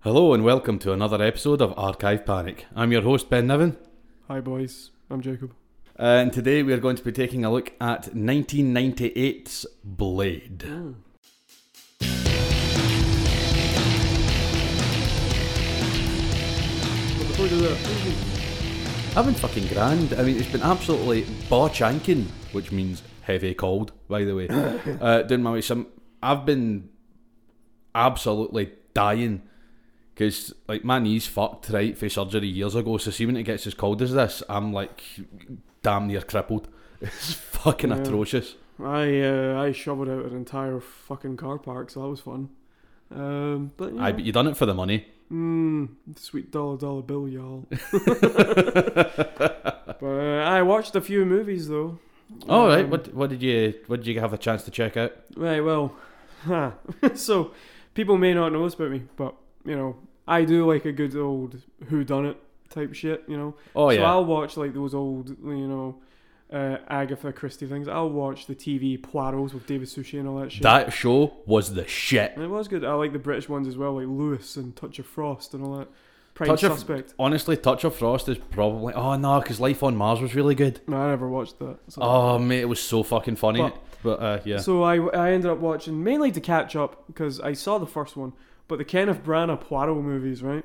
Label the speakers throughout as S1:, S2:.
S1: Hello and welcome to another episode of Archive Panic. I'm your host Ben Niven,
S2: Hi, boys. I'm Jacob.
S1: Uh, and today we are going to be taking a look at 1998's Blade.
S2: But before we do that,
S1: I've been fucking grand. I mean, it's been absolutely bochanking, which means heavy cold, by the way. uh, doing my way some. I've been absolutely dying because, like, my knees fucked right for surgery years ago. So, see, when it gets as cold as this, I'm like damn near crippled. It's fucking
S2: Yeah.
S1: atrocious.
S2: I uh, I shoveled out an entire fucking car park, so that was fun. Um, but yeah,
S1: I but you done it for the money.
S2: mm, sweet dollar dollar bill, y'all. but uh, I watched a few movies though.
S1: All right.
S2: Um,
S1: What what did you what did you have a chance to check out?
S2: Right, well, huh. so people may not know this about me, but you know, I do like a good old who done it type shit. You know,
S1: Oh
S2: so
S1: yeah.
S2: I'll watch like those old, you know, uh, Agatha Christie things. I'll watch the TV Poirot's with David Suchet and all that shit.
S1: That show was the shit.
S2: and it was good. I like the British ones as well, like Lewis and Touch of Frost and all that. Prime
S1: Touch of-
S2: Suspect.
S1: Honestly, Touch of Frost is probably oh no, because Life on Mars was really good.
S2: No, I never watched that. So,
S1: Oh mate, it was so fucking funny. But, uh, yeah,
S2: so I, I ended up watching mainly to catch up because I saw the first one, but the Kenneth Branagh Poirot movies, right?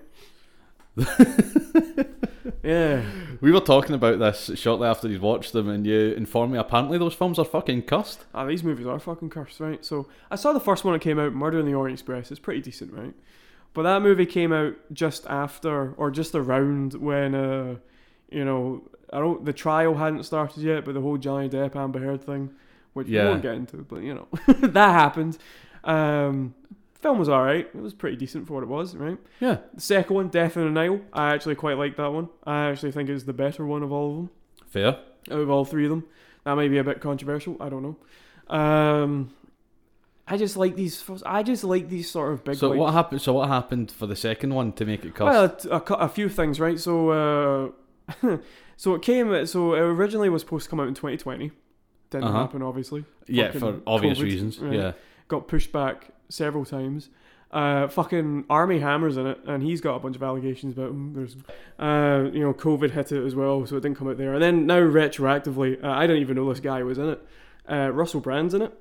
S2: yeah.
S1: we were talking about this shortly after you'd watched them, and you informed me apparently those films are fucking cussed.
S2: Ah, these movies are fucking cursed, right? So I saw the first one that came out, Murder in the Orient Express. It's pretty decent, right? But that movie came out just after or just around when, uh, you know, I don't. The trial hadn't started yet, but the whole Johnny Depp Amber Heard thing, which
S1: Yeah.
S2: we won't get into, but you know, that happened. Um, film was alright. It was pretty decent for what it was, right?
S1: Yeah,
S2: The second one, Death in the Nile. I actually quite liked that one. I actually think it's the better one of all of them
S1: fair.
S2: out of all three of them. That may be a bit controversial. I don't know. Um, I just like these. fos- I just like these sort of big.
S1: so
S2: like,
S1: what happened? So what happened for the second one to make it cussed?
S2: well, a- a, cou- a few things, right? So, uh, so it came. So it originally was supposed to come out in 2020. Didn't
S1: Uh-huh.
S2: happen, obviously.
S1: yeah, for
S2: fucking
S1: obvious
S2: COVID,
S1: reasons.
S2: right.
S1: Yeah,
S2: Got pushed back several times. Uh, fucking Army Hammer's in it, and he's got a bunch of allegations about him. There's, uh, you know, COVID hit it as well, so it didn't come out there. And then now retroactively, uh, I didn't even know this guy was in it. Uh, Russell Brand's in it.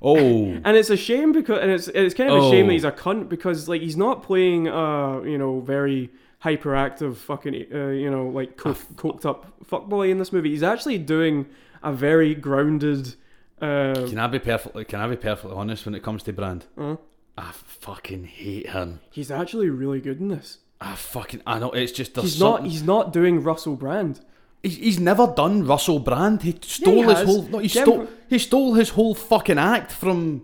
S1: Oh,
S2: And it's a shame because, and it's it's kind of a shame
S1: Oh.
S2: that he's a cunt because like he's not playing, uh, you know, very hyperactive fucking, uh, you know, like co-
S1: Ah.
S2: coked up fuckboy in this movie. He's actually doing a very grounded. Uh,
S1: can I be perfectly? Can I be perfectly honest when it comes to Brand?
S2: uh,
S1: I fucking hate him.
S2: he's actually really good in this.
S1: I Ah, fucking I know. It's just there's
S2: He's
S1: something-
S2: not. He's not doing Russell Brand.
S1: He's, he's never done Russell Brand. He stole his
S2: has.
S1: whole. No, he
S2: Jim-
S1: stole. He stole his whole fucking act from,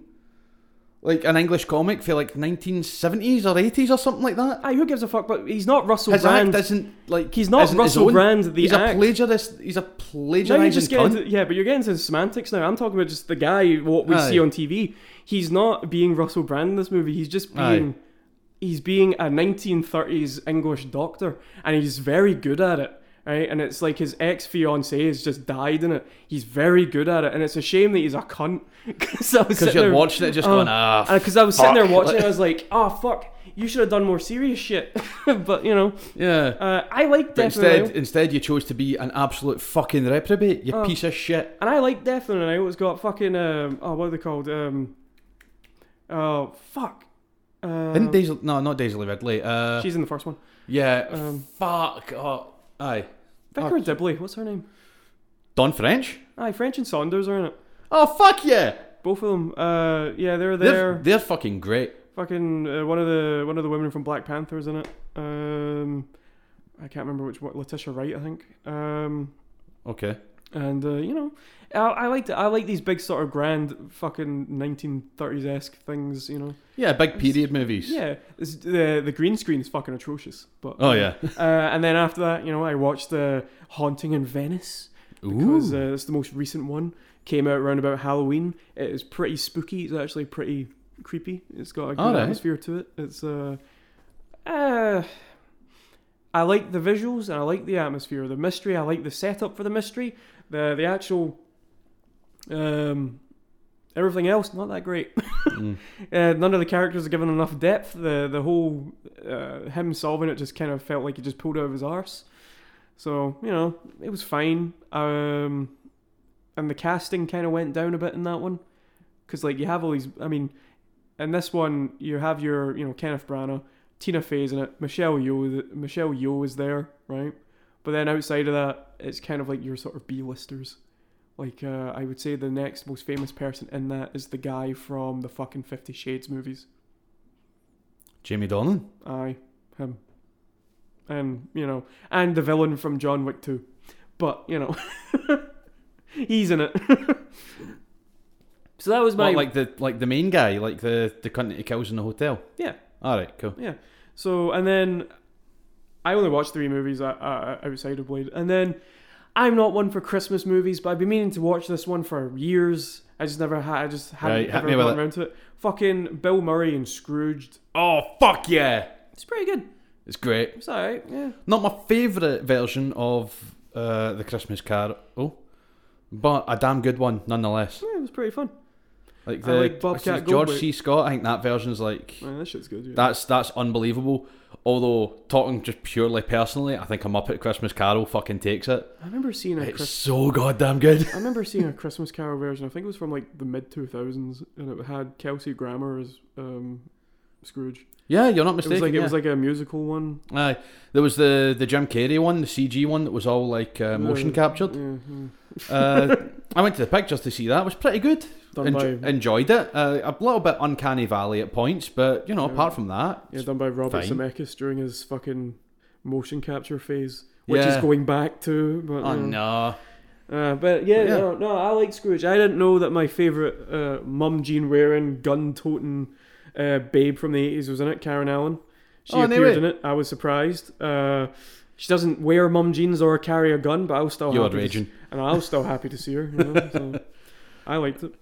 S1: like an English comic for like 1970s or 80s or something like that.
S2: Aye, who gives a fuck? But he's not Russell
S1: His
S2: Brand.
S1: act isn't like
S2: He's not
S1: isn't his
S2: Russell
S1: own.
S2: Brand, the
S1: he's
S2: act.
S1: a plagiarist. He's a
S2: Now you
S1: plagiarizing
S2: just get
S1: cunt.
S2: into, yeah, but you're getting into semantics now. I'm talking about just the guy what we see
S1: Aye.
S2: on TV. He's not being Russell Brand in this movie. He's just
S1: Aye.
S2: being he's being a 1930s English doctor, and he's very good at it. Right, and it's like his ex fiancee has just died in it. He's very good at it, and it's a shame that he's a cunt. Because
S1: Because you're watching it, just
S2: oh,
S1: going ah. f-
S2: Because I was sitting there
S1: fuck.
S2: watching, it, I was like, "Oh fuck, you should have done more serious shit." but you know,
S1: yeah.
S2: uh, I like
S1: but
S2: Death in the
S1: instead,
S2: Nile.
S1: instead, you chose to be an absolute fucking reprobate.
S2: Oh.
S1: You piece of shit.
S2: And I like Death and I know it's got fucking um oh what are they called? Um Oh fuck. Uh,
S1: Didn't Daisy? No, not Daisy Lee Ridley. Uh,
S2: she's in the first one.
S1: yeah.
S2: um,
S1: fuck. Oh, aye. Oh,
S2: Vicar Dibley, what's her name?
S1: Don French.
S2: Aye, French and Saunders are in it.
S1: Oh fuck yeah.
S2: Both of them. Uh yeah, they're there.
S1: They're, they're fucking great.
S2: Fucking uh, one of the one of the women from Black Panther's in it. Um I can't remember which one Letitia Wright, I think. Um
S1: Okay.
S2: and uh, you know, I, I like I like these big sort of grand fucking 1930s esque things. You know,
S1: Yeah, big period movies.
S2: yeah, it's, the the green screen is fucking atrocious. But
S1: Oh yeah.
S2: uh, and then after that, you know, I watched the Haunting in Venice because uh, it's the most recent one. Came out around about Halloween. It is pretty spooky. It's actually pretty creepy. It's got a good
S1: Alright.
S2: atmosphere to it. It's uh, uh, I like the visuals and I like the atmosphere, the mystery. I like the setup for the mystery. The the actual um, Everything else not that great.
S1: Mm.
S2: Uh, none of the characters are given enough depth. The the whole uh, him solving it just kind of felt like he just pulled out of his arse. So you know it was fine. Um, and the casting kind of went down a bit in that one, because like you have all these. I mean, in this one you have your you know Kenneth Branagh, Tina Fey's in it, Michelle Yeoh Michelle Yeoh is there, right? But then outside of that, it's kind of like your sort of B listers. Like uh, I would say, the next most famous person in that is the guy from the fucking Fifty Shades movies.
S1: Jamie Donnan.
S2: Aye, him. And you know, and the villain from John Wick Two, but you know, he's in it. so that was my
S1: What, like the like the main guy, like the the cunt that he kills in the hotel.
S2: Yeah.
S1: All right, cool.
S2: So and then I only watched three movies uh, uh, outside of Blade, and then I'm not one for Christmas movies, but I've been meaning to watch this one for years. I just never had. I just
S1: Right,
S2: hadn't
S1: hit
S2: ever
S1: me with
S2: gotten
S1: it.
S2: around to it. Fucking Bill Murray and Scrooged.
S1: Oh fuck yeah,
S2: It's pretty good.
S1: it's great.
S2: It's alright. Yeah.
S1: Not my favourite version of uh, the Christmas Carol, but a damn good one nonetheless.
S2: yeah, it was pretty fun.
S1: Like
S2: I
S1: the
S2: like Bobcat
S1: what's his- George
S2: Goldthwait.
S1: C. Scott. I think that version's like
S2: Man, that shit's good. Yeah.
S1: that's that's unbelievable. Although talking just purely personally, I think a Muppet Christmas Carol fucking takes it.
S2: I remember seeing a
S1: It's
S2: Chris-
S1: so goddamn good.
S2: I remember seeing a Christmas Carol version. I think it was from like the mid two thousands, and it had Kelsey Grammer as um, Scrooge.
S1: Yeah, you're not
S2: It was
S1: mistaken.
S2: like
S1: yeah.
S2: it was like a musical one.
S1: Aye, there was the the Jim Carrey one, the CG one that was all like uh, motion
S2: Uh,
S1: captured.
S2: yeah, yeah.
S1: Uh, I went to the pictures to see that. It was pretty good.
S2: Done
S1: Enjo-
S2: by
S1: enjoyed it. Uh, a little bit uncanny valley at points, but you know,
S2: Yeah.
S1: apart from that,
S2: yeah, done by Robert
S1: fine.
S2: Zemeckis during his fucking motion capture phase, which is
S1: Yeah.
S2: going back to. But,
S1: oh
S2: you know.
S1: no,
S2: Uh, but yeah,
S1: But yeah.
S2: No, no, I like Scrooge. I didn't know that my favorite uh, mum jean wearing, gun toting uh, babe from the eighties was in it. Karen Allen. She
S1: Oh, no
S2: appeared
S1: way.
S2: in it. I was surprised. Uh, she doesn't wear mum jeans or carry a gun, but I was still
S1: you're
S2: happy to-
S1: raging.
S2: and I was still happy to see her. You know, so I liked it.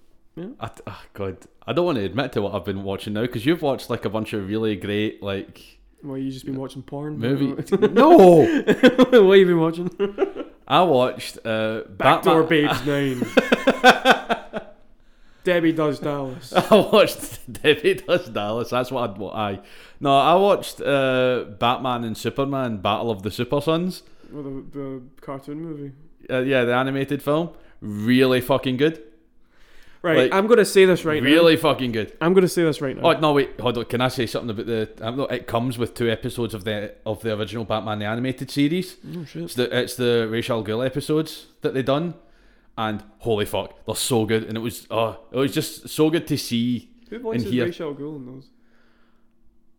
S1: I, oh, God, I don't want to admit to what I've been watching now because you've watched like a bunch of really great like
S2: Well, you just been watching porn.
S1: movie. no,
S2: what have you been watching?
S1: I watched uh,
S2: Backdoor
S1: Batman.
S2: Babes Nine. Debbie Does Dallas.
S1: I watched Debbie Does Dallas. That's what I'd. wa- Aye, no, I watched uh, Batman and Superman: Battle of the Super Sons.
S2: Well, the, the cartoon movie.
S1: uh, yeah, the animated film. Really fucking good.
S2: Right,
S1: Like,
S2: I'm gonna say this right now.
S1: really fucking good.
S2: I'm gonna say this right now.
S1: Oh no, wait, hold on. Can I say something about the? I'm not, it comes with two episodes of the of the original Batman the animated series.
S2: Oh, shit.
S1: It's the it's the Rachel Gill episodes that they done, and holy fuck, they're so good. And it was oh, it was just so good to see.
S2: Who voices
S1: in here.
S2: Rachel Gould in those?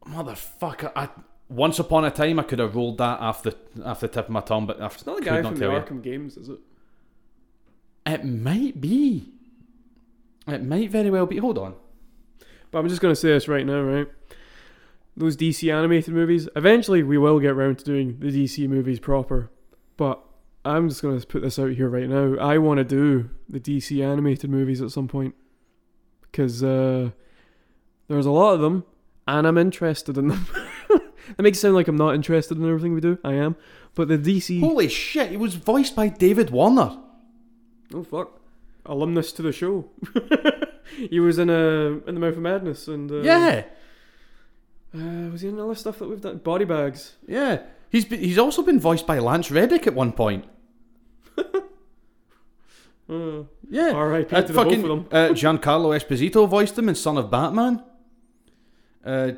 S1: Motherfucker, I once upon a time I could have rolled that off the off the tip of my tongue, but I
S2: It's not the
S1: could
S2: guy
S1: not
S2: from the
S1: tell you.
S2: Arkham games, is it?
S1: It might be. It might very well be. Hold on.
S2: But I'm just gonna say this right now, right? Those DC animated movies. Eventually, we will get round to doing the DC movies proper. But I'm just gonna put this out here right now. I want to do the DC animated movies at some point because uh, there's a lot of them, and I'm interested in them. that makes it sound like I'm not interested in everything we do. I am, but the DC.
S1: Holy shit, it was voiced by David Warner.
S2: Oh fuck! Alumnus to the show. he was in uh, in the Mouth of Madness and uh,
S1: yeah,
S2: Uh, was he in all the stuff that we've done? Body bags.
S1: yeah. He's been, he's also been voiced by Lance Reddick at one point.
S2: Uh,
S1: Yeah.
S2: R.I.P.
S1: Uh,
S2: to the
S1: fucking,
S2: both of them.
S1: uh, Giancarlo Esposito voiced him in Son of Batman. Uh,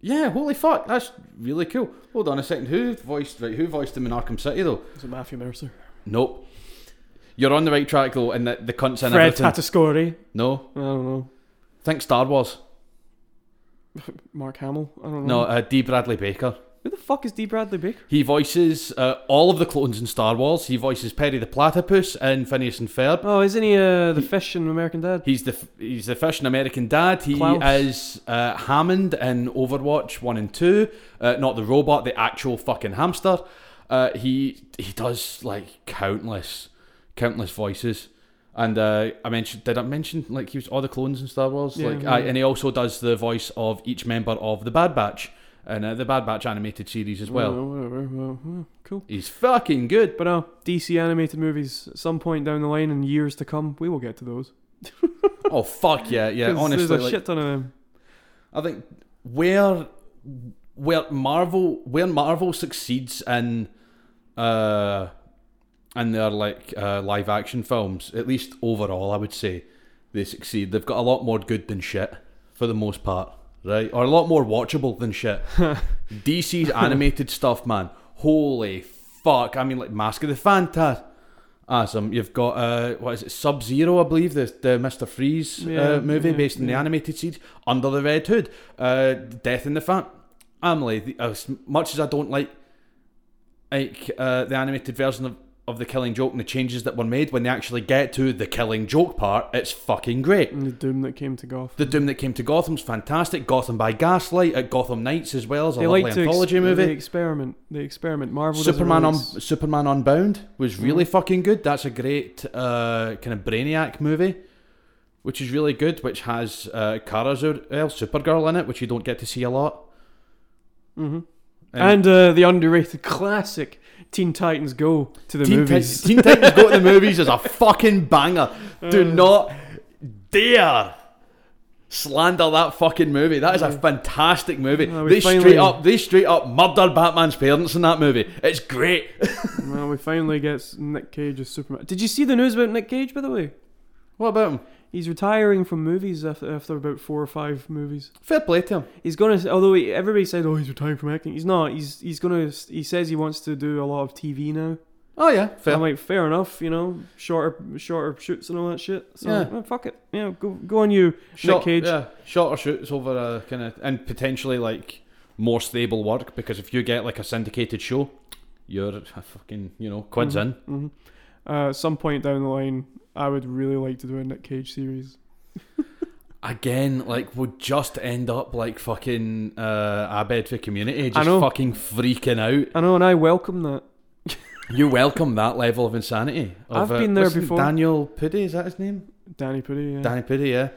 S1: yeah, holy fuck, that's really cool. Hold on a second, who voiced right, who voiced him in Arkham City though?
S2: Is it Matthew Mercer?
S1: Nope. You're on the right track though, and the, the cunt's in
S2: Fred
S1: everything.
S2: Tatasciore.
S1: no.
S2: I don't know.
S1: Think Star Wars.
S2: Mark Hamill. I don't
S1: No,
S2: know.
S1: uh, D. Bradley Baker.
S2: Who the fuck is D. Bradley Baker?
S1: He voices uh, all of the clones in Star Wars. He voices Perry the Platypus in Phineas and Ferb.
S2: Oh, isn't he uh, the fish in American Dad?
S1: He's the f- he's the first American dad. He
S2: Klaus.
S1: is uh, Hammond in Overwatch one and two, uh, not the robot, the actual fucking hamster. Uh, he he does like countless countless voices, and uh, I mentioned did I mention like he was all the clones in Star Wars,
S2: Yeah,
S1: like
S2: yeah.
S1: aye, and he also does the voice of each member of the Bad Batch and uh, the Bad Batch animated series as
S2: I
S1: well.
S2: don't know, whatever. Well, yeah, cool. uh,
S1: He's fucking good.
S2: But no, DC animated movies. At some point down the line, in years to come, we will get to those.
S1: oh fuck yeah, yeah.
S2: 'Cause
S1: Honestly,
S2: there's a
S1: like,
S2: shit ton of them.
S1: I think where where Marvel where Marvel succeeds in uh in their like uh, live action films, at least overall, I would say they succeed. They've got a lot more good than shit for the most part, right? Or a lot more watchable than shit. DC's animated stuff, man. Holy fuck! I mean, like Mask of the Phantasm. You've got uh, what is it? Sub Zero, I believe the the Mister Freeze
S2: Yeah,
S1: uh, movie
S2: yeah,
S1: based on the
S2: yeah.
S1: animated series. Under the Red Hood, uh, Death in the Fan. Emily, the, as much as I don't like like uh, the animated version of, of the Killing Joke and the changes that were made, when they actually get to the Killing Joke part, it's fucking great.
S2: And the Doom that came to golf.
S1: The Doom that came to Gotham's fantastic. Gotham by Gaslight at Gotham Nights as well as a
S2: they
S1: lovely
S2: like to
S1: anthology
S2: ex- They
S1: movie.
S2: experiment. They experiment. Marvel. doesn't
S1: Superman un-
S2: release-
S1: Superman Unbound was really
S2: Mm.
S1: fucking good. That's a great uh, kind of brainiac movie, which is really good. Which has uh, Kara Zor-El, Supergirl in it, which you don't get to see a lot.
S2: Mhm. And uh, the underrated classic Teen Titans Go to the
S1: Teen, Titans,
S2: movies.
S1: Teen Titans Go to the Movies is a fucking banger. Do not dare slander that fucking movie. That is a fantastic movie.
S2: No, we
S1: they
S2: finally-
S1: straight up, they straight up murder Batman's parents in that movie. It's great.
S2: well, we finally get Nick Cage as Superman. Did you see the news about Nick Cage, by the way?
S1: What about him?
S2: He's retiring from movies after, after about four or five movies.
S1: Fair play to him.
S2: He's gonna. Although he, everybody said, "Oh, he's retiring from acting," he's not. He's he's gonna. He says he wants to do a lot of TV now.
S1: Oh yeah, fair.
S2: I'm like, fair enough. You know, shorter shorter shoots and all that shit. So
S1: Yeah.
S2: eh, fuck it. Yeah, go go on you, Nick Cage.
S1: yeah, shorter shoots over a kind of and potentially like more stable work because if you get like a syndicated show, you're a fucking you know quids in.
S2: hmm Uh, at some point down the line, I would really like to do a Nick Cage series.
S1: again, like would just end up like fucking uh, Abed for community,
S2: I
S1: just
S2: know.
S1: fucking freaking out.
S2: I know, and I welcome that.
S1: You welcome that level of insanity. Of,
S2: I've been there
S1: what's his-
S2: before.
S1: Daniel Piddy, is that his name?
S2: Danny Pudi. Yeah.
S1: Danny Piddy, yeah.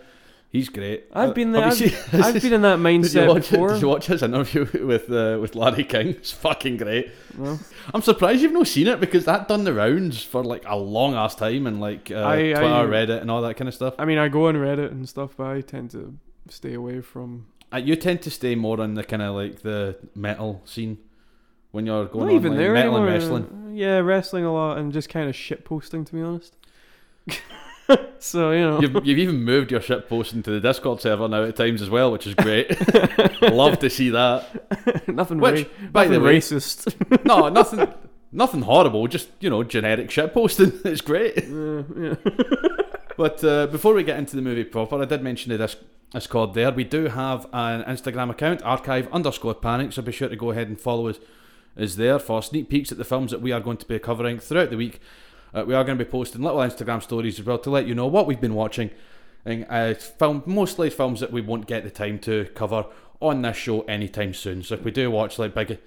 S1: He's great.
S2: I've been there.
S1: have you
S2: I've,
S1: seen-
S2: I've been in that
S1: Did you,
S2: mindset
S1: watch it?
S2: before.
S1: Did you watch his interview with uh, with Larry King? It's fucking great.
S2: No.
S1: I'm surprised you've not seen it because that done the rounds for like a long ass time and like uh,
S2: I-
S1: Twitter,
S2: I-
S1: Reddit, and all that kind of stuff.
S2: I mean, I go on Reddit and stuff, but I tend to stay away from.
S1: Uh, you tend to stay more on the kind of like the metal scene when you're going
S2: Not
S1: on
S2: even
S1: like,
S2: there
S1: metal
S2: anymore.
S1: and wrestling.
S2: Yeah, wrestling a lot and just kind of shit posting, to be honest. so you know,
S1: You've, you've even moved your shit posting to the Discord server now at times as well, which is great. Love to see that.
S2: nothing.
S1: Which,
S2: ra-
S1: by the
S2: nothing
S1: way,
S2: racist.
S1: no, nothing, nothing horrible. Just you know, generic shit posting. It's great.
S2: yeah,
S1: But uh, before we get into the movie proper, I did mention the disc- Discord there. We do have an Instagram account, archive underscore panic, so be sure to go ahead and follow us is there for sneak peeks at the films that we are going to be covering throughout the week. Uh, we are going to be posting little Instagram stories as well to let you know what we've been watching. And, uh, film, mostly films that we won't get the time to cover on this show anytime soon. So if we do watch like big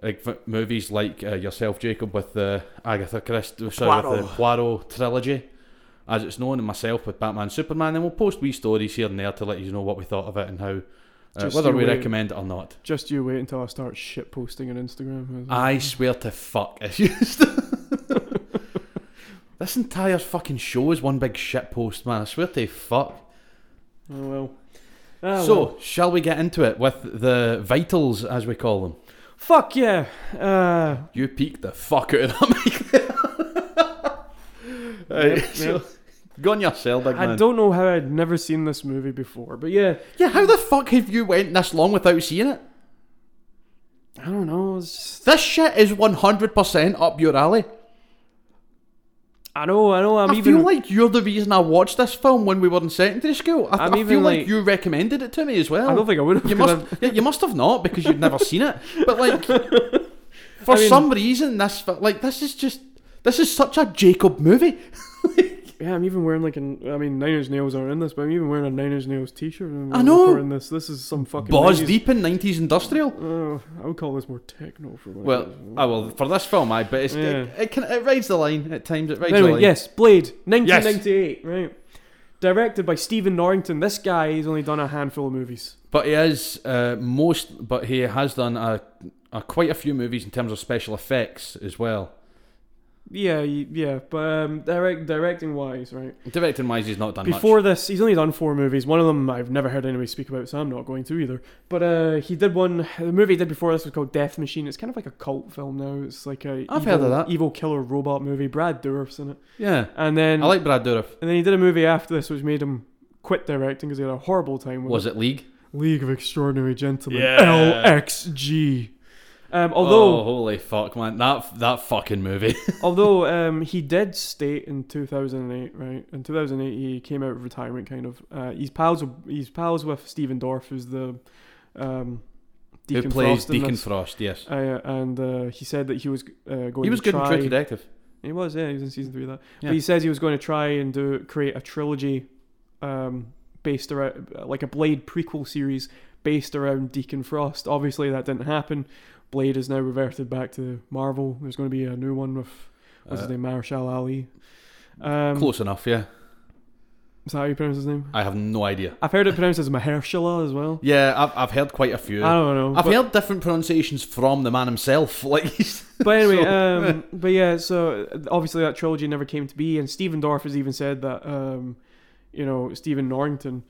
S1: like f- movies like uh, yourself, Jacob, with the Agatha Christie, sorry, with the Poirot trilogy, as it's known, and myself with Batman, Superman, and we'll post wee stories here and there to let you know what we thought of it and how, uh,
S2: Just
S1: whether
S2: you
S1: we
S2: wait.
S1: recommend it or not.
S2: just you wait until I start shit posting on Instagram.
S1: I swear to fuck, if you this entire fucking show is one big shit post, man. I swear to fuck.
S2: oh well. Ah,
S1: so,
S2: well.
S1: shall we get into it with the vitals, as we call them?
S2: fuck yeah. Uh,
S1: You peeked the fuck out of that mic. Right,
S2: Yep,
S1: so,
S2: yep.
S1: Go on your cell, big
S2: I
S1: man.
S2: don't know how I'd never seen this movie before, but yeah,
S1: Yeah, how the fuck have you went this long without seeing it?
S2: I don't know. It's just-
S1: This shit is 100% up your alley.
S2: I know, I know. I'm
S1: i
S2: even.
S1: feel like you're the reason I watched this film when we were in secondary school. I,
S2: I'm
S1: I
S2: even
S1: feel like,
S2: like-
S1: you recommended it to me as well.
S2: I don't think I would have.
S1: You
S2: 'cause
S1: must, yeah, you must have not because you've never seen it. But like, for
S2: I mean-
S1: some reason, this fi- like this is just this is such a Jacob movie.
S2: I'm- yeah, I'm even wearing like an. I mean, Niners nails are in this, but I'm even wearing a Niners nails T-shirt. And
S1: I know.
S2: In this, this is some fucking.
S1: Balls
S2: 90s
S1: deep in nineties industrial. Ah,
S2: Oh, I would call this more techno for what
S1: Well, I will for this film, I but it's,
S2: Yeah.
S1: it, it can it rides the line at times. It rides the
S2: Anyway,
S1: line.
S2: yes, Blade, 1998, right? Directed by Stephen Norrington. This guy, he's only done a handful of movies.
S1: But he is uh, most. But he has done a, a quite a few movies in terms of special effects as well.
S2: Yeah, y- yeah, but um, direct directing wise, right?
S1: Directing wise, he's not done
S2: Before
S1: much.
S2: this, he's only done four movies. One of them I've never heard anybody speak about, so I'm not going to either. But uh, he did one. The movie he did before this was called Death Machine. It's kind of like a cult film now. It's like a
S1: I've
S2: evil,
S1: heard of that.
S2: evil killer robot movie. Brad Dourif's in it,
S1: Yeah,
S2: and then
S1: I like Brad Dourif.
S2: and then he did a movie after this, which made him quit directing because he had a horrible time. With
S1: Was it League?
S2: League of Extraordinary Gentlemen?
S1: Yeah.
S2: LXG. Um, although
S1: oh, holy fuck, man, that that fucking movie.
S2: Although um, he did state in 2008, right? In 2008, he came out of retirement, kind of. Uh, he's pals. With, he's pals with Stephen Dorff, who's the um, Deacon
S1: Who plays
S2: Frost in
S1: Deacon
S2: this.
S1: Frost? Yes,
S2: Uh, yeah, and uh, he said that he was uh, going.
S1: he was
S2: to
S1: good in
S2: try,
S1: True Detective.
S2: He was, yeah, he was in season three of that.
S1: Yeah.
S2: But he says he was going to try and do create a trilogy, um, based around like a Blade prequel series based around Deacon Frost. Obviously, that didn't happen. Blade is now reverted back to Marvel. There's going to be a new one with what's his
S1: Uh,
S2: name, Marshall Ali. Um,
S1: Close enough, yeah.
S2: Is that how you pronounce his name?
S1: I have no idea.
S2: I've heard it pronounced as Mahershala as well.
S1: Yeah, I've, I've heard quite a few.
S2: I don't know.
S1: I've
S2: but,
S1: heard different pronunciations from the man himself. Like, he's,
S2: but anyway,
S1: so-
S2: um, but yeah, so uh, obviously that trilogy never came to be, and Stephen Dorff has even said that, um, you know, Stephen Norrington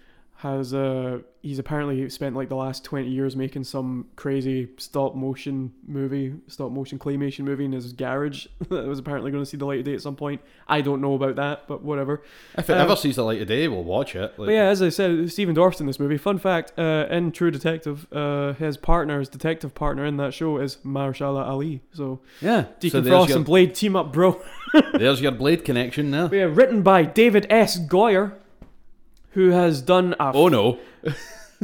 S2: has uh he's apparently spent like the last 20 years making some crazy stop motion movie stop motion claymation movie in his garage that was apparently going to see the light of day at some point i don't know about that but whatever
S1: if it
S2: Um,
S1: ever sees the light of day, we'll watch it. Like,
S2: But yeah, as I said, Stephen Dorff's in this movie. Fun fact: uh, in True Detective, uh, his partner, his detective partner in that show, is Mahershala Ali. So
S1: yeah.
S2: Deacon
S1: so
S2: Frost
S1: there's,
S2: and Blade team up, bro.
S1: your, there's your Blade connection there.
S2: But yeah, written by David S. Goyer, who has done a.
S1: Oh no,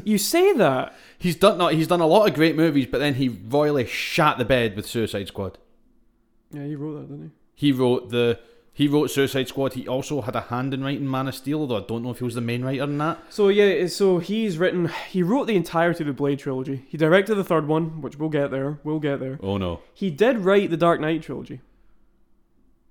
S2: You say that?
S1: he's done no, he's done a lot of great movies, but then he royally shat the bed with Suicide Squad.
S2: Yeah, he wrote that, didn't
S1: He wrote the he wrote Suicide Squad. He also had a hand in writing Man of Steel, though I don't know if he was the main writer in that.
S2: he? So yeah, so he's written. He wrote the entirety of the Blade trilogy. He directed the third one, which we'll get there. We'll get there.
S1: Oh no,
S2: He did write the Dark Knight trilogy.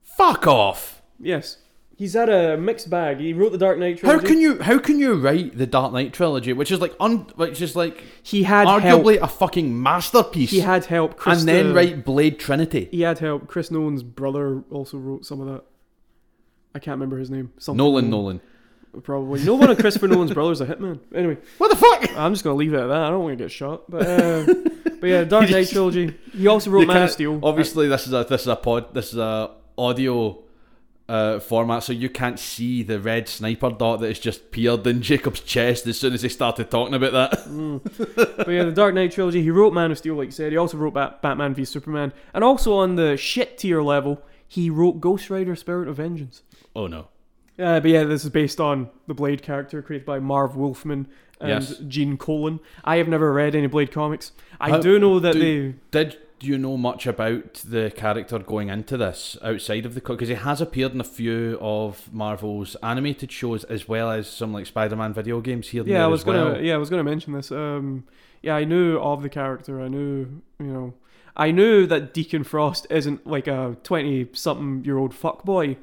S1: fuck off!
S2: Yes, he's had a mixed bag. He wrote the Dark Knight
S1: How
S2: trilogy.
S1: can you how can you write the Dark Knight trilogy, which is like un, which is like
S2: he had help.
S1: arguably a fucking masterpiece,
S2: He had help. Chris,
S1: and then
S2: uh,
S1: write Blade Trinity?
S2: He had help. Chris Nolan's brother also wrote some of that. I can't remember his name. Something
S1: Nolan, Nolan.
S2: Probably. No one of Christopher Nolan's brothers a hitman. Anyway,
S1: What the fuck?
S2: I'm just gonna leave it at that. I don't want to get shot. But uh, but yeah, Dark Knight trilogy. He also wrote
S1: You
S2: Man of
S1: can't-
S2: Steel.
S1: Obviously, this is a this is a pod this is a audio uh, format, so you can't see the red sniper dot that has just peered in Jacob's chest as soon as they started talking about that.
S2: but yeah, the Dark Knight trilogy. He wrote Man of Steel, like you said. He also wrote Bat- Batman v Superman, and also on the shit tier level, he wrote Ghost Rider: Spirit of Vengeance.
S1: Oh no.
S2: Uh, but yeah, this is based on the Blade character created by Marv Wolfman and
S1: Yes.
S2: Gene Colan. I have never read any Blade comics. I
S1: How-
S2: do know that
S1: do-
S2: they.
S1: Did you know much about the character going into this outside of the because he has appeared in a few of Marvel's animated shows as well as some like Spider-Man video games here. and
S2: Yeah, I
S1: there
S2: was
S1: as
S2: gonna.
S1: well.
S2: Yeah, I was gonna mention this. Um, yeah, I knew of the character. I knew, you know, I knew that Deacon Frost isn't like a twenty-something-year-old fuckboy.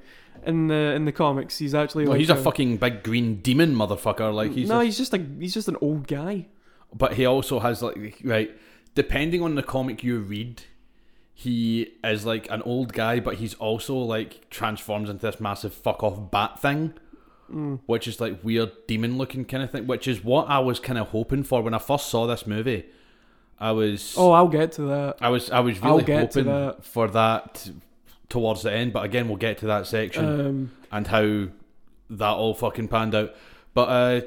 S2: In the in the comics, he's actually
S1: No,
S2: like
S1: he's a fucking big green demon motherfucker. Like he's
S2: no,
S1: a-
S2: he's just like he's just an old guy.
S1: but he also has like right depending on the comic you read he is like an old guy but he's also like transforms into this massive fuck off bat thing
S2: Mm.
S1: which is like weird demon looking kind of thing which is what i was kind of hoping for when i first saw this movie i was
S2: Oh, I'll get to that.
S1: i was i was
S2: I'll
S1: really
S2: get to
S1: hoping
S2: that.
S1: for that towards the end but again we'll get to that section
S2: Um,
S1: and how that all fucking panned out. But uh,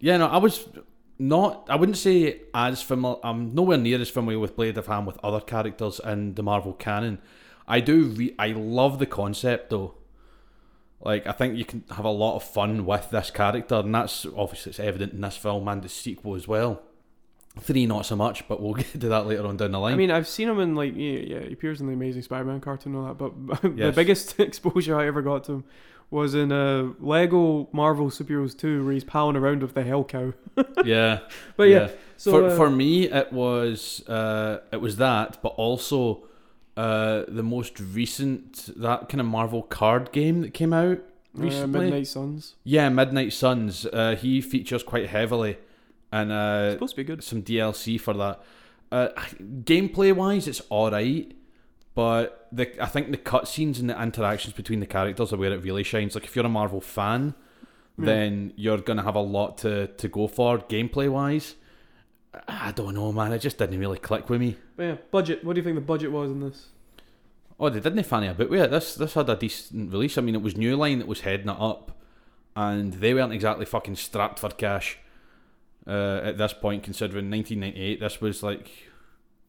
S1: yeah, no, I was not. I wouldn't say as familiar. I'm nowhere near as familiar with Blade of Ham with other characters in the Marvel canon. I do. Re- I love the concept though. Like I think you can have a lot of fun with this character, and that's obviously it's evident in this film and the sequel as well. Three, not so much, but we'll get to that later on down the line.
S2: I mean, I've seen him in like yeah, yeah, he appears in the Amazing Spider-Man cartoon and all that. But the
S1: Yes.
S2: biggest exposure I ever got to him was in uh, Lego Marvel Superheroes Two, where he's palling around with the Hell Cow.
S1: yeah.
S2: But yeah, so
S1: for,
S2: uh,
S1: for me, it was uh, it was that, but also uh, the most recent that kind of Marvel card game that came out
S2: uh,
S1: recently.
S2: Midnight Suns
S1: Yeah, Midnight Suns. Uh, he features quite heavily, and
S2: It's
S1: uh,
S2: supposed to be good.
S1: some DLC for that. Uh, gameplay wise, it's all right, But the I think the cutscenes and the interactions between the characters are where it really shines. Like if you're a Marvel fan,
S2: Yeah.
S1: then you're gonna have a lot to to go for gameplay wise. I don't know, man. It just didn't really click with me.
S2: But yeah, budget. What do you think the budget was in this?
S1: Oh, they didn't fanny about with it. This this had a decent release. I mean, it was New Line that was heading it up, and they weren't exactly fucking strapped for cash uh, at this point. Considering 1998, this was like,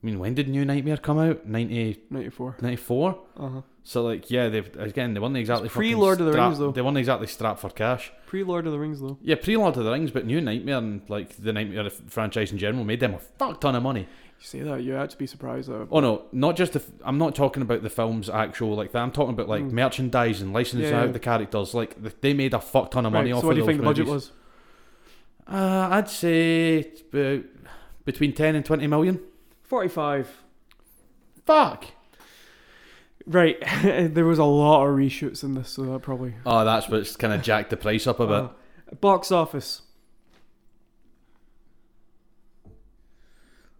S1: I mean, when did New Nightmare come out? 90,
S2: Ninety four.
S1: 94?
S2: Uh huh.
S1: So like, yeah, they have again they weren't exactly fucking
S2: pre-Lord of the
S1: strapped-
S2: Rings, though.
S1: They weren't exactly strapped for cash.
S2: Pre Lord of the Rings though.
S1: Yeah, pre Lord of the Rings, but New Nightmare and like the Nightmare f- franchise in general made them a fuck ton of money.
S2: You say that, you had to be surprised though.
S1: Oh no, not just the. F- I'm not talking about the film's actual like that. I'm talking about like
S2: Mm.
S1: merchandise and licensing
S2: Yeah,
S1: out
S2: yeah.
S1: the characters. Like th- they made a fuck ton of money
S2: Right,
S1: off.
S2: so what
S1: of
S2: do you think the budget was?
S1: was? Uh, I'd say it's about between ten and twenty million.
S2: Forty five.
S1: Fuck.
S2: Right. there was a lot of reshoots in this, so that probably.
S1: Oh, that's what's kind of jacked the price up a bit.
S2: Uh, box office.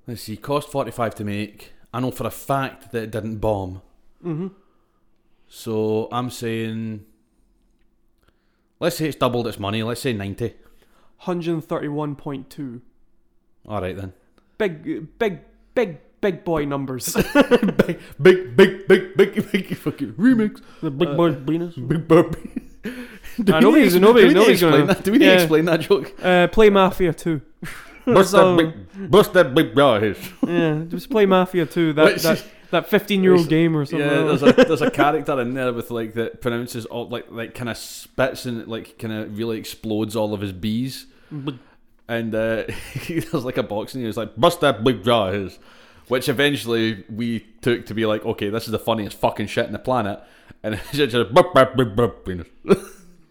S1: Let's see, cost forty five to make. I know for a fact that it didn't bomb.
S2: Mm-hmm.
S1: So I'm saying, let's say it's doubled its money. Let's say ninety.
S2: Hundred thirty one point two.
S1: All right then.
S2: Big, big, big, big boy numbers.
S1: big, big, big, big, big, big fucking remix.
S2: the
S1: Uh,
S2: penis.
S1: Big burpee. Do
S2: Ah,
S1: we
S2: nobody's-
S1: need-
S2: nobody-
S1: do we need to
S2: nobody's
S1: explain
S2: gonna-
S1: that? Do we need
S2: yeah.
S1: to explain that joke?
S2: Uh, play Mafia two.
S1: Bust
S2: So-
S1: that big, bust that big guy.
S2: Yeah, just play Mafia 2, that
S1: Which
S2: that,
S1: is-
S2: that 15 year old game or something.
S1: Yeah,
S2: like
S1: there's
S2: that.
S1: a there's a character in there with like that pronounces all like like kind of spits and like kind of really explodes all of his bees. And uh, there's like a box and he's like bust that big guy. is," Which eventually we took to be like, okay, this is the funniest fucking shit on the planet. And it's just a burp, burp, burp, burp, penis.
S2: yeah,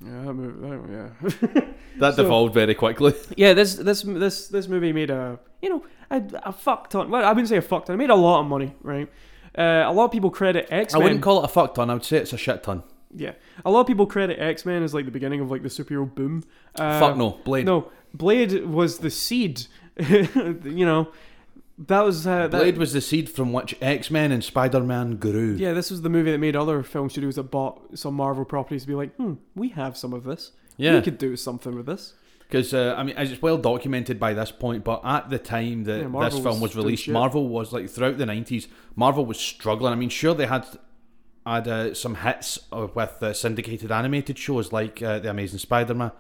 S2: that movie, that,
S1: That
S2: So-
S1: devolved very quickly.
S2: yeah. yeah, this this this this movie made a you know a, a fuck ton. Well, I wouldn't say a fuck ton. It made a lot of money, right? Uh, a lot of people credit X
S1: I wouldn't
S2: Men.
S1: call it a fuck ton. I would say it's a shit ton.
S2: yeah, a lot of people credit X Men as like the beginning of like the superhero boom. Uh,
S1: Fuck no, Blade.
S2: No, Blade was the seed. you know, that was uh, that,
S1: Blade was the seed from which X Men and Spider Man grew.
S2: Yeah, this was the movie that made other film studios that bought some Marvel properties to be like, hmm, we have some of this. We could do something with this.
S1: because uh, I mean, it's well documented by this point. But at the time that
S2: Yeah, Marvel
S1: this film
S2: was
S1: was
S2: doing
S1: released,
S2: shit.
S1: Marvel was like throughout the nineties, Marvel was struggling. I mean, sure they had had uh, some hits uh, with uh, syndicated animated shows like uh, the Amazing Spider Man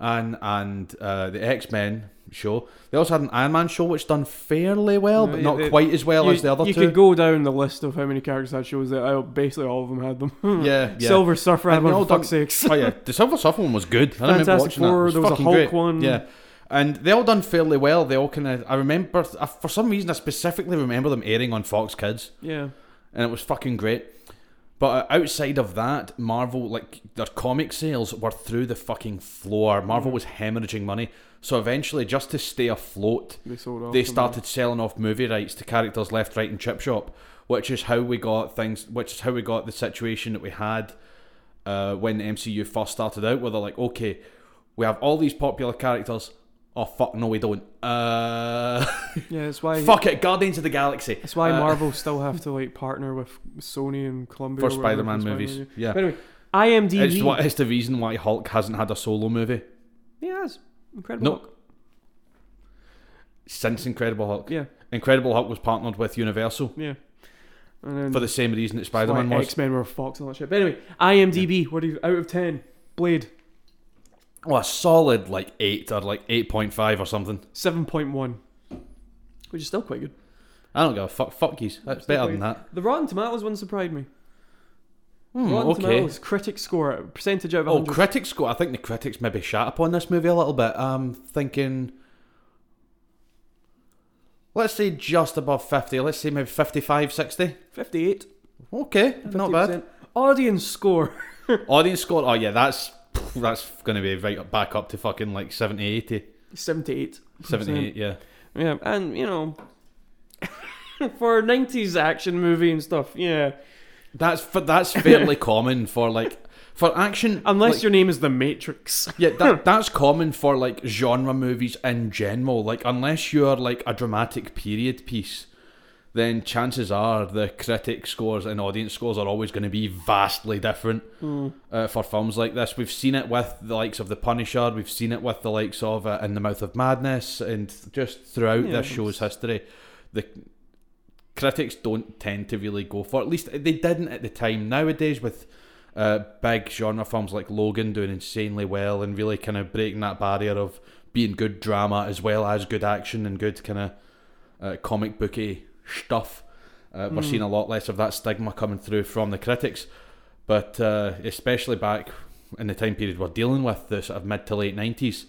S1: and and uh, the X Men show. They also had an Iron Man show which done fairly well,
S2: Yeah,
S1: but not
S2: they-
S1: quite as well
S2: you,
S1: as the other
S2: you
S1: two.
S2: could go down the list of how many characters had shows that out. Basically, all of them had them.
S1: yeah, yeah.
S2: Silver Surfer had
S1: And
S2: one.
S1: they all
S2: for Fuck's sakes.
S1: oh yeah, the Silver Surfer one was good. I remember
S2: Fantastic
S1: watching that. It
S2: Four.
S1: was
S2: There was a
S1: fucking
S2: Hulk
S1: great.
S2: one.
S1: Yeah, and they all done fairly well. They all kind of. I remember I, for some reason I specifically remember them airing on Fox Kids,
S2: Yeah.
S1: and it was fucking great. But uh, outside of that, Marvel like their comic sales were through the fucking floor.
S2: Mm.
S1: Marvel was hemorrhaging money, so eventually, just to stay afloat,
S2: They sold off.
S1: they
S2: some-
S1: started selling off movie rights to characters left, right, and chip shop, which is how we got things. Which is how we got the situation that we had uh, when the MCU first started out, where they're like, okay, we have all these popular characters. Oh fuck, no, we don't. Uh,
S2: Yeah, that's why.
S1: fuck it, Guardians of the Galaxy.
S2: That's why
S1: Uh,
S2: Marvel still have to like partner with Sony and Columbia
S1: for
S2: or whatever
S1: Spider-Man movies.
S2: Spider-Man.
S1: Yeah,
S2: But anyway, IMDb.
S1: it's, what, it's the reason why Hulk hasn't had a solo movie
S2: Yeah, that's incredible.
S1: No. since Incredible Hulk.
S2: Yeah,
S1: Incredible Hulk was partnered with Universal
S2: yeah. And then
S1: for the same reason that Spider-Man was.
S2: X Men were Fox and all that shit. But anyway, IMDb. What do you out of ten? Blade
S1: Oh, a solid like eight or like eight point five or something.
S2: seven point one, which is still quite good.
S1: I don't give a fuck. Fuck yous. That's better than that.
S2: The Rotten Tomatoes one surprised me.
S1: Hmm,
S2: Rotten
S1: okay.
S2: Tomatoes critic score percentage out of
S1: Oh,
S2: 100.
S1: critics score. I think the critics maybe shat upon this movie a little bit. I'm thinking, let's say just above 50. Let's say maybe 55, 60.
S2: 58.
S1: Okay, not bad.
S2: 50%. Audience score.
S1: Audience score. Oh yeah, that's that's going to be right up, back up to fucking like 70, 80,
S2: 78.
S1: 78. Yeah.
S2: Yeah, and you know, for 90s action movie and stuff, yeah.
S1: That's fa- that's fairly common for like for action.
S2: Unless
S1: like,
S2: your name is The Matrix.
S1: Yeah, that, that's common for like genre movies in general. Like, unless you're like a dramatic period piece, then chances are the critic scores and audience scores are always going to be vastly different uh, for films like this. We've seen it with the likes of The Punisher, we've seen it with the likes of uh, In the Mouth of Madness, and just throughout
S2: Yeah,
S1: this show's history, the critics don't tend to really go for. At least they didn't at the time. Nowadays, with uh, big genre films like Logan doing insanely well and really kind of breaking that barrier of being good drama as well as good action and good kind of uh, comic booky stuff. Uh, We're seeing a lot less of that stigma coming through from the critics, but uh, especially back in the time period we're dealing with, the sort of mid to late nineties,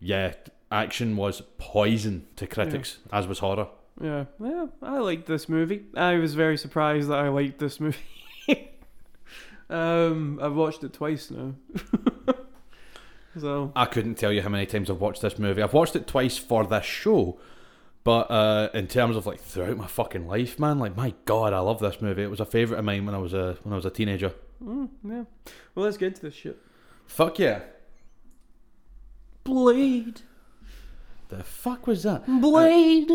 S1: yeah, action was poison to critics, as was horror.
S2: Yeah, yeah, I liked this movie. I was very surprised that I liked this movie. um, I've watched it twice now. so
S1: I couldn't tell you how many times I've watched this movie. I've watched it twice for this show, but uh, in terms of like throughout my fucking life, man, like my god, I love this movie. It was a favorite of mine when I was a when I was a teenager.
S2: mm, yeah, well, let's get into this shit.
S1: Fuck yeah.
S2: Blade,
S1: The fuck was that?
S2: Blade.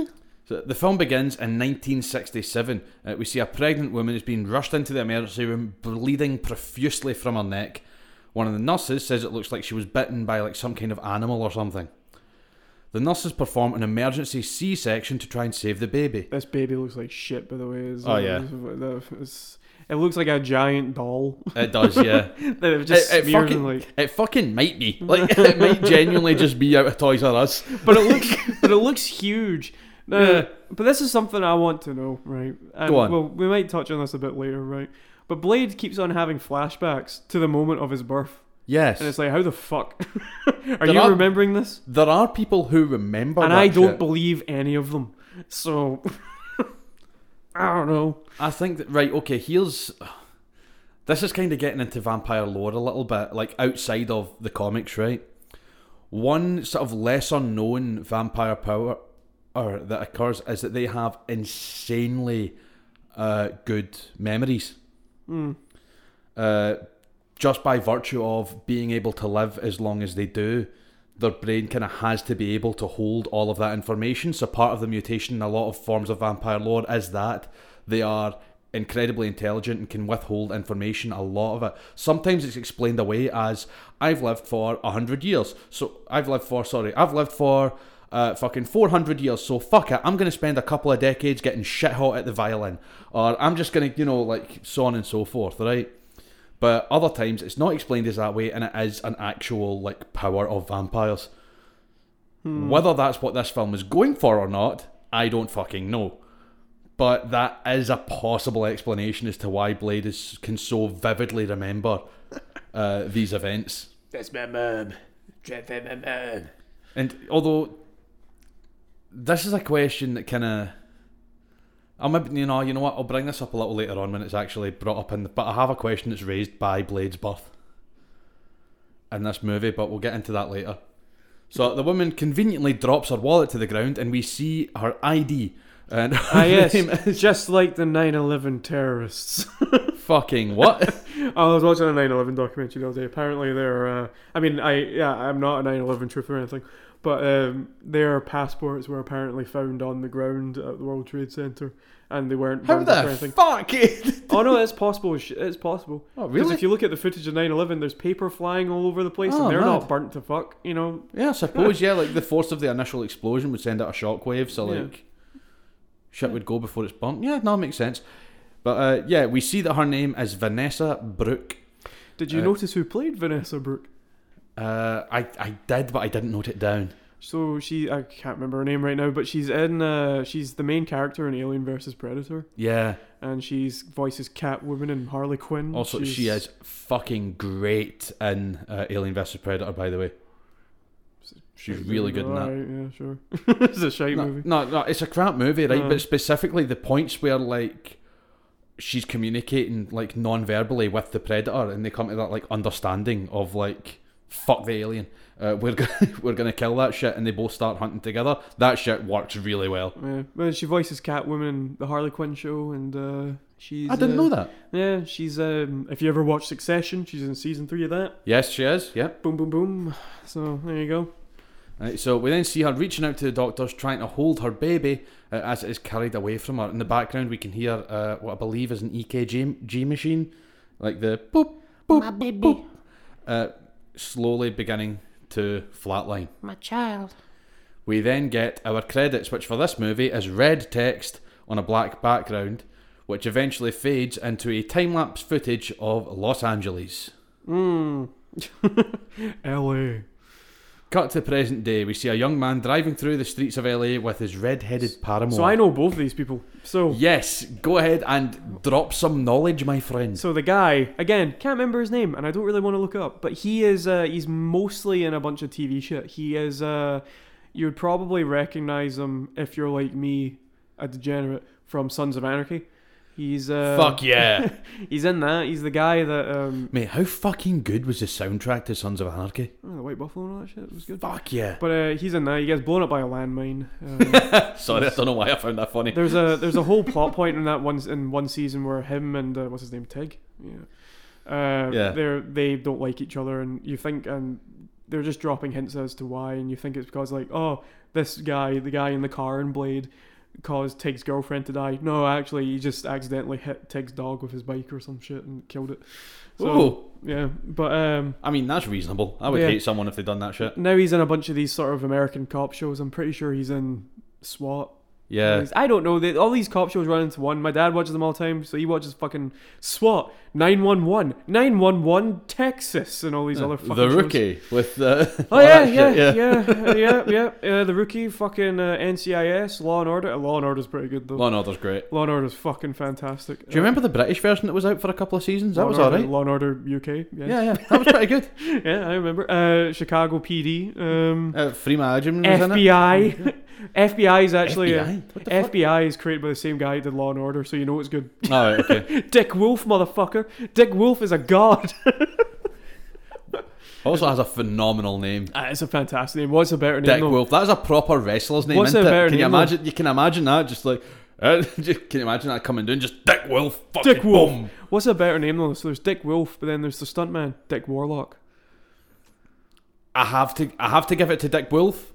S1: So the film begins in 1967. Uh, we see a pregnant woman who's been rushed into the emergency room, bleeding profusely from her neck. One of the nurses says it looks like she was bitten by like some kind of animal or something. The nurses perform an emergency C-section to try and save the baby.
S2: this baby looks like shit, by the way. It's-
S1: Oh, yeah.
S2: it's- it's- it looks like a giant doll
S1: It does, yeah.
S2: that they've just
S1: It- it
S2: smeared
S1: fucking-
S2: and like.
S1: It fucking might be. Like it might genuinely just be out of Toys R Us.
S2: But it looks, but it looks huge. Now,
S1: Yeah.
S2: But this is something I want to know, right? And,
S1: Go on.
S2: Well, we might touch on this a bit later, right? But Blade keeps on having flashbacks to the moment of his birth,
S1: Yes.
S2: and it's like, how the fuck are
S1: They're
S2: you
S1: not-
S2: remembering this?
S1: there are people who remember
S2: and
S1: that
S2: I don't
S1: shit.
S2: believe any of them. So I don't know.
S1: I think that right. Okay, here's this is kind of getting into vampire lore a little bit, like outside of the comics, right? One sort of lesser known vampire power or that occurs is that they have insanely uh, good memories.
S2: Hmm.
S1: Uh, just by virtue of being able to live as long as they do, their brain kind of has to be able to hold all of that information. So part of the mutation in a lot of forms of vampire lore is that they are incredibly intelligent and can withhold information a lot of it sometimes it's explained away as i've lived for 100 years so i've lived for sorry i've lived for uh, fucking 400 years so fuck it i'm gonna spend a couple of decades getting shit hot at the violin or i'm just gonna you know like so on and so forth right but other times it's not explained as that way and it is an actual like power of vampires. Whether that's what this film is going for or not, I don't fucking know. But that is a possible explanation as to why Blade is, can so vividly remember uh, these events.
S3: That's my mum. That's my mum.
S1: And although this is a question that kind of, I'm a, you know, you know what? I'll bring this up a little later on when it's actually brought up in. The, but I have a question that's raised by Blade's birth in this movie, but we'll get into that later. So the woman conveniently drops her wallet to the ground, and we see her ID. And her
S2: Ah, yes,
S1: name-
S2: just like the 9/11 terrorists.
S1: fucking what?
S2: Oh, I was watching a 9/11 documentary the other day. Apparently, they're. Uh, I mean, I yeah, I'm not a 9/11 trooper or anything, but um, their passports were apparently found on the ground at the World Trade Center, and they weren't
S1: How
S2: burned up or
S1: the
S2: anything.
S1: fuck?
S2: oh no, it's possible. sh- It's possible.
S1: Oh,
S2: 'Cause
S1: really?
S2: If you look at the footage of 9/11, there's paper flying all over the place,
S1: Oh,
S2: and they're
S1: mad.
S2: not burnt to fuck. You know,
S1: yeah, I suppose. Yeah, like the force of the initial explosion would send out a shockwave, so
S2: Yeah.
S1: like shit would go before it's burnt. Yeah, no, it makes sense. But uh, yeah, we see that her name is Vanessa Brooke.
S2: did you
S1: Uh,
S2: notice who played Vanessa Brooke?
S1: Uh, I I did, but I didn't note it down.
S2: So she, I can't remember her name right now, but she's in. Uh, she's the main character in Alien versus Predator.
S1: Yeah.
S2: and she's voices Catwoman and Harley Quinn.
S1: Also,
S2: She's-
S1: she is fucking great in uh, Alien vs Predator. By the way, she's really good in that.
S2: Alright, yeah, sure. it's a shite
S1: no,
S2: movie. Uh.
S1: No, no, it's a crap movie, right?
S2: No.
S1: But specifically the points where like she's communicating like non-verbally with the predator, and they come to that like understanding of like fuck the alien, uh, we're gonna, we're gonna kill that shit, and they both start hunting together. That shit works really well.
S2: Yeah. Well, she voices Catwoman in the Harley Quinn show, and uh, she's.
S1: I didn't
S2: uh,
S1: know that.
S2: Yeah, she's. Um, if you ever watch Succession, she's in season three of that.
S1: Yes, she is. Yep.
S2: Boom, boom, boom. So there you go.
S1: Right, so we then see her reaching out to the doctors, trying to hold her baby uh, as it is carried away from her. In the background, we can hear uh, what I believe is an EKG G machine, like the boop, boop,
S4: My baby.
S1: boop, uh, slowly beginning to flatline.
S4: My child.
S1: We then get our credits, which for this movie is red text on a black background, which eventually fades into a time lapse footage of Los Angeles.
S2: Mm. LA.
S1: Cut to present day, we see a young man driving through the streets of LA with his red headed paramour.
S2: So I know both these people. So
S1: Yes, go ahead and drop some knowledge, my friend.
S2: so the guy again can't remember his name, and I don't really want to look it up. But he is uh, he's mostly in a bunch of TV shit. He is uh, you would probably recognize him if you're like me, a degenerate from Sons of Anarchy. He's uh,
S1: Fuck yeah.
S2: He's in that. He's the guy that um,
S1: Mate, how fucking good was the soundtrack to Sons of Anarchy?
S2: oh, the White Buffalo and all that shit. It was good.
S1: Fuck yeah.
S2: But uh, he's in that. He gets blown up by a landmine. Um,
S1: Sorry, I don't know why I found that funny.
S2: There's a there's a whole plot point in that one in one season where him and uh, what's his name Tig, yeah, uh,
S1: Yeah.
S2: they're they don't like each other, and you think and they're just dropping hints as to why, and you think it's because like oh this guy the guy in the car and Blade caused Tig's girlfriend to die. No, actually he just accidentally hit Tig's dog with his bike or some shit and killed it. So
S1: Ooh.
S2: yeah, but um.
S1: I mean, that's reasonable. I would
S2: Yeah.
S1: hate someone if they'd done that shit.
S2: Now he's in a bunch of these sort of American cop shows. I'm pretty sure he's in SWAT
S1: Yeah.
S2: Because I don't know. They, all these cop shows run into one. My dad watches them all the time, so he watches fucking SWAT, 911, 911 Texas, and all these other fucking
S1: the
S2: shows.
S1: rookie with the.
S2: Oh,
S1: all
S2: yeah,
S1: that
S2: yeah,
S1: shit,
S2: yeah, yeah, yeah, yeah, Uh, The Rookie, fucking uh, NCIS, Law and Order. Uh, Law and Order's pretty good, though.
S1: Law and Order's great.
S2: Law and Order's fucking fantastic. Uh,
S1: Do you remember the British version that was out for a couple of seasons? That was alright.
S2: Law and Order UK.
S1: Yeah,
S2: Oh, Yeah,
S1: yeah. That was pretty good.
S2: yeah, I remember. Uh, Chicago PD. Um,
S1: Uh, Freema Agyeman was in it. Oh
S2: FBI. FBI is actually. uh,
S1: FBI? What the fuck?
S2: FBI is created by the same guy who did Law and Order, so you know it's good.
S1: Oh, okay.
S2: Dick Wolf, motherfucker. Dick Wolf is a god.
S1: Also has a phenomenal name.
S2: That's Ah, a fantastic name. What's a better name?
S1: Dick
S2: though?
S1: Wolf. That is a proper wrestler's name,
S2: What's
S1: isn't
S2: a
S1: it?
S2: better
S1: Can you
S2: name, though?
S1: imagine? You can imagine that. Just like, uh, just, can you imagine that coming down? Just Dick Wolf. Fucking
S2: Dick Wolf.
S1: boom.
S2: What's a better name though? So there's Dick Wolf, but then there's the stuntman, Dick Warlock.
S1: I have to. I have to give it to Dick Wolf.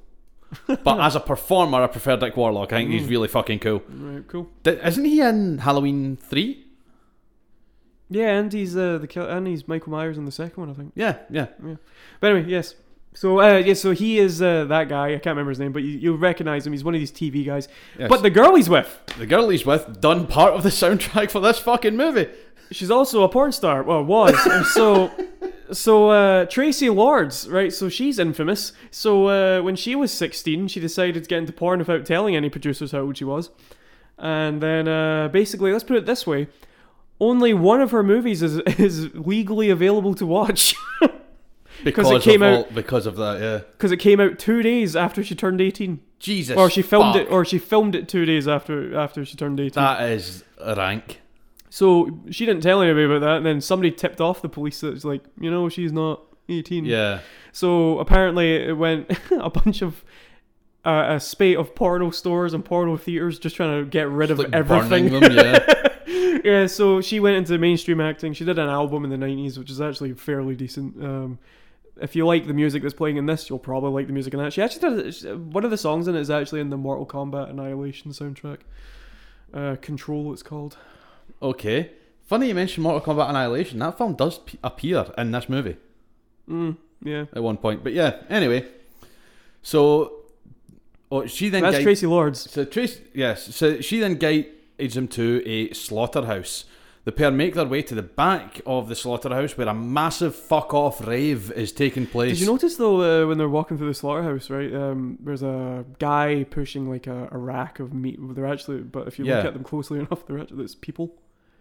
S1: but as a performer, I prefer Dick Warlock. I think
S2: Mm.
S1: he's really fucking cool.
S2: Right, cool.
S1: Di- isn't he in Halloween three?
S2: Yeah, and he's uh, the kill, and he's Michael Myers in the second one, I think.
S1: Yeah, yeah.
S2: But anyway, yes. So uh, yeah, so he is uh, that guy. I can't remember his name, but you, you'll recognize him. He's one of these TV guys.
S1: Yes.
S2: But the girl he's with,
S1: The girl he's with done part of the soundtrack for this fucking movie.
S2: she's also a porn star. Well, was And so. So uh, Tracy Lords, right? So she's infamous. So uh, when she was sixteen, she decided to get into porn without telling any producers how old she was, and then uh, basically, let's put it this way: only one of her movies is is legally available to watch
S1: Because
S2: it came
S1: of
S2: out-
S1: all, because of that, yeah.
S2: because it came out two days after she turned eighteen,
S1: Jesus.
S2: or she filmed it,
S1: fuck.
S2: or she filmed it two days after after she turned eighteen.
S1: that is rank.
S2: So she didn't tell anybody about that, and then somebody tipped off the police that it's like, you know, she's not 18.
S1: Yeah.
S2: So apparently it went a bunch of. Uh, a spate of porno stores and porno theaters just trying to get rid of
S1: Like
S2: everything.
S1: burning them, yeah.
S2: yeah, so she went into mainstream acting. She did an album in the 90s, which is actually fairly decent. Um, if you like the music that's playing in this, you'll probably like the music in that. She actually did she- one of the songs in it is actually in the Mortal Kombat Annihilation soundtrack. Uh, Control, it's called.
S1: okay. Funny you mentioned Mortal Kombat Annihilation. That film does p- appear in this movie
S2: Mm, yeah.
S1: at one point. But yeah, anyway. So oh, she then
S2: That's
S1: guide-
S2: Tracy Lords.
S1: So Trace, yes. So she then guides him to a slaughterhouse. The pair make their way to the back of the slaughterhouse where a massive fuck off rave is taking place.
S2: Did you notice though uh, when they're walking through the slaughterhouse, right? Um, there's a guy pushing like a, a rack of meat. They're actually, but if you look
S1: Yeah.
S2: at them closely enough, they're actually it's people,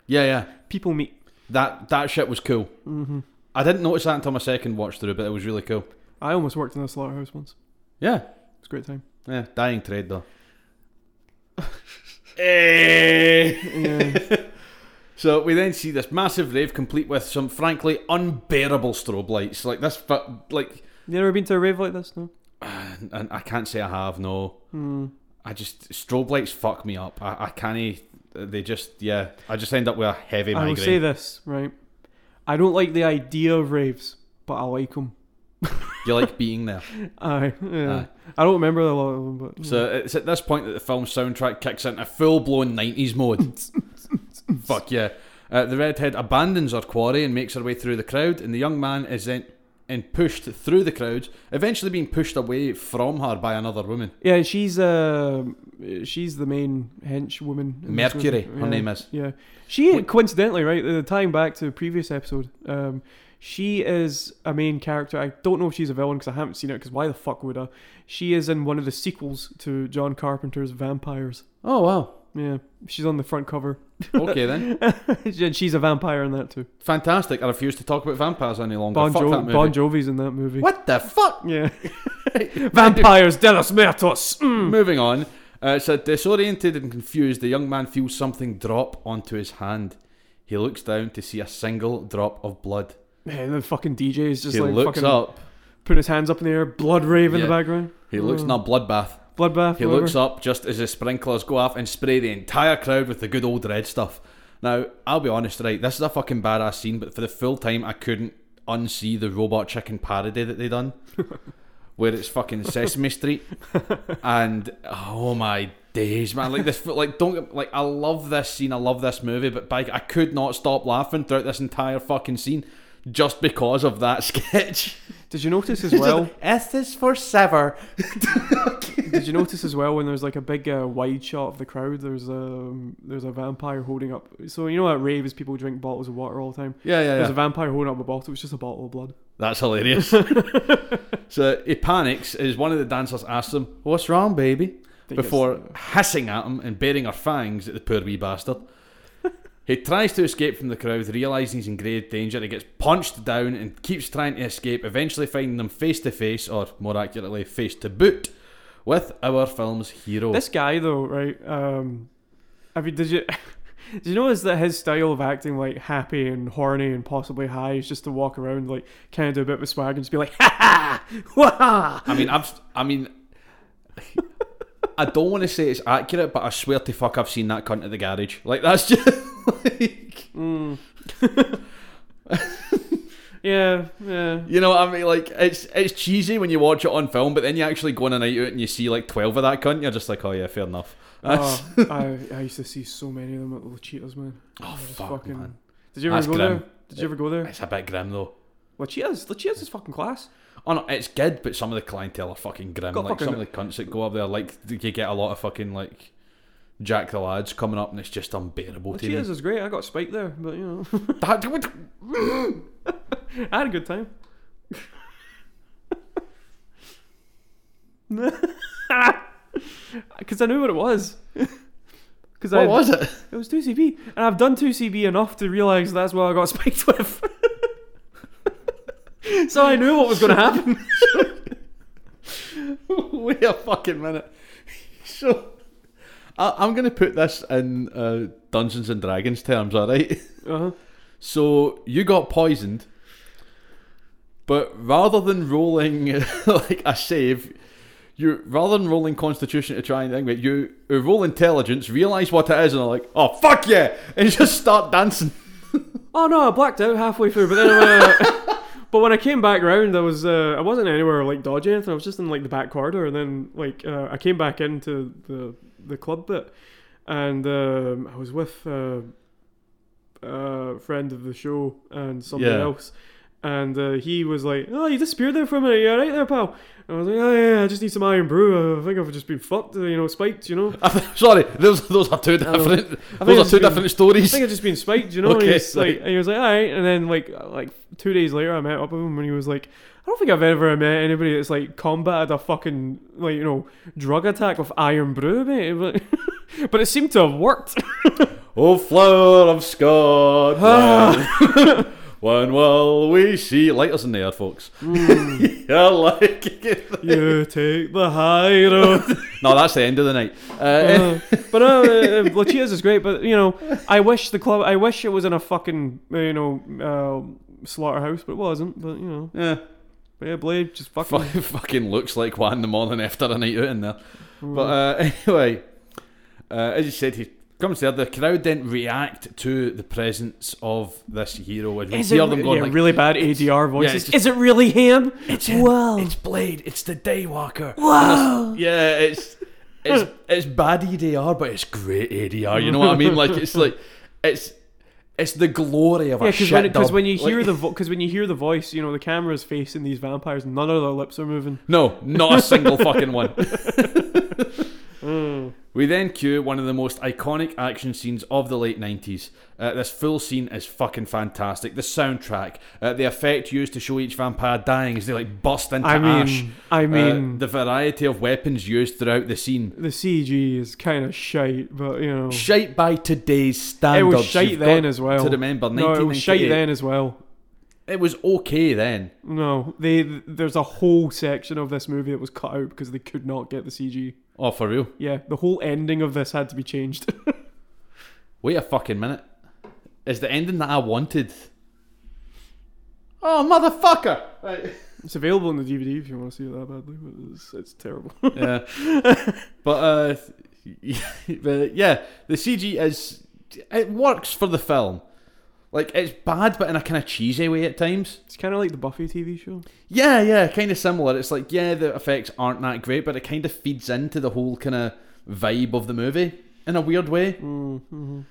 S1: Yeah, yeah.
S2: people meat.
S1: That that shit was cool. Mm-hmm. I didn't notice that until my second watch through, but it was really cool.
S2: I almost worked in a slaughterhouse once.
S1: Yeah,
S2: It's a great time.
S1: yeah. Dying trade though.
S2: Eh. Yeah.
S1: So we then see this massive rave complete with some frankly unbearable strobe lights. Like this, fu- like,
S2: you ever been to a rave like this? No.
S1: and I can't say I have no.
S2: Hmm.
S1: I just strobe lights fuck me up. I, I can't. They just yeah. I just end up with a heavy
S2: I
S1: migraine.
S2: will say this, right? I don't like the idea of raves, but I like them.
S1: You like being there.
S2: Aye, yeah.
S1: Aye.
S2: I don't remember a lot of them, but
S1: So it's at this point that the film's soundtrack kicks into full blown 90s mode. Fuck yeah. Uh, the redhead abandons her quarry and makes her way through the crowd, and the young man is then and pushed through the crowd, eventually being pushed away from her by another woman.
S2: yeah, she's uh, she's the main hench woman. in this
S1: Mercury,
S2: movie.
S1: her
S2: Yeah.
S1: name is.
S2: Yeah, she coincidentally right uh, tying back to the previous episode. Um, she is a main character. I don't know if she's a villain because I haven't seen it. Because why the fuck would I? She is in one of the sequels to John Carpenter's Vampires.
S1: Oh wow.
S2: Yeah, she's on the front cover,
S1: Okay then.
S2: and she's a vampire in that too.
S1: Fantastic. I refuse to talk about vampires any longer.
S2: Bon,
S1: Fuck
S2: Jo-
S1: that movie.
S2: bon Jovi's in that movie.
S1: what the fuck?
S2: Yeah, vampires de los muertos. Mm.
S1: Moving on. Uh, so disoriented and confused, the young man feels something drop onto his hand. He looks down to see a single drop of blood.
S2: Man, the fucking DJ is just
S1: he
S2: like
S1: looks
S2: fucking
S1: up.
S2: put his hands up in the air, blood rave in the
S1: Yeah.
S2: background.
S1: He looks
S2: Hmm.
S1: in a bloodbath.
S2: Bloodbath.
S1: He looks up just as the sprinklers go off and spray the entire crowd with the good old red stuff. Now, I'll be honest, right? This is a fucking badass scene, but for the full time, I couldn't unsee the robot chicken parody that they done, where it's fucking Sesame Street, and oh my days, man! Like this, like don't get- like I love this scene, I love this movie, but by, I could not stop laughing throughout this entire fucking scene just because of that sketch.
S2: Did you notice as well?
S1: S is for sever.
S2: Did you notice as well when there's like a big uh, wide shot of the crowd? There's a there's a vampire holding up. So you know at raves people drink bottles of water all the time.
S1: Yeah, yeah, yeah.
S2: There's a vampire holding up a bottle. It's just a bottle of blood.
S1: That's hilarious. so he panics as one of the dancers asks him, What's wrong, baby?
S2: Think it's- uh,
S1: Before hissing at him and baring her fangs at the poor wee bastard. he tries to escape from the crowd, realizing he's in grave danger. He gets punched down and keeps trying to escape, eventually finding them face to face, or more accurately, face to boot, with our film's hero.
S2: This guy though, right? Um, I mean, did you? Did you notice that his style of acting, like happy and horny and possibly high, is just to walk around like kind of do a bit of a swag and just be like, ha ha, wah.
S1: I mean, I've, I mean, I don't want to say it's accurate, but I swear to fuck, I've seen that cunt at the garage. Like that's just like,
S2: Yeah, yeah.
S1: you know, what I mean, like it's it's cheesy when you watch it on film, but then you actually go on a night out and you see like twelve of that cunt, you're just like, oh yeah, fair enough. That's
S2: Oh, I, I used to see so many of them at Little Cheetahs, man.
S1: oh,
S2: It's
S1: fuck,
S2: fucking.
S1: man.
S2: Did you ever
S1: That's
S2: go
S1: grim.
S2: there? Did you ever go there?
S1: It's a bit grim though.
S2: La Cheetahs, La Cheetahs is fucking class.
S1: Oh no, it's good, but some of the clientele are fucking grim.
S2: Got
S1: like some of
S2: fucking-
S1: the cunts that go up there, like you get a lot of fucking like Jack the lads coming up, and it's just unbearable
S2: La
S1: to me.
S2: Cheetahs is great. I got spiked there, but you know,
S1: That- what-
S2: I had a good time. Because I knew what it was. Because I
S1: what was it?
S2: it was two CB, and I've done two CB enough to realise that's what I got spiked with. so I knew what was going to happen.
S1: Wait a fucking minute. So, I, I'm going to put this in uh, Dungeons and Dragons terms, alright?
S2: Uh-huh.
S1: So, you got poisoned, but rather than rolling like a save, you rather than rolling Constitution to try and think, but you you roll Intelligence, realize what it is, and are like, oh fuck yeah, and just start dancing.
S2: Oh no, I blacked out halfway through, but then I, uh, but when I came back round, I was uh, I wasn't anywhere like dodging anything. I was just in like the back corridor, and then like uh, I came back into the the club bit, and um, I was with uh, a friend of the show and somebody
S1: Yeah.
S2: else. And uh, he was like, "Oh, you disappeared there for a minute. You all right there, pal?" And I was like, "Oh yeah, I just need some iron brew. I think I've just been fucked, uh, you know, spiked, you know."
S1: Sorry, those those are two
S2: No.
S1: different.
S2: I think
S1: Those
S2: it's
S1: are two
S2: been-
S1: different
S2: I think
S1: stories.
S2: I'd just been spiked, you know. and, he
S1: Okay,
S2: was like,
S1: right.
S2: and he was like, all right. And then like uh, like two days later, I met up with him, and he was like, I don't think I've ever met anybody that's like combated a fucking like you know drug attack with iron brew, mate. But, but it seemed to have worked.
S1: Oh, flower of Scotland,
S2: Ah.
S1: when will we see lighters in the air, folks?
S2: Mm.
S1: yeah, like
S2: you take the high road.
S1: no, that's the end of the night. Uh,
S2: Uh, but no, uh, uh, La Cheetahs is great. But you know, I wish the club. I wish it was in a fucking uh, you know uh, slaughterhouse, but it wasn't. But you know,
S1: yeah,
S2: but yeah, Blade just fucking.
S1: fu- fucking looks like
S2: Hmm.
S1: one in the morning after a night out in there. But uh, anyway, uh, as you said, he Comes there, the crowd then react to the presence of this hero, and we
S2: Is it
S1: hear them
S2: re-
S1: going
S2: yeah,
S1: like,
S2: really bad ADR voices?
S1: it's just-
S2: is it really him?
S1: It's him.
S2: Whoa.
S1: It's Blade. It's the Daywalker.
S2: Whoa.
S1: Yeah, it's it's it's bad ADR, but it's great ADR. You know what I mean? Like it's like it's it's the glory of
S2: Yeah,
S1: a
S2: because
S1: shit
S2: when, 'cause
S1: dub.
S2: when you
S1: Like-
S2: hear the because when you hear the voice, you know the camera's facing these vampires. None of their lips are moving.
S1: no, not a single fucking one.
S2: Hmm.
S1: We then cue one of the most iconic action scenes of the late 90s. Uh, this full scene is fucking fantastic. The soundtrack, uh, the effect used to show each vampire dying as they like burst into
S2: I mean,
S1: ash.
S2: I
S1: Uh,
S2: mean,
S1: the variety of weapons used throughout the scene.
S2: the, CG is kind of shite, but you know
S1: shite by today's
S2: it
S1: standards.
S2: was shite
S1: You've
S2: then
S1: got
S2: as well.
S1: To remember,
S2: no, it was shite
S1: 1998.
S2: then as well.
S1: It was okay then.
S2: No, they there's a whole section of this movie that was cut out because they could not get the CG.
S1: Oh, for real?
S2: Yeah, the whole ending of this had to be changed.
S1: Wait a fucking minute. Is the ending that I wanted? Oh, motherfucker! Right.
S2: it's available on the DVD if you want to see it that badly, but it's, it's terrible.
S1: yeah. But uh, but yeah, the CG is it works for the film. Like it's bad, but in a kind of cheesy way at times.
S2: it's kind of like the Buffy TV show.
S1: Yeah, yeah, kind of similar. It's like yeah, the effects aren't that great, but it kind of feeds into the whole kind of vibe of the movie in a weird way.
S2: Mm-hmm.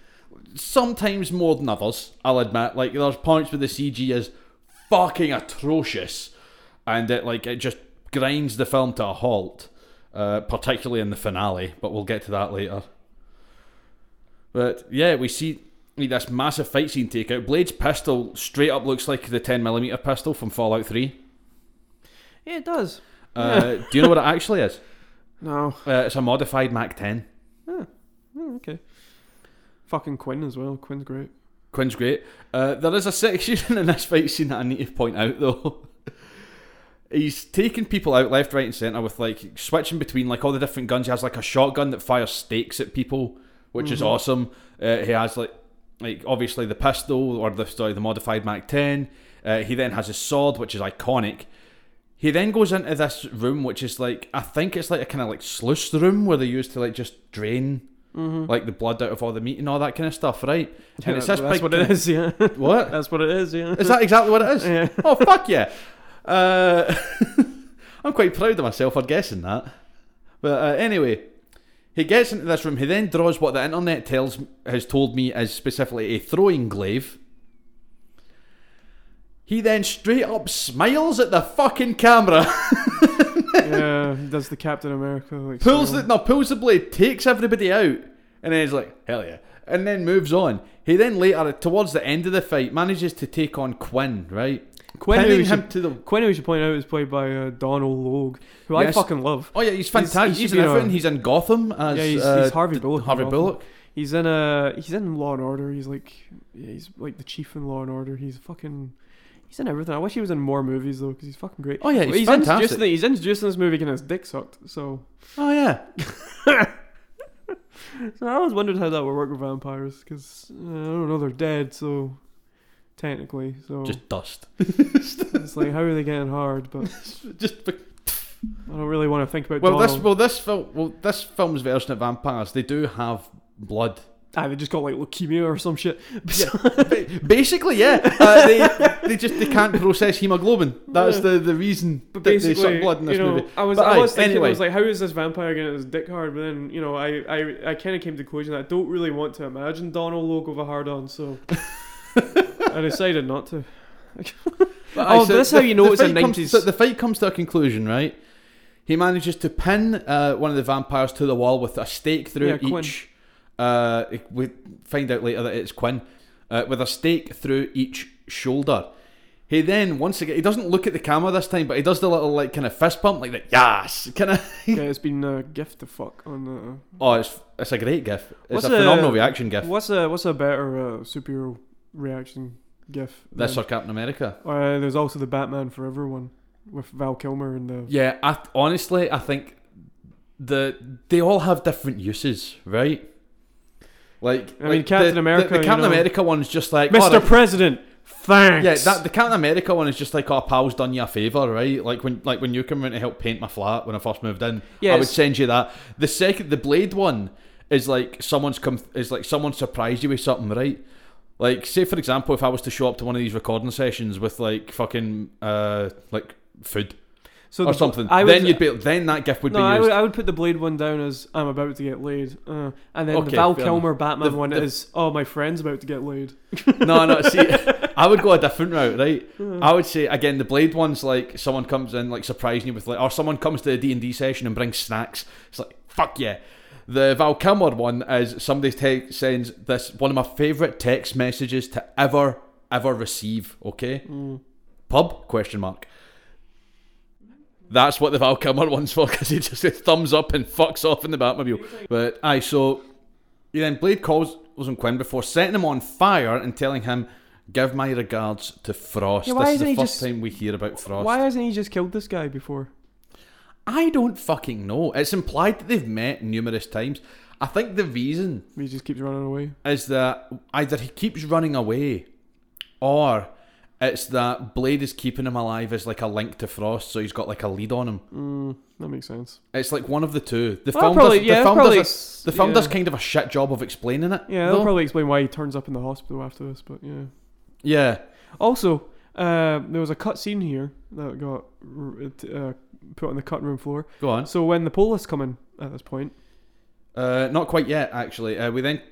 S1: sometimes more than others, I'll admit. Like there's points where the CG is fucking atrocious, and it like it just grinds the film to a halt, uh, particularly in the finale. But we'll get to that later. But yeah, we see this massive fight scene take out. Blade's pistol straight up looks like the 10mm pistol from Fallout 3.
S2: Yeah, it does.
S1: Uh, do you know what it actually is?
S2: No,
S1: Uh, it's a modified Mac 10.
S2: Oh, okay. Fucking Quinn as well. Quinn's great.
S1: Quinn's great. Uh, there is a section in this fight scene that I need to point out though. He's taking people out left, right, and centre with like switching between like all the different guns. He has like a shotgun that fires stakes at people, which
S2: Mm-hmm.
S1: is awesome. Uh, he has like like obviously the pistol or the sorry the modified Mac Ten. Uh, he then has his sword, which is iconic. He then goes into this room, which is like I think it's like a kind of like sluice room where they used to like just drain like the blood out of all the meat and all that kind of stuff, right? and it's this
S2: Mm-hmm. Yeah, that's
S1: big
S2: what
S1: kinda-
S2: it is. Yeah,
S1: what?
S2: that's what it is. Yeah.
S1: Is that exactly what it is?
S2: Yeah.
S1: Oh fuck yeah! Uh, I'm quite proud of myself for guessing that. But uh, anyway, he gets into this room. He then draws what the internet tells has told me is specifically a throwing glaive. He then straight up smiles at the fucking camera,
S2: yeah, he does the Captain America like
S1: pulls
S2: so.
S1: the no pulls the blade, takes everybody out, and then he's like, "Hell yeah!" and then moves on. He then later, towards the end of the fight, manages to take on Quinn, right?
S2: Quinn, who
S1: Pinning
S2: we
S1: him
S2: should-
S1: to the
S2: Quinn, we should point out, is played by uh, Donald Logue, who
S1: Yes.
S2: I fucking love.
S1: Oh yeah, he's
S2: He's-
S1: fantastic. He's,
S2: he should
S1: in
S2: be a-
S1: everything. He's in Gotham as
S2: yeah, he's,
S1: uh,
S2: he's Harvey
S1: d-
S2: Bullock. in
S1: Harvey
S2: Gotham.
S1: Bullock.
S2: He's in uh he's in Law and Order. He's like yeah, he's like the chief in Law and Order. He's fucking he's in everything. I wish he was in more movies though, because he's fucking great.
S1: Oh yeah,
S2: But
S1: he's,
S2: introduced in-
S1: fantastic.
S2: he's introduced in this movie and his dick sucked. So,
S1: Oh yeah,
S2: so I always wondered how that would work with vampires, because I don't know they're dead. So technically, so
S1: just dust.
S2: it's like how are they getting hard? But
S1: just be-
S2: I don't really want to think about.
S1: well, this
S2: Donald.
S1: well this film well this film's version of vampires. They do have blood.
S2: ah, they just got like leukemia or some shit.
S1: Ba- Basically, yeah. Uh, they they just they can't process hemoglobin. That's the the reason
S2: But
S1: that they
S2: basically,
S1: suck blood in this
S2: you know,
S1: movie.
S2: I was,
S1: But
S2: I
S1: aye,
S2: was thinking,
S1: anyway.
S2: I was like, how is this vampire getting his dick hard? But then, you know, I, I, I kind of came to the conclusion that I don't really want to imagine Donald Logue with a hard on, so I decided not to.
S1: But
S2: Oh,
S1: aye,
S2: that's how you know it's a
S1: fight comes-
S2: 90s.
S1: so the fight comes to a conclusion, right? He manages to pin uh, one of the vampires to the wall with a stake through
S2: Yeah, Quinn.
S1: each. Uh, we find out later that it's Quinn uh, with a stake through each shoulder. He then once again he doesn't look at the camera this time, but he does the little like kind of fist pump like that. Yes, kind of.
S2: Yeah, it's been a gift to fuck on. uh,
S1: Oh, it's it's a great gif. It's
S2: What's
S1: a phenomenal
S2: a-
S1: reaction gif.
S2: Uh, what's a what's a better uh, superhero reaction gif?
S1: This or
S2: than-
S1: Captain America.
S2: uh, there's also the Batman Forever one with Val Kilmer and the.
S1: Yeah, I th- honestly, I think the they all have different uses, right? Like,
S2: I mean,
S1: like
S2: Captain
S1: the-
S2: America,
S1: The, the
S2: you
S1: Captain
S2: know.
S1: America one's just like
S2: Mr.
S1: alright,
S2: President, thanks.
S1: yeah, that the Captain America one is just like, oh, pal's done you a favour, right? Like when, like when you come in to help paint my flat when I first moved in,
S2: Yeah,
S1: I would
S2: it's-
S1: send you that. The second, the Blade one is like someone's come is like someone surprised you with something, right? Like, say for example, if I was to show up to one of these recording sessions with like fucking uh like food
S2: So
S1: or
S2: the-
S1: something,
S2: I
S1: then
S2: would-
S1: you'd be then that gift would
S2: no,
S1: be
S2: I
S1: used.
S2: would, I would put the Blade one down as I'm about to get laid, uh, and then
S1: Okay,
S2: the Val
S1: fair
S2: Kilmer Batman
S1: The-
S2: one
S1: the-
S2: is oh my friend's about to get laid.
S1: no, no. See, I would go a different route, right?
S2: Hmm.
S1: I would say again, the blade ones like someone comes in like surprising you with like, or someone comes to a D and D session and brings snacks. It's like fuck yeah. The Val Kilmer one is somebody te- sends this one of my favorite text messages to ever ever receive. Okay, pub question mark. That's what the Val Kilmer one's for because he just says thumbs up and fucks off in the Batmobile. But aye, so he then Blade calls on Quinn before setting him on fire and telling him, "Give my regards to Frost."
S2: Yeah, why
S1: this is
S2: isn't
S1: the
S2: he
S1: first
S2: just-
S1: time we hear about Frost.
S2: Why hasn't he just killed this guy before?
S1: I don't fucking know. It's implied that they've met numerous times. I think the reason
S2: He just keeps running away.
S1: is that either he keeps running away, or it's that Blade is keeping him alive as like a link to Frost, so he's got like a lead on him.
S2: Mm, that makes sense.
S1: It's like one of the two. The
S2: Well,
S1: film,
S2: Oh, probably-
S1: does,
S2: yeah,
S1: the
S2: that's
S1: film,
S2: probably-
S1: does, a, the film
S2: yeah.
S1: does kind of a shit job of explaining it.
S2: Yeah, that'll
S1: though.
S2: probably explain why he turns up in the hospital after this. But yeah.
S1: yeah.
S2: Also, uh, there was a cut scene here that got r- t- uh, put on the cutting room floor.
S1: Go on.
S2: So when the police come in at this point,
S1: Uh, not quite yet, actually. Uh, we then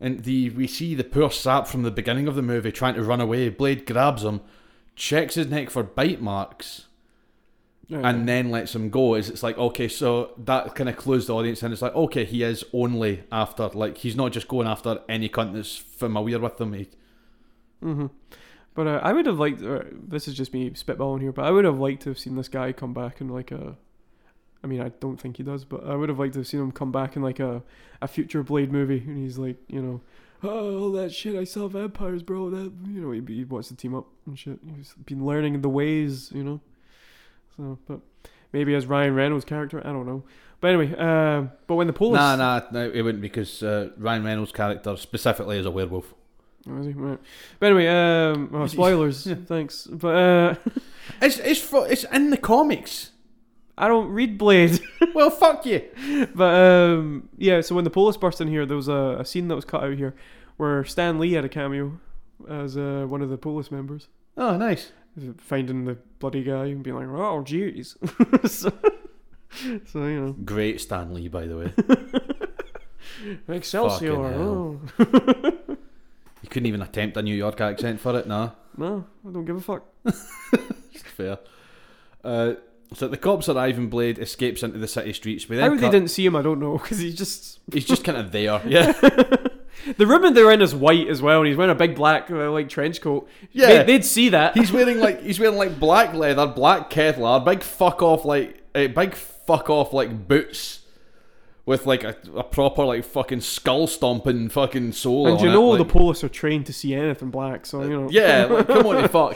S1: and the we see the poor sap from the beginning of the movie trying to run away. Blade grabs him, checks his neck for bite marks,
S2: uh,
S1: and then lets him go. Is it's like okay, so that kind of clues the audience in. It's like okay, he is only after like he's not just going after any cunt that's familiar with them. He,
S2: hmm But uh, I would have liked. Uh, this is just me spitballing here, but I would have liked to have seen this guy come back in like a. I mean, I don't think he does, but I would have liked to have seen him come back in like a, a future Blade movie, and he's like, you know, oh all that shit. I saw vampires, bro. That you know, he, he wants to team up and shit. He's been learning the ways, you know. So, but maybe as Ryan Reynolds' character, I don't know. But anyway, uh, but when the police,
S1: nah, nah, no, it wouldn't because uh, Ryan Reynolds' character specifically is a werewolf.
S2: Oh, is he? Right. But anyway, um, oh, spoilers. Thanks, but uh,
S1: It's it's fro- it's in the comics.
S2: I don't read Blade.
S1: well, fuck you.
S2: But um, yeah, so when the police burst in here, there was a, a scene that was cut out here where Stan Lee had a cameo as uh, one of the police members,
S1: Oh, nice.
S2: finding the bloody guy and being like, "Oh, jeez." so, so you know,
S1: Great Stan Lee, by the way.
S2: Excelsior.
S1: Fucking hell.
S2: Oh.
S1: You couldn't even attempt a New York accent for it, nah.
S2: No, I don't give a fuck.
S1: Fair. Uh, so the cops arrive and Blade escapes into the city streets. We then
S2: How they
S1: cut-
S2: didn't see him, I don't know, because he's just
S1: He's just kind of there. Yeah.
S2: the ribbon they're in is white as well, and he's wearing a big black uh, like trench coat.
S1: Yeah.
S2: they, they'd see that.
S1: he's wearing like he's wearing like black leather, black Kevlar, big fuck off like uh, big fuck off like boots. With like a, a proper like fucking skull stomping fucking soul.
S2: and
S1: on
S2: you
S1: it,
S2: know
S1: like-
S2: the police are trained to see anything black, so you know.
S1: Yeah, like, come on, you fuck.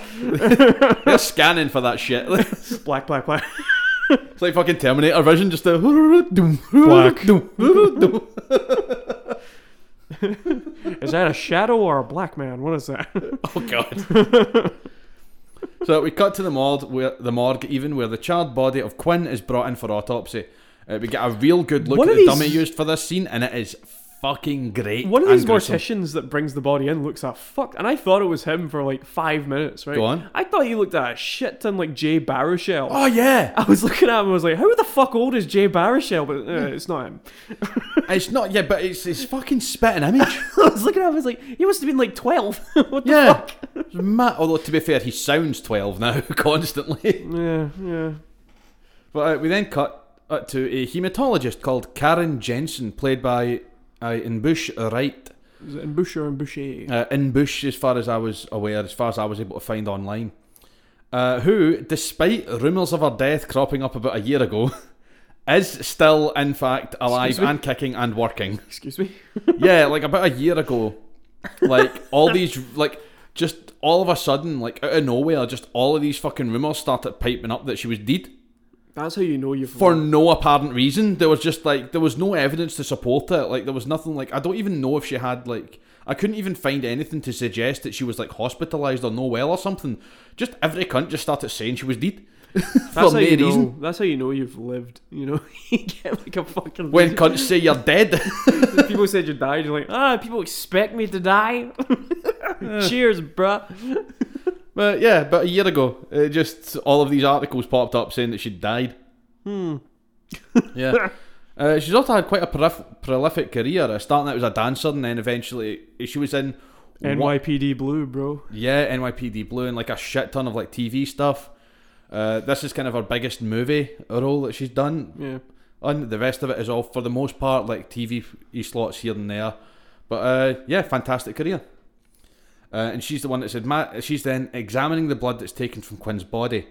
S1: They're scanning for that shit. It's
S2: black, black, black.
S1: like fucking Terminator Vision, just a
S2: Black.
S1: black.
S2: Is that a shadow or a black man? What is that?
S1: Oh god. so we cut to the morgue, where the morgue, even where the charred body of Quinn is brought in for autopsy. Uh, we get a real good look
S2: One
S1: at
S2: of
S1: the
S2: these-
S1: dummy used for this scene, and it is fucking great.
S2: One of
S1: and
S2: these
S1: gruesome.
S2: morticians that brings the body in looks a fuck, and I thought it was him for like five minutes, right?
S1: Go on.
S2: I thought he looked a shit ton like Jay Baruchel.
S1: Oh yeah,
S2: I was looking at him, I was like, how the fuck old is Jay Baruchel? But uh, it's not him.
S1: it's not yeah, but it's it's fucking spitting image.
S2: I was looking at him, I was like, he must have been like 12. what the
S1: Yeah,
S2: fuck?
S1: It's mad. Although to be fair, he sounds twelve now constantly.
S2: Yeah, yeah.
S1: But uh, we then cut uh, to a hematologist called Karen Jensen, played by uh, Inbush Wright.
S2: Is it in Boucher and Boucher?
S1: uh, in Bush, as far as I was aware, as far as I was able to find online, uh, who, despite rumours of her death cropping up about a year ago, is still, in fact, alive
S2: Excuse me?
S1: and kicking and working.
S2: Excuse me?
S1: yeah, like about a year ago, like all these, like just all of a sudden, like out of nowhere, just all of these fucking rumours started piping up that she was dead
S2: That's how you know you've
S1: for no apparent reason. There was just like there was no evidence to support it. Like there was nothing like I don't even know if she had like I couldn't even find anything to suggest that she was like hospitalized or no well or something. Just every cunt just started saying she was dead.
S2: That's how
S1: no
S2: you
S1: reason.
S2: know. That's how you know you've lived. You know, you get like a fucking.
S1: When cunts say you're dead,
S2: people said you died, you're like, ah, people expect me to die. Cheers, bruh.
S1: but yeah, about a year ago, it just all of these articles popped up saying that she died.
S2: Hmm.
S1: Yeah. Uh, she's also had quite a prolif- prolific career. Uh, Starting out as a dancer, and then eventually she was in one-
S2: NYPD Blue, bro.
S1: Yeah, NYPD Blue and like a shit ton of like TV stuff. Uh, this is kind of her biggest movie role that she's done.
S2: Yeah.
S1: And the rest of it is all for the most part like TV f- slots here and there. But uh, yeah, fantastic career. Uh, and she's the one that said, Matt, she's then examining the blood that's taken from Quinn's body.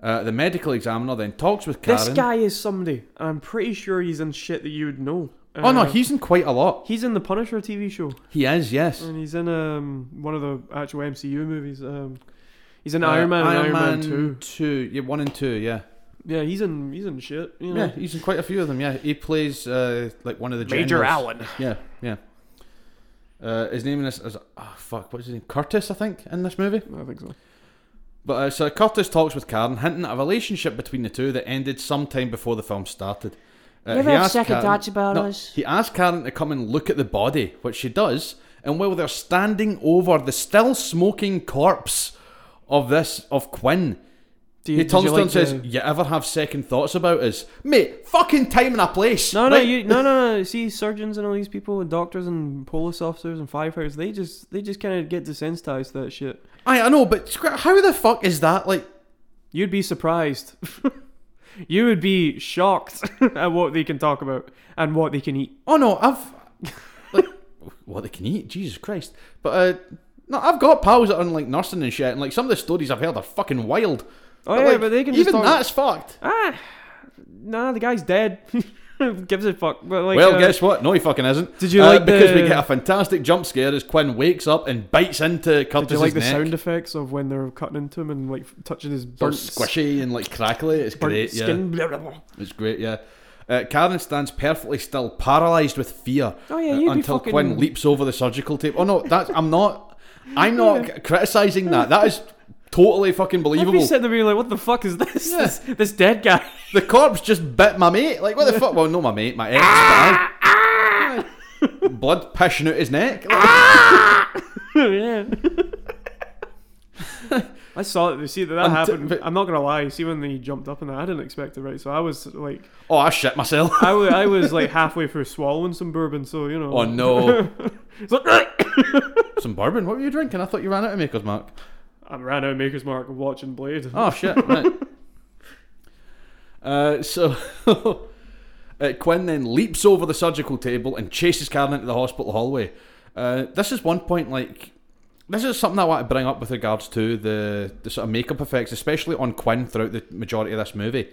S1: Uh, the medical examiner then talks with Karen.
S2: This guy is somebody. I'm pretty sure he's in shit that you would know.
S1: oh no,
S2: Uh,
S1: he's in quite a lot.
S2: he's in the Punisher TV show,
S1: He is, yes.
S2: and he's in um one of the actual MCU movies. Um, he's in
S1: Uh,
S2: Iron Man, and Iron Man
S1: two.
S2: Two.
S1: yeah, one and two, yeah.
S2: Yeah, he's in he's in shit. You know.
S1: Yeah, he's in quite a few of them. Yeah, he plays uh, like one of the
S3: Major
S1: generals.
S3: Allen.
S1: Yeah, yeah. Uh, his name in this is oh fuck, what's his name? Curtis, I think, in this movie.
S2: I think so.
S1: But uh, so Curtis talks with Karen, hinting at a relationship between the two that ended sometime before the film started. Uh,
S4: You ever
S1: he
S4: have
S1: asked
S4: second
S1: Karen-
S4: thoughts about
S1: no,
S4: us?
S1: He asks Karen to come and look at the body, which she does, and while they're standing over the still smoking corpse of this of Quinn,
S2: Do
S1: he
S2: did
S1: turns to her
S2: like
S1: and says,
S2: the-
S1: "You ever have second thoughts about us, mate? Fucking time and a place."
S2: No, no,
S1: Like-
S2: you, no, no, no. See, surgeons and all these people, and doctors and police officers and firefighters, they just, they just kind of get desensitized to that shit.
S1: I, I know, but scr- how the fuck is that like?
S2: You'd be surprised. you would be shocked at what they can talk about and what they can eat.
S1: Oh no, I've like what they can eat. Jesus Christ! But uh, no, I've got pals that are in like nursing and shit, and like some of the stories I've heard are fucking wild.
S2: Oh yeah,
S1: like,
S2: but they can
S1: even
S2: just talk.
S1: that's fucked.
S2: Ah, nah, the guy's dead. Gives a fuck. But like,
S1: well,
S2: uh,
S1: guess what? No, he fucking isn't.
S2: Did you
S1: Uh,
S2: like
S1: because we
S2: the-
S1: get a fantastic jump scare as Quinn wakes up and bites into
S2: Did
S1: Curtis's
S2: you like the
S1: neck.
S2: sound effects of when they're cutting into him and like touching his
S1: It's all
S2: burnt
S1: squishy and like crackly. It's
S2: burnt
S1: great. Yeah,
S2: skin? Blah, blah, blah.
S1: it's great. Yeah. Uh, Karen stands perfectly still, paralysed with fear.
S2: Oh yeah,
S1: Uh,
S2: you'd be
S1: until
S2: fucking.
S1: Quinn leaps over the surgical tape. Oh no, that's I'm not. I'm not criticizing that. That is totally fucking
S2: I'd be
S1: believable.
S2: sitting there being like, "What the fuck is this?
S1: Yeah.
S2: This, this dead guy."
S1: The corpse just bit my mate. Like what the fuck? Well, no, my mate, my ex. but I- Blood pissing out his neck. Like,
S2: yeah. I saw it. See that, that
S1: I'm t-
S2: happened.
S1: but-
S2: I'm not gonna lie. See when they jumped up and that, I didn't expect it, right? So I was like,
S1: oh, I shit myself.
S2: I wa- I was like halfway through swallowing some bourbon. So you know.
S1: Oh no,
S2: It's like,
S1: some bourbon. What were you drinking? I thought you ran out of Maker's Mark.
S2: I ran out of Maker's Mark watching Blade.
S1: Oh shit, right. Uh, so uh, Quinn then leaps over the surgical table and chases Karen into the hospital hallway. Uh, this is one point like this is something I want to bring up with regards to the the sort of makeup effects, especially on Quinn throughout the majority of this movie.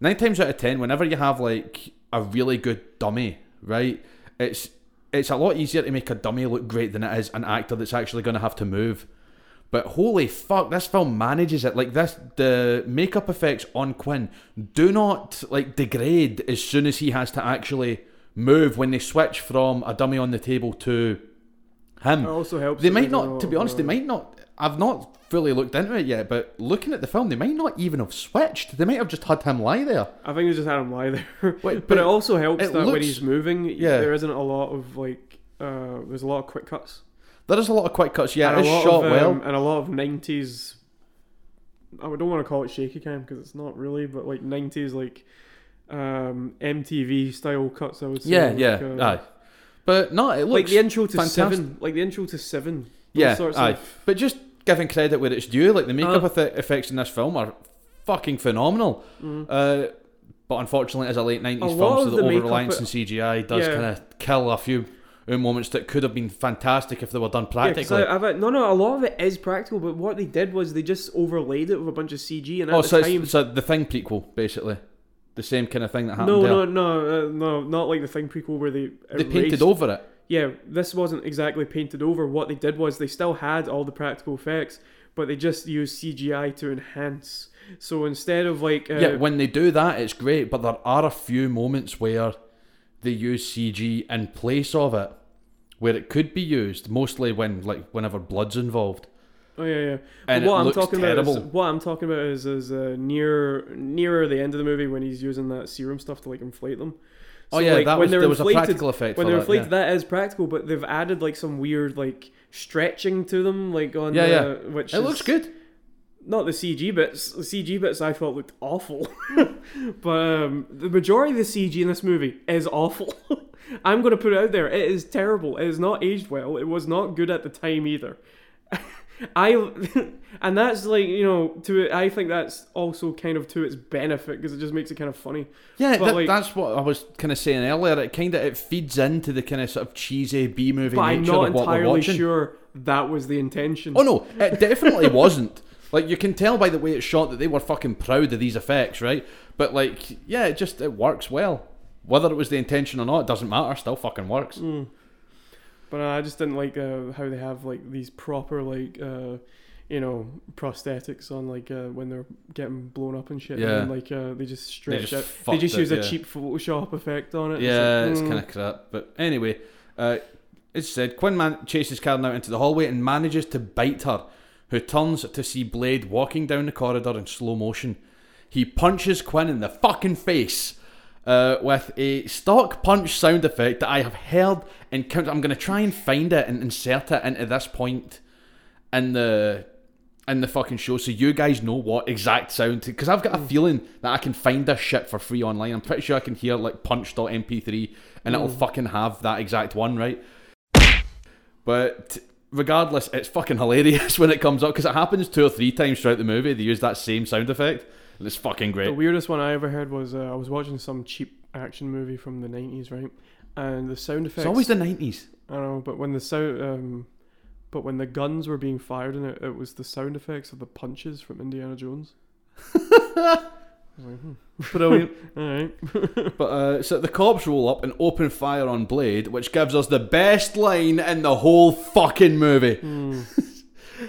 S1: Nine times out of ten, whenever you have like a really good dummy, right, it's it's a lot easier to make a dummy look great than it is an actor that's actually going to have to move. But holy fuck, this film manages it. Like this, the makeup effects on Quinn do not like degrade as soon as he has to actually move when they switch from a dummy on the table to him.
S2: It also helps.
S1: They
S2: that
S1: might
S2: don't
S1: not,
S2: know uh,
S1: to be honest, they
S2: about-
S1: might not. I've not fully looked into it yet, but looking at the film, they might not even have switched. They might have just had him lie there.
S2: I think they just had him lie there.
S1: Wait,
S2: but,
S1: but
S2: it also helps
S1: it
S2: that when
S1: looks-
S2: he's moving,
S1: Yeah.
S2: there isn't a lot of like. Uh, there's a lot of quick cuts.
S1: There is a lot of quick cuts. Yeah,
S2: and a
S1: it's
S2: lot
S1: shot
S2: of,
S1: well.
S2: um, and a lot of nineties. I don't want to call it shaky cam because it's not really, but like nineties like um, MTV style cuts. I would say.
S1: yeah,
S2: like,
S1: yeah,
S2: uh,
S1: aye. But no, it
S2: like
S1: looks
S2: the intro to
S1: fantastic.
S2: seven, like the intro to seven. those
S1: yeah,
S2: sorts
S1: aye.
S2: of-
S1: But just giving credit where it's due, like the makeup
S2: Uh.
S1: effe- effects in this film are fucking phenomenal.
S2: Mhm.
S1: Uh, but unfortunately, as a late nineties
S2: A
S1: film,
S2: lot
S1: so
S2: of
S1: the,
S2: the
S1: over
S2: makeup
S1: reliance
S2: it-
S1: on CGI does
S2: Yeah.
S1: kind of kill a few moments that could have been fantastic if they were done
S2: Yeah, 'cause
S1: practically.
S2: I, I've, had- no, no, a lot of it is practical, but what they did was they just overlaid it with a bunch of CG, and at
S1: oh,
S2: the
S1: so
S2: time,
S1: it's, so the thing prequel, basically, the same kind of thing that happened
S2: no,
S1: there.
S2: no, no, uh, no, not like the thing prequel where they
S1: they painted
S2: erased-
S1: over it.
S2: yeah, this wasn't exactly painted over. What they did was they still had all the practical effects, but they just used CGI to enhance. So instead of like, uh,
S1: yeah, when they do that, it's great. But there are a few moments where they use CG in place of it, where it could be used, mostly when like whenever blood's involved.
S2: Oh yeah, yeah.
S1: And
S2: But what
S1: it
S2: I'm
S1: looks
S2: talking
S1: terrible.
S2: about is what I'm talking about is is uh, near nearer the end of the movie when he's using that serum stuff to like inflate them.
S1: oh
S2: So,
S1: yeah,
S2: like,
S1: that was,
S2: when they're
S1: there was a
S2: inflated-
S1: practical effect
S2: when
S1: for
S2: they're
S1: that. yeah.
S2: inflated, that is practical, but they've added like some weird like stretching to them, like on
S1: Yeah,
S2: the,
S1: yeah.
S2: which
S1: It looks
S2: is-
S1: good.
S2: Not the CG bits. The CG bits I thought looked awful,
S1: Hmm.
S2: but um, the majority of the CG in this movie is awful. I'm going to put it out there. It is terrible. It is not aged well. It was not good at the time either. I and that's like you know to I think that's also kind of to its benefit because it just makes it kind of funny.
S1: Yeah,
S2: But,
S1: that,
S2: like-
S1: that's what I was kind of saying earlier. It kind of it feeds into the kind of sort of cheesy B movie
S2: But I'm
S1: nature
S2: not
S1: of what we're
S2: entirely
S1: watching.
S2: sure that was the intention.
S1: Oh no, it definitely wasn't. Like you can tell by the way it's shot that they were fucking proud of these effects, right? But like, yeah, it just it works well. Whether it was the intention or not, it doesn't matter. Still fucking works.
S2: But I just didn't like uh, how they have like these proper like uh, you know prosthetics on like uh, when they're getting blown up and shit.
S1: Yeah.
S2: And then, like uh, they just stretch
S1: just
S2: it. They
S1: fucked
S2: just
S1: it,
S2: use
S1: yeah.
S2: a cheap Photoshop effect on it.
S1: Yeah,
S2: like,
S1: it's
S2: mm.
S1: kind of crap. But anyway, uh, as said, Quinn man- chases Karen out into the hallway and manages to bite her, who turns to see Blade walking down the corridor in slow motion. He punches Quinn in the fucking face uh, with a stock punch sound effect that I have heard and count. I'm going to try and find it and insert it into this point in the in the fucking show, so you guys know what exact sound. Because I've got
S2: Mm.
S1: a feeling that I can find this shit for free online. I'm pretty sure I can hear like punch.mp3 and it'll
S2: Mm.
S1: fucking have that exact one, right? But regardless, it's fucking hilarious when it comes up because it happens two or three times throughout the movie. They use that same sound effect. And it's fucking
S2: The
S1: great.
S2: weirdest one I ever heard was uh, I was watching some cheap action movie from the nineties, right? And the sound effects.
S1: It's always the 90s.
S2: I don't know, but when the sound, um, but when the guns were being fired in it, it was the sound effects of the punches from Indiana Jones. I was like, hmm,
S1: Brilliant.
S2: all right.
S1: but uh, so the cops roll up and open fire on Blade, which gives us the best line in the whole fucking movie.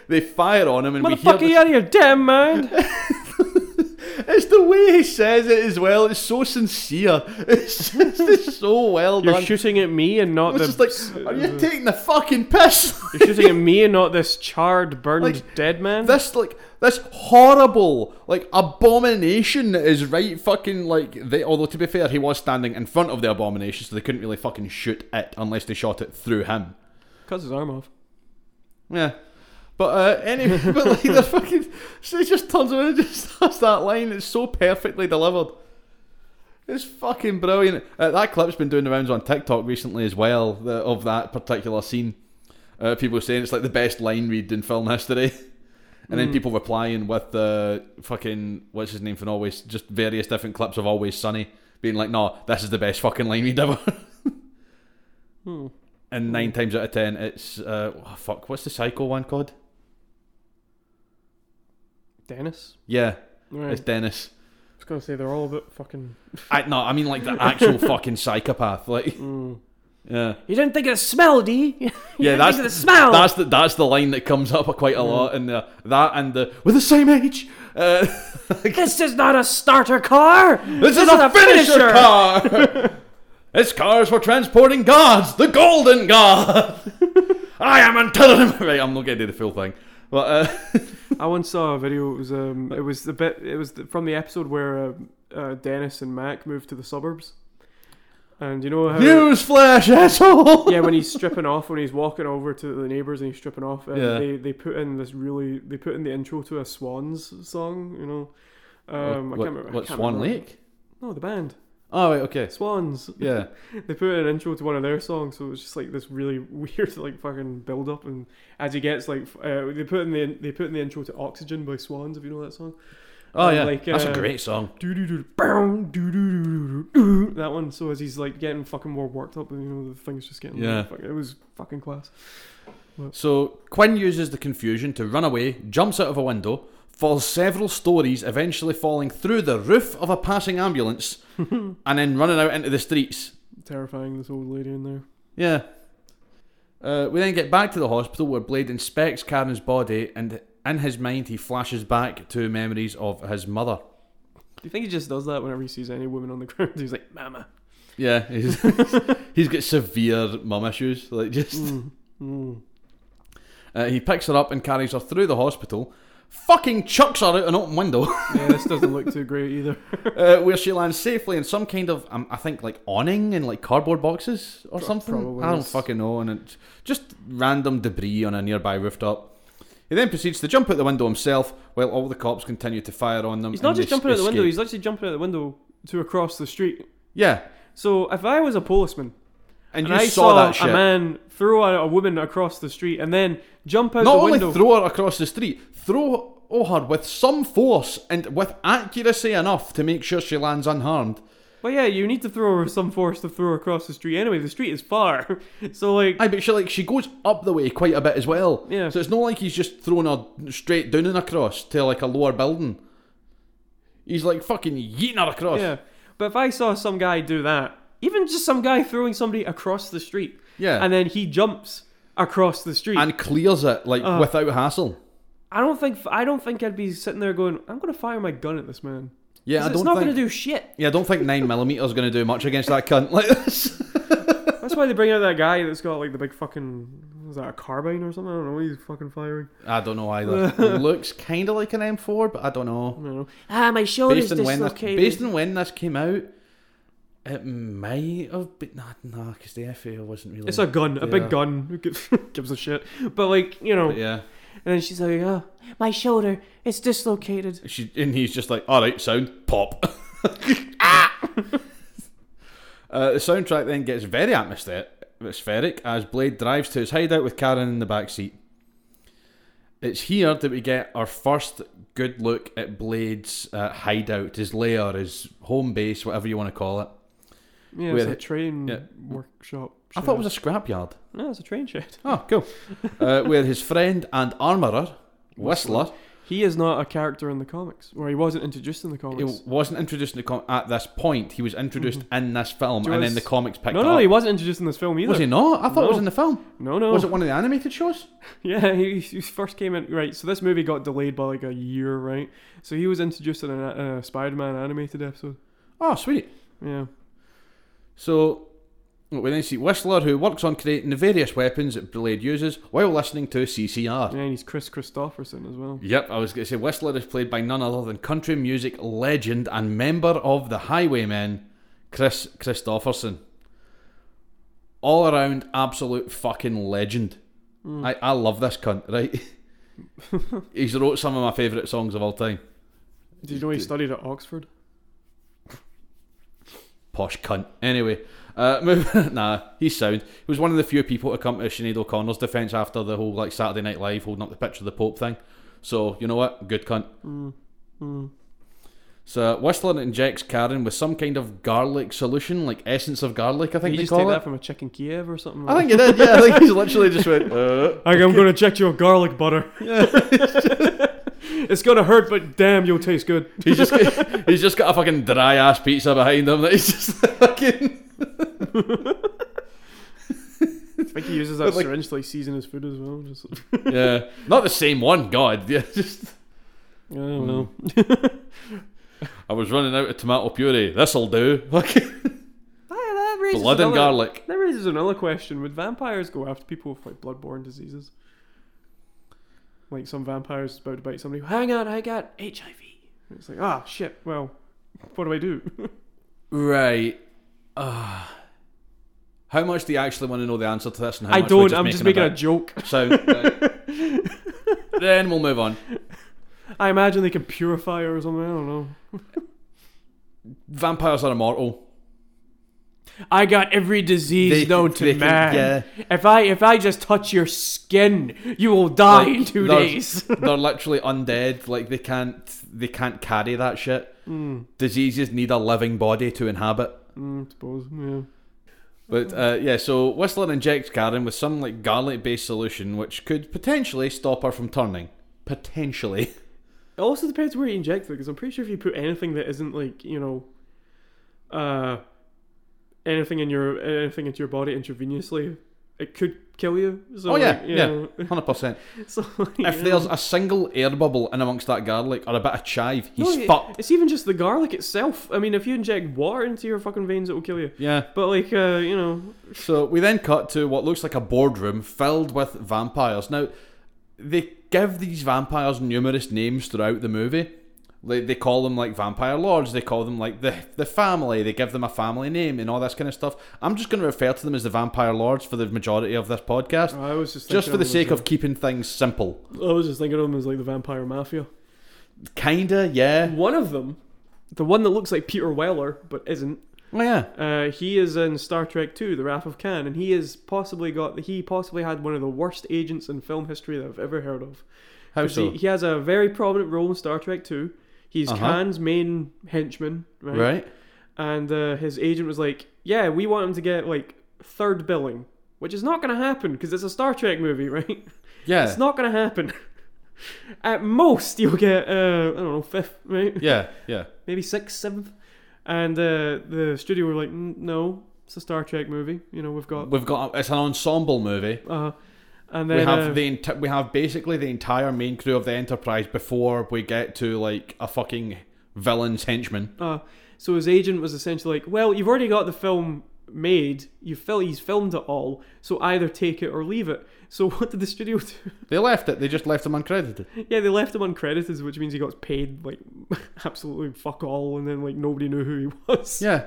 S1: they fire on him and Hmm. we hear
S2: Motherfucker,
S1: the-
S2: you out of your damn mind!
S1: It's the way he says it as well. It's so sincere. It's just it's so well
S2: You're
S1: done.
S2: shooting at me and not
S1: It's
S2: the.
S1: just like, are you taking the fucking piss?
S2: You're shooting at me and not this charred, burned
S1: Like,
S2: dead man.
S1: this like this horrible like abomination that is right fucking like they. Although to be fair, he was standing in front of the abomination, so they couldn't really fucking shoot it unless they shot it through him.
S2: Cuts his arm off.
S1: Yeah. But uh, anyway, but like the fucking, so he just turns around and just does that line. It's so perfectly delivered. It's fucking brilliant. Uh, that clip's been doing the rounds on TikTok recently as well the, of that particular scene. Uh, people saying it's like the best line read in film history, and then people replying with the fucking what's his name from Always, just various different clips of Always Sunny, being like, "No, this is the best fucking line read ever."
S2: Hmm.
S1: And nine times out of ten, it's uh, oh, fuck. What's the psycho one called?
S2: Dennis?
S1: Yeah,
S2: Right.
S1: it's Dennis.
S2: I was going to say they're all a bit fucking.
S1: I, no, I mean like the actual fucking psychopath. Like,
S2: Mm.
S1: yeah,
S2: You didn't think of the smell, do you? you
S1: yeah.
S2: didn't
S1: That's
S2: think of the smell! Mm.
S1: That's the that's the line that comes up quite a lot in the that and the we're the same age. Uh,
S2: This is not a starter car!
S1: this, is, a, finisher, car. this car is for transporting gods, the golden god. I am intelligent. Right, I'm not going to do the full thing. But uh,
S2: I once saw a video. It was um, it was the bit. It was the, from the episode where uh, uh, Dennis and Mac moved to the suburbs, and you know how
S1: newsflash, asshole.
S2: Oh. yeah, when he's stripping off, when he's walking over to the neighbors and he's stripping off, and
S1: Yeah.
S2: they, they put in this really they put in the intro to a Swans song, you know. Um,
S1: what,
S2: I can't remember. I
S1: What
S2: can't
S1: Swan
S2: remember.
S1: Lake?
S2: No, the band
S1: Oh, right, okay.
S2: Swans.
S1: Yeah.
S2: They put in an intro to one of their songs, so it's just like this really weird like fucking build up, and as he gets like f- uh, they put in the they put in the intro to Oxygen by Swans, if you know that song.
S1: Oh,
S2: And,
S1: yeah.
S2: like,
S1: That's a
S2: uh,
S1: great song.
S2: Doo-doo-doo, bow, doo-doo-doo-doo-doo, That one. So as he's like getting fucking more worked up, you know, the thing's just getting
S1: Yeah.
S2: fuck- it was fucking class.
S1: So Quinn uses the confusion to run away, jumps out of a window, falls several stories, eventually falling through the roof of a passing ambulance, and then running out into the streets.
S2: Terrifying this old lady in there.
S1: Yeah. Uh, we then get back to the hospital where Blade inspects Karen's body, and in his mind, he flashes back to memories of his mother.
S2: Do you think he just does that whenever he sees any woman on the ground? He's like, "Mama."
S1: Yeah, he's, he's got severe mum issues. Like just
S2: Mm.
S1: Uh, Uh, he picks her up and carries her through the hospital, fucking chucks her out an open window,
S2: Yeah, this doesn't look too great either.
S1: uh, where she lands safely in some kind of, um, I think, like awning and like cardboard boxes or something.
S2: probably
S1: I don't
S2: is.
S1: fucking know. And it's just random debris on a nearby rooftop. He then proceeds to jump out the window himself while all the cops continue to fire on them.
S2: He's not
S1: and
S2: just
S1: they s-
S2: jumping out the window,
S1: escape.
S2: he's literally jumping out the window to across the street.
S1: Yeah.
S2: So if I was a policeman
S1: And
S2: and,
S1: you
S2: I
S1: saw, that
S2: a
S1: shit.
S2: man throw a, a woman across the street and then jump out
S1: not
S2: the
S1: only
S2: window,
S1: throw her across the street, throw her with some force and with accuracy enough to make sure she lands unharmed.
S2: but yeah, you need to throw her with some force to throw her across the street. Anyway, the street is far, so like
S1: Aye, but she like she goes up the way quite a bit as well.
S2: Yeah.
S1: So it's not like he's just throwing her straight down and across to like a lower building. He's like fucking yeeting her across.
S2: yeah. But if I saw some guy do that, even just some guy throwing somebody across the street,
S1: Yeah.
S2: and then he jumps across the street,
S1: And clears it like
S2: Uh.
S1: without hassle.
S2: I don't think I don't think I'd be sitting there going, I'm gonna fire my gun at this man.
S1: Yeah, I
S2: 'Cause
S1: don't
S2: it's not
S1: think.
S2: gonna do shit.
S1: yeah, I don't think nine mm is gonna do much against that cunt like this.
S2: That's why they bring out that guy that's got like the big fucking was that a carbine or something? I don't know. what He's fucking firing.
S1: I don't know either. It looks kind of like an M4, but I don't know.
S2: I don't know.
S3: Ah, my
S1: based
S3: shoulder's
S1: on when this,
S3: dislocated.
S1: based on when this came out, it might have been nah, nah, because the FAO wasn't really.
S2: It's a gun, a
S1: Yeah.
S2: big gun. Who gives- gives a shit? But like you know,
S1: But yeah,
S2: and then she's like, oh,
S3: my shoulder, it's dislocated.
S1: she and he's just like, all right, sound pop. uh, the soundtrack then gets very atmospheric, atmospheric as Blade drives to his hideout with Karen in the back seat. It's here that we get our first good look at Blade's uh, hideout, his lair, his home base, whatever you want to call it.
S2: yeah,
S1: With
S2: it's a
S1: it-
S2: train
S1: yeah.
S2: workshop.
S1: I thought it was a scrapyard.
S2: a no, it's a train shed.
S1: Oh, cool. uh, where his friend and armourer, Whistler,
S2: He is not a character in the comics, or he wasn't introduced in the
S1: he
S2: comics.
S1: wasn't introduced in the com- at this point. He was introduced in this film,
S2: Do you
S1: and
S2: wanna
S1: then the
S2: s-
S1: comics picked
S2: no,
S1: it
S2: no,
S1: up.
S2: he wasn't introduced in this film either.
S1: was he not? I thought it was
S2: No.
S1: in the film.
S2: No, no.
S1: Was it one of the animated shows?
S2: Yeah, he, he first came in right. So this movie got delayed by like a year, right? So he was introduced in a, in a Spider-Man animated episode.
S1: Oh, sweet.
S2: Yeah.
S1: So we then see Whistler, who works on creating the various weapons that Blade uses while listening to CCR.
S2: Yeah, and he's Chris Christopherson as well.
S1: Yep, I was going to say Whistler is played by none other than country music legend and member of the Highwaymen, Chris Christopherson. All around absolute fucking legend. I, I love this cunt, right? He's wrote some of my favourite songs of all time.
S2: Did you know he studied at Oxford?
S1: Posh cunt. Anyway, uh, move, nah, he's sound. He was one of the few people to come to Sinead O'Connor's defence after the whole like Saturday Night Live holding up the picture of the Pope thing. So you know what? Good cunt.
S2: Mm,
S1: So Whistler injects Karen with some kind of garlic solution, like essence of garlic. I
S2: Did
S1: think
S2: you
S1: they
S2: just take
S1: call
S2: that
S1: it.
S2: from a chicken Kiev or something?
S1: I think it did. Yeah, I think he's literally just went. Uh.
S2: Like, I'm gonna check your garlic butter. it's gonna hurt, but damn, you'll taste good.
S1: He's just he's just got a fucking dry ass pizza behind him that he's just fucking.
S2: I think he uses that
S1: Like-
S2: syringe to like season his food as well. Just,
S1: Yeah, not the same one. God, yeah, just.
S2: I don't know.
S1: I was running out of tomato puree. This'll do. Fucking
S2: that raises
S1: blood and
S2: another-
S1: garlic.
S2: That raises another question: Would vampires go after people with like bloodborne diseases? Like some vampires about to bite somebody. Hang on, I got HIV. It's like, ah, shit. Well, what do I do?
S1: Right. Uh, how much do you actually want to know the answer to this? And how
S2: I
S1: much we're
S2: don't. I'm just making a,
S1: bit?
S2: joke.
S1: So right. then we'll move on.
S2: I imagine they can purify her or something. I don't know.
S1: Vampires are immortal.
S2: I got every disease
S1: They can-
S2: known to
S1: they can-
S2: man.
S1: yeah.
S2: If I if I just touch your skin, you will die in
S1: Like,
S2: two
S1: they're-
S2: days.
S1: they're literally undead. Like they can't they can't carry that shit.
S2: Hmm.
S1: Diseases need a living body to inhabit.
S2: mm, suppose. Yeah.
S1: But
S2: Hmm.
S1: uh, yeah, so Whistler injects Karen with some like garlic-based solution, which could potentially stop her from turning. Potentially.
S2: It also depends where you inject it, because I'm pretty sure if you put anything that isn't like you know, uh, anything in your anything into your body intravenously, it could kill you. So,
S1: Oh yeah,
S2: like, you
S1: yeah,
S2: know,
S1: hundred percent.
S2: so,
S1: If
S2: you know.
S1: there's a single air bubble in amongst that garlic or a bit of chive,
S2: No,
S1: he's
S2: it-
S1: fucked.
S2: It's even just the garlic itself. I mean, if you inject water into your fucking veins, it will kill you.
S1: Yeah.
S2: But like, uh, you know,
S1: So we then cut to what looks like a boardroom filled with vampires. Now, they give these vampires numerous names throughout the movie. They, they call them like vampire lords. They call them like the the family. They give them a family name and all this kind of stuff. I'm just going to refer to them as the vampire lords for the majority of this podcast,
S2: Oh, I was
S1: just
S2: just thinking
S1: for the
S2: them
S1: sake
S2: as
S1: of keeping things simple.
S2: a- I was just thinking of them as like the vampire mafia.
S1: Kinda, yeah.
S2: One of them, the one that looks like Peter Weller but isn't,
S1: Oh yeah.
S2: uh, he is in Star Trek Two: The Wrath of Khan, and he is possibly got he possibly had one of the worst agents in film history that I've ever heard of.
S1: How
S2: 'Cause
S1: so?
S2: He, he has a very prominent role in Star Trek Two. He's
S1: Uh-huh.
S2: Khan's main henchman, right?
S1: right.
S2: and uh, his agent was like, "Yeah, we want him to get like third billing, which is not going to happen because it's a Star Trek movie, right?
S1: Yeah.
S2: It's not going to happen. At most, you'll get uh, I don't know fifth, right?
S1: yeah. Yeah.
S2: Maybe sixth, seventh." And uh, the studio were like, "N- "No, it's a Star Trek movie. You know, we've got."
S1: We've got it's an ensemble movie.
S2: Uh, and then
S1: we have
S2: uh,
S1: the enti- we have basically the entire main crew of the Enterprise before we get to like a fucking villain's henchman.
S2: Uh, so his agent was essentially like, "Well, you've already got the film made. You fil- he's filmed it all. So either take it or leave it." So what did the studio do?
S1: They left it. They just left him uncredited.
S2: Yeah, they left him uncredited, which means he got paid like absolutely fuck all, and then like nobody knew who he was.
S1: Yeah.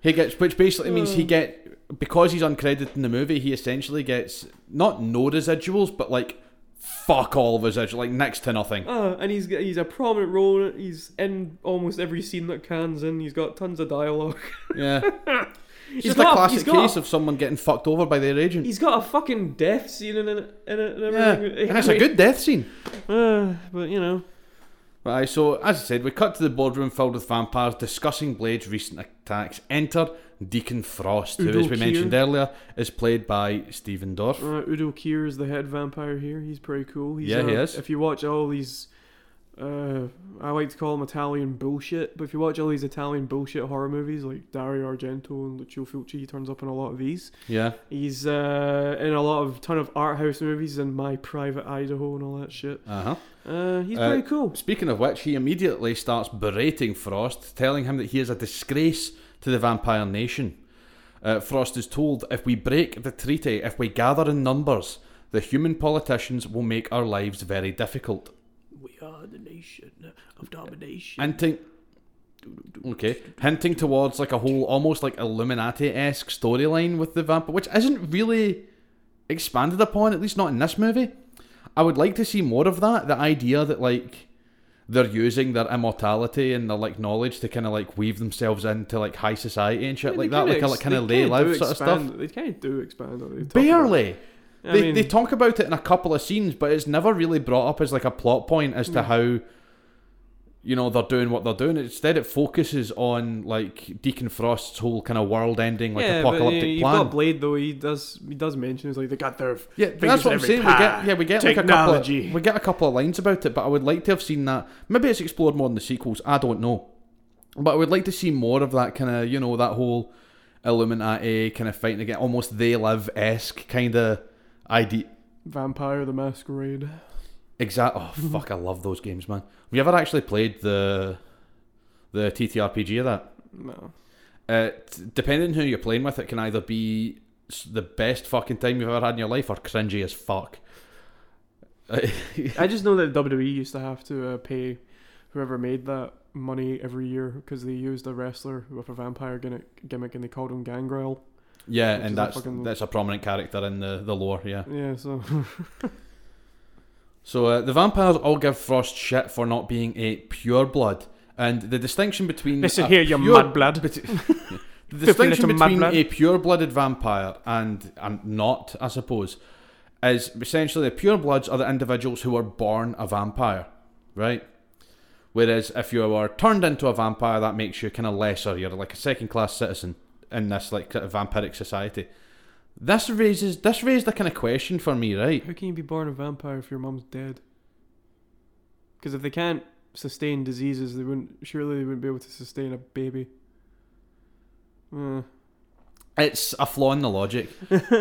S1: He gets, which basically means
S2: Oh.
S1: he get because he's uncredited in the movie. He essentially gets not no residuals, but like fuck all residuals, like next to nothing.
S2: Uh, and he's he's a prominent role. in it, He's in almost every scene that Can's in. He's got tons of dialogue.
S1: Yeah, it's
S2: He's
S1: just a
S2: got-
S1: classic
S2: he's got-
S1: case of someone getting fucked over by their agent.
S2: He's got a fucking death scene in it, in it and
S1: yeah,
S2: everything.
S1: and it's a good death scene.
S2: Uh, but you know,
S1: Right, so as I said, we cut to the boardroom filled with vampires discussing Blade's recent attacks. Enter Deacon Frost, who,
S2: Udo
S1: as we
S2: Kier.
S1: mentioned earlier, is played by Stephen Dorff.
S2: uh, Udo Kier is the head vampire here. He's pretty cool. He's,
S1: Yeah,
S2: uh,
S1: he is.
S2: If you watch all these. Uh, I like to call them Italian bullshit, but if you watch all these Italian bullshit horror movies like Dario Argento and Lucio Fulci, he turns up in a lot of these.
S1: Yeah,
S2: He's uh, in a lot of ton of art house movies and My Private Idaho and all that shit.
S1: uh huh.
S2: Uh, he's
S1: Uh,
S2: pretty cool.
S1: Speaking of which, he immediately starts berating Frost, telling him that he is a disgrace to the vampire nation. Uh, Frost is told if we break the treaty, if we gather in numbers, the human politicians will make our lives very difficult.
S3: We are the nation of domination.
S1: hinting okay hinting towards like a whole almost like illuminati-esque storyline with the vampire which isn't really expanded upon at least not in this movie i would like to see more of that the idea that like they're using their immortality and their like knowledge to kind of like weave themselves into like high society and shit
S2: Yeah,
S1: like
S2: they
S1: that
S2: kinda
S1: like a
S2: ex-
S1: like, kind of
S2: they
S1: lay
S2: kinda do
S1: life sort of
S2: expand-
S1: stuff
S2: They kind of do expand on it. They talk about
S1: barely
S2: it. I
S1: they,
S2: mean,
S1: they talk about it in a couple of scenes, but it's never really brought up as like a plot point as
S2: Hmm.
S1: to how you know they're doing what they're doing. Instead, it focuses on like Deacon Frost's whole kind of world-ending, like
S2: yeah, but
S1: apocalyptic
S2: you you've
S1: plan.
S2: got Blade though. He does he does mention he's like they got their
S1: yeah, but that's
S2: fingers
S1: what
S2: in
S1: I'm
S2: every
S1: saying. We
S2: pie.
S1: get yeah, we get like a couple of,
S2: Technology.
S1: we get a couple of lines about it, but I would like to have seen that. Maybe it's explored more in the sequels. I don't know, but I would like to see more of that kind of you know that whole Illuminati kind of fighting again, almost they live esque kind of idea.
S2: Vampire the Masquerade.
S1: Exact. Oh
S2: Mm-hmm.
S1: fuck! I love those games, man. Have you ever actually played the the TTRPG of that?
S2: No,
S1: Uh, t- depending on who you're playing with, it can either be s- the best fucking time you've ever had in your life or cringy as fuck.
S2: I just know that WWE used to have to uh, pay whoever made that money every year because they used a wrestler with a vampire gimmick, gimmick and they called him Gangrel.
S1: yeah,
S2: Which is a
S1: and that's
S2: fucking-
S1: that's a prominent character in the the lore. Yeah.
S2: Yeah, so
S1: So uh, the vampires all give Frost shit for not being a pureblood, and the distinction between
S2: Listen
S1: a
S2: here, you
S1: pure-
S2: mudblood.
S1: The distinction
S2: little
S1: between
S2: mudblood.
S1: a pure-blooded vampire and and not, I suppose, is essentially the pure-bloods are the individuals who are born a vampire, right? Whereas if you are turned into a vampire, that makes you kind of lesser. You're like a second-class citizen in this like kind of vampiric society. This raises this raised a kind of question for me, right?
S2: How can you be born a vampire if your mum's dead? Because if they can't sustain diseases, they wouldn't. Surely they wouldn't be able to sustain a baby. Uh,
S1: It's a flaw in the logic.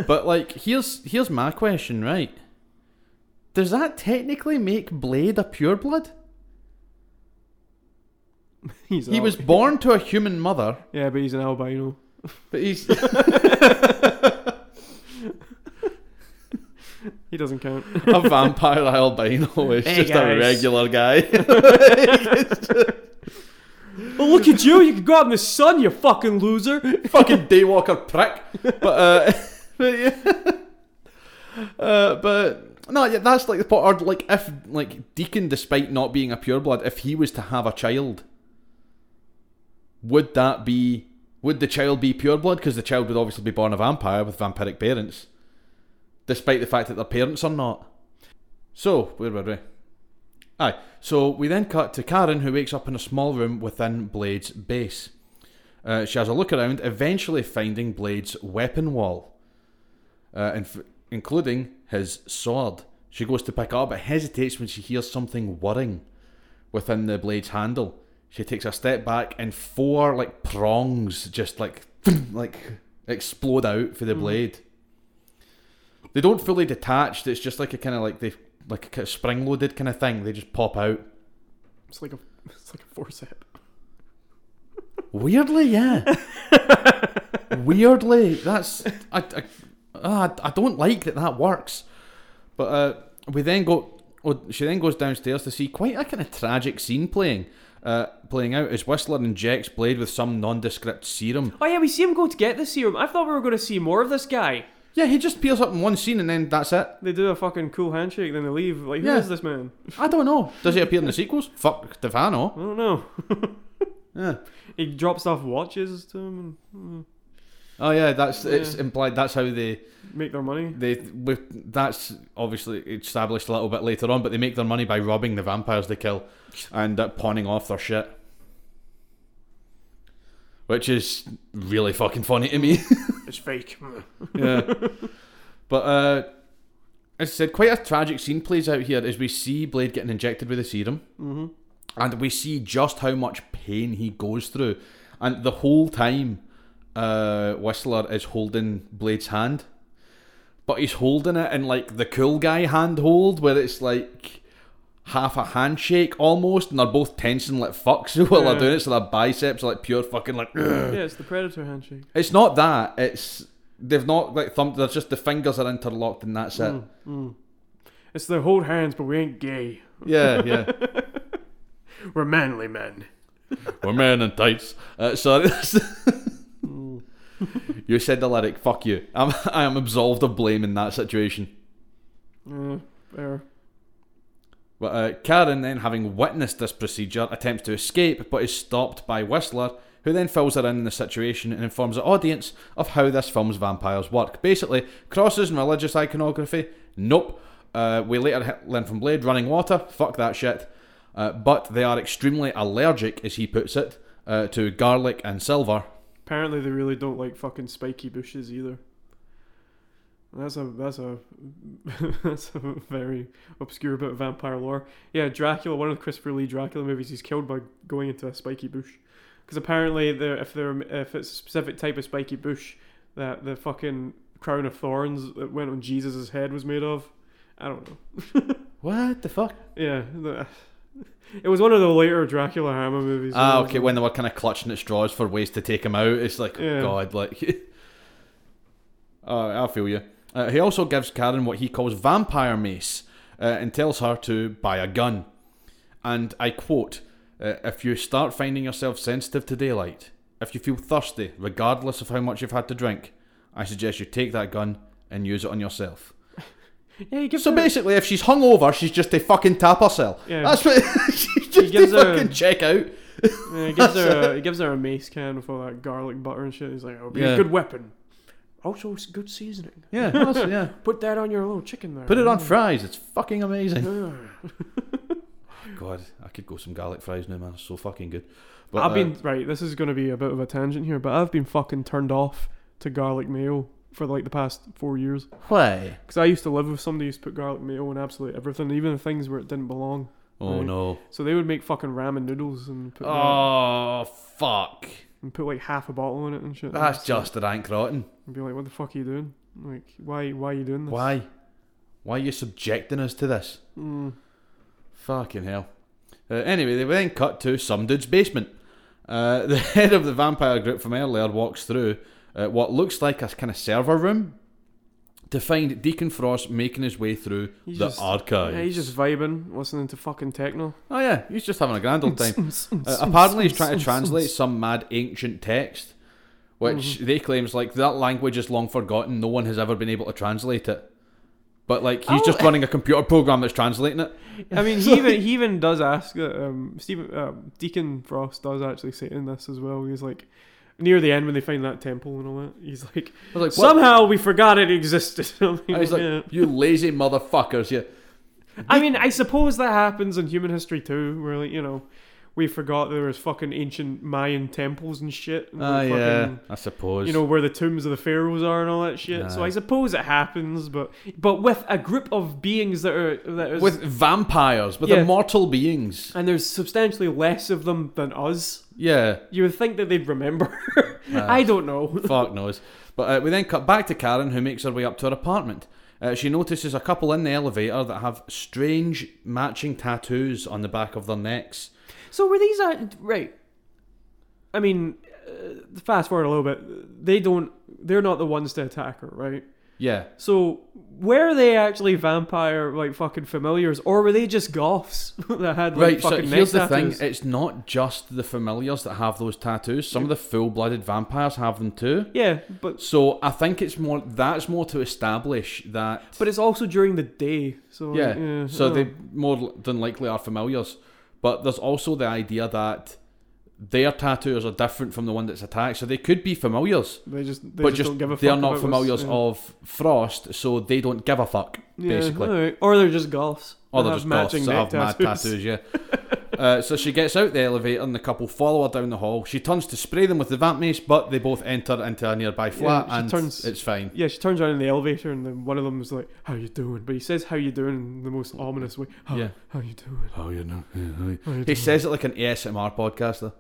S1: but like, here's here's my question, right? Does that technically make Blade a pureblood?
S2: he's
S1: He
S2: al-
S1: was born to a human mother,
S2: Yeah, but he's an albino.
S1: but he's
S2: He doesn't count.
S1: a vampire albino is
S2: Hey,
S1: just a
S2: guys.
S1: regular guy.
S2: well, look at you. You can go out in the sun, you fucking loser.
S1: fucking daywalker prick. But uh, but yeah, uh, but no, yeah, that's like the part. Or like if like Deacon, despite not being a pureblood, if he was to have a child, would that be? Would the child be pureblood? Because the child would obviously be born a vampire with vampiric parents, despite the fact that their parents are not. So where were we? Aye. So we then cut to Karen, who wakes up in a small room within Blade's base. Uh, she has a look around, eventually finding Blade's weapon wall, uh, inf- including his sword. She goes to pick it up but hesitates when she hears something whirring within the blade's handle. She takes a step back, and four like prongs just like like explode out for the blade. They don't fully detach. It's just like a kind of like they like a kind of spring loaded kind of thing. They just pop out.
S2: It's like a, it's like a forcep.
S1: Weirdly, yeah. Weirdly, that's I, I, ah, I don't like that that works. But uh, we then go. Well, she then goes downstairs to see quite a kind of tragic scene playing, uh, playing out as Whistler injects Blade with some nondescript serum.
S2: Oh yeah, we see him go to get the serum. I thought we were going to see more of this guy.
S1: Yeah, he just peels up in one scene and then that's it.
S2: They do a fucking cool handshake, then they leave. Like, who is
S1: Yeah.
S2: this man?
S1: I don't know. Does he appear in the sequels? Fuck if I
S2: I
S1: know.
S2: don't know.
S1: Yeah.
S2: he drops off watches to him and
S1: Oh yeah, that's it's
S2: Yeah.
S1: implied. That's how they
S2: mm, make their money.
S1: they with that's obviously established a little bit later on, but they make their money by robbing the vampires they kill and uh, pawning off their shit, which is really fucking funny to me.
S3: It's fake. Mm.
S1: yeah, but uh, as I said, quite a tragic scene plays out here as we see Blade getting injected with a serum,
S2: hmm
S1: and we see just how much pain he goes through, and the whole time, uh, Whistler is holding Blade's hand, but he's holding it in like the cool guy hand hold, where it's like half a handshake almost, and they're both tensing like fucks while
S2: Yeah.
S1: they're doing it, so their biceps are like pure fucking like.
S2: Yeah, it's the predator handshake.
S1: It's not that. It's they've not like thumped. They're just the fingers are interlocked, and that's it.
S2: Mm, mm. It's the hold hands, but we ain't gay.
S1: Yeah, yeah.
S3: We're manly men.
S1: We're men in tights. Uh, sorry. Hmm. you said the lyric. Fuck you. I'm, I am absolved of blame in that situation.
S2: Yeah, fair.
S1: But uh, Karen, then having witnessed this procedure, attempts to escape but is stopped by Whistler, who then fills her in on the situation and informs the audience of how this film's vampires work. Basically, crosses and religious iconography, nope. Uh, we later he- learn from Blade running water, fuck that shit. Uh, but they are extremely allergic, as he puts it, uh, to garlic and silver.
S2: Apparently, they really don't like fucking spiky bushes either. That's a that's a that's a very obscure bit of vampire lore. Yeah, Dracula, one of Christopher Lee Dracula movies, he's killed by going into a spiky bush. Because apparently, there if there if it's a specific type of spiky bush that the fucking crown of thorns that went on Jesus' head was made of. I don't know.
S1: What the fuck?
S2: Yeah, the, it was one of the later Dracula Hammer movies.
S1: Ah, okay, when they were kind of clutching at straws for ways to take him out, it's like,
S2: Yeah.
S1: God, like. uh, I feel you. Uh, he also gives Karen what he calls vampire mace uh, and tells her to buy a gun. And I quote uh, If you start finding yourself sensitive to daylight, if you feel thirsty, regardless of how much you've had to drink, I suggest you take that gun and use it on yourself.
S2: yeah, he gives
S1: So
S2: her-
S1: basically, if she's hungover, she's just a fucking tap herself.
S2: Yeah.
S1: That's what she's just a
S2: gives her-
S1: fucking check out.
S2: Yeah, he gives her a, he gives her a mace can with all that garlic butter and shit. He's like, "Oh, be
S1: Yeah.
S2: a good weapon.
S3: Also, it's good seasoning.
S1: Yeah, that's- yeah.
S2: Put that on your little chicken there. Mm.
S1: Put it on fries. It's fucking amazing.
S3: Mm.
S1: God, I could go some garlic fries now, man. It's so fucking good.
S2: I've
S1: uh,
S2: been right. This is going to be a bit of a tangent here, but I've been fucking turned off to garlic mayo for like the past four years
S1: uh, why?
S2: because I used to live with somebody who used to put garlic mayo in absolutely everything, even the things where it didn't belong.
S1: Oh
S2: Right.
S1: no.
S2: So they would make fucking ramen noodles and put garlic-
S1: Oh fuck.
S2: and put like half a bottle in it and shit.
S1: That's
S2: So-
S1: just rank rotten.
S2: and be like, "What the fuck are you doing? Like, why why are you doing this?
S1: Why? Why are you subjecting us to this?
S2: Mm.
S1: Fucking hell. Uh, anyway, they were then cut to some dude's basement. Uh, the head of the vampire group from earlier walks through uh, what looks like a kind of server room, to find Deacon Frost making his way through
S2: He's
S1: the
S2: just-
S1: archive.
S2: Yeah, he's just vibing, listening to fucking techno.
S1: Oh yeah, he's just having a grand old time. Uh, apparently, he's trying to translate some mad ancient text, which
S2: Mm-hmm.
S1: they claim is like that language is long forgotten. No one has ever been able to translate it. But like he's
S2: Oh.
S1: just running a computer program that's translating it.
S2: I mean, he even he even does ask that. Um, Stephen um, Deacon Frost does actually say in this as well. He's like, near the end when they find that temple and all that. He's like,
S1: I was like, what?
S2: somehow we forgot it existed. I mean,
S1: And he's like,
S2: yeah.
S1: you lazy motherfuckers, you.
S2: I mean, I suppose that happens in human history too, where like you know, we forgot there was fucking ancient Mayan temples and shit. and
S1: Ah,
S2: fucking-
S1: yeah, I suppose.
S2: You know where the tombs of the pharaohs are and all that shit. So
S1: Aye.
S2: I suppose it happens, but but with a group of beings that are that is
S1: with vampires, with
S2: Yeah.
S1: immortal beings.
S2: and there's substantially less of them than us.
S1: Yeah,
S2: You would think that they'd remember. I don't know.
S1: fuck knows. But uh, we then cut back to Karen, who makes her way up to her apartment. Uh, she notices a couple in the elevator that have strange matching tattoos on the back of their necks.
S2: So were these uh, right? I mean, uh, fast forward a little bit. They don't. They're not the ones to attack her, right?
S1: Yeah,
S2: So were they actually vampire like fucking familiars, or were they just goths that had like
S1: right. So
S2: fucking
S1: here's the
S2: neck tattoos?
S1: thing: it's not just the familiars that have those tattoos. Some of the full-blooded vampires have them too.
S2: Yeah, but
S1: So I think it's more that's more to establish that.
S2: but it's also during the day, so like,
S1: Yeah. so
S2: oh.
S1: they more l- than likely are familiars. But there's also the idea that their tattoos are different from the one that's attacked, so they could be familiars.
S2: they just they
S1: but
S2: just,
S1: just
S2: don't give a fuck.
S1: they're not
S2: about
S1: familiars
S2: us. yeah.
S1: of Frost, so they don't give a fuck,
S2: Yeah,
S1: basically.
S2: alright. or they're just goths.
S1: Or
S2: that
S1: they're
S2: have
S1: just
S2: matching
S1: goths that have
S2: neck
S1: mad tattoos, yeah. uh, so she gets out the elevator and the couple follow her down the hall. She turns to spray them with the vamp mace, but they both enter into a nearby flat
S2: she
S1: and
S2: turns-
S1: it's fine.
S2: Yeah, she turns around in the elevator, and then one of them is like, "How you doing?" But he says, "How you doing?" in the most ominous way. How,
S1: Yeah.
S2: How you doing?
S1: Oh, you know.
S2: How you
S1: He
S2: doing?
S1: says it like an ASMR podcaster.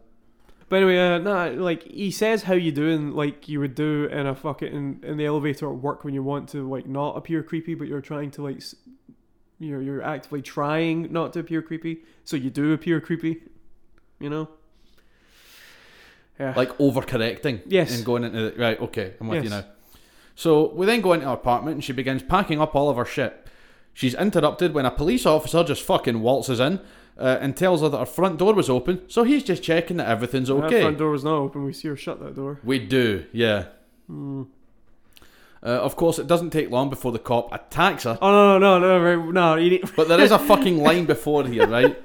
S2: But anyway, uh, nah, like he says how you doing, like you would do in a fucking in, in the elevator at work when you want to like not appear creepy, but you're trying to like, s- you're you're actively trying not to appear creepy, so you do appear creepy, you know. Yeah.
S1: like overcorrecting.
S2: Yes.
S1: And going into the, right, okay, I'm with you
S2: Yes.
S1: now. So we then go into her apartment and she begins packing up all of her shit. She's interrupted when a police officer just fucking waltzes in uh, and tells her that her front door was open, so he's just checking that everything's
S2: That
S1: okay.
S2: front door was not open. We see her shut that door.
S1: We do, yeah.
S2: Hmm.
S1: Uh, of course, it doesn't take long before the cop attacks her,
S2: Oh no no no no right, no! You need-
S1: but there is a fucking line before here, right?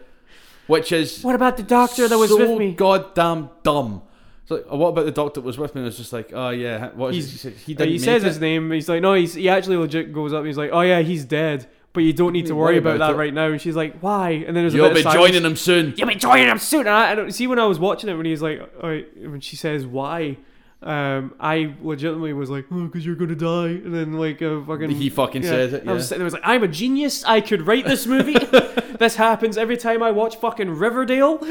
S1: Which is
S2: what about the doctor that was
S1: so
S2: with me?
S1: goddamn dumb. It's like, oh, what about the doctor that was with me? And it's just like, oh yeah, what is
S2: He's-
S1: it? He,
S2: Uh,
S1: didn't
S2: he says
S1: make
S2: his
S1: it.
S2: name. He's like, no, he's, he actually legit goes up. and He's like, oh yeah, he's dead, but you don't need to worry about, that
S1: it."
S2: right now. And she's like, why? And then there's a
S1: You'll
S2: bit
S1: be
S2: of silence.
S1: joining him soon.
S2: You'll be joining him soon. And I, I don't see when I was watching it when he's like, all right, when she says why, um, I legitimately was like, oh, because you're gonna die. And then like a fucking
S1: He fucking
S2: yeah.
S1: says it.
S2: I
S1: Yeah.
S2: was sitting there, I was like, I'm a genius. I could write this movie. this happens every time I watch fucking Riverdale.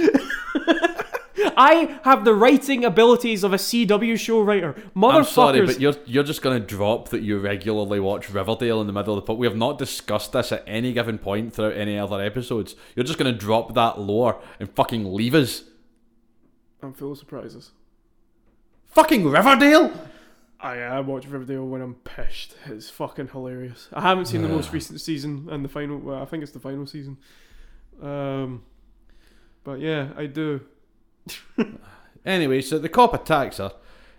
S2: I have the writing abilities of a CW show writer. Motherfuckers.
S1: I'm sorry, but you're you're just gonna drop that you regularly watch Riverdale in the middle of the pod. We have not discussed this at any given point throughout any other episodes. You're just gonna drop that lore and fucking leave us.
S2: I'm full of surprises.
S1: Fucking Riverdale.
S2: I, I watch Riverdale when I'm pissed. It's fucking hilarious. I haven't seen the most recent season and the final. Well, I think it's the final season. Um, but yeah, I do.
S1: Anyway, so the cop attacks her,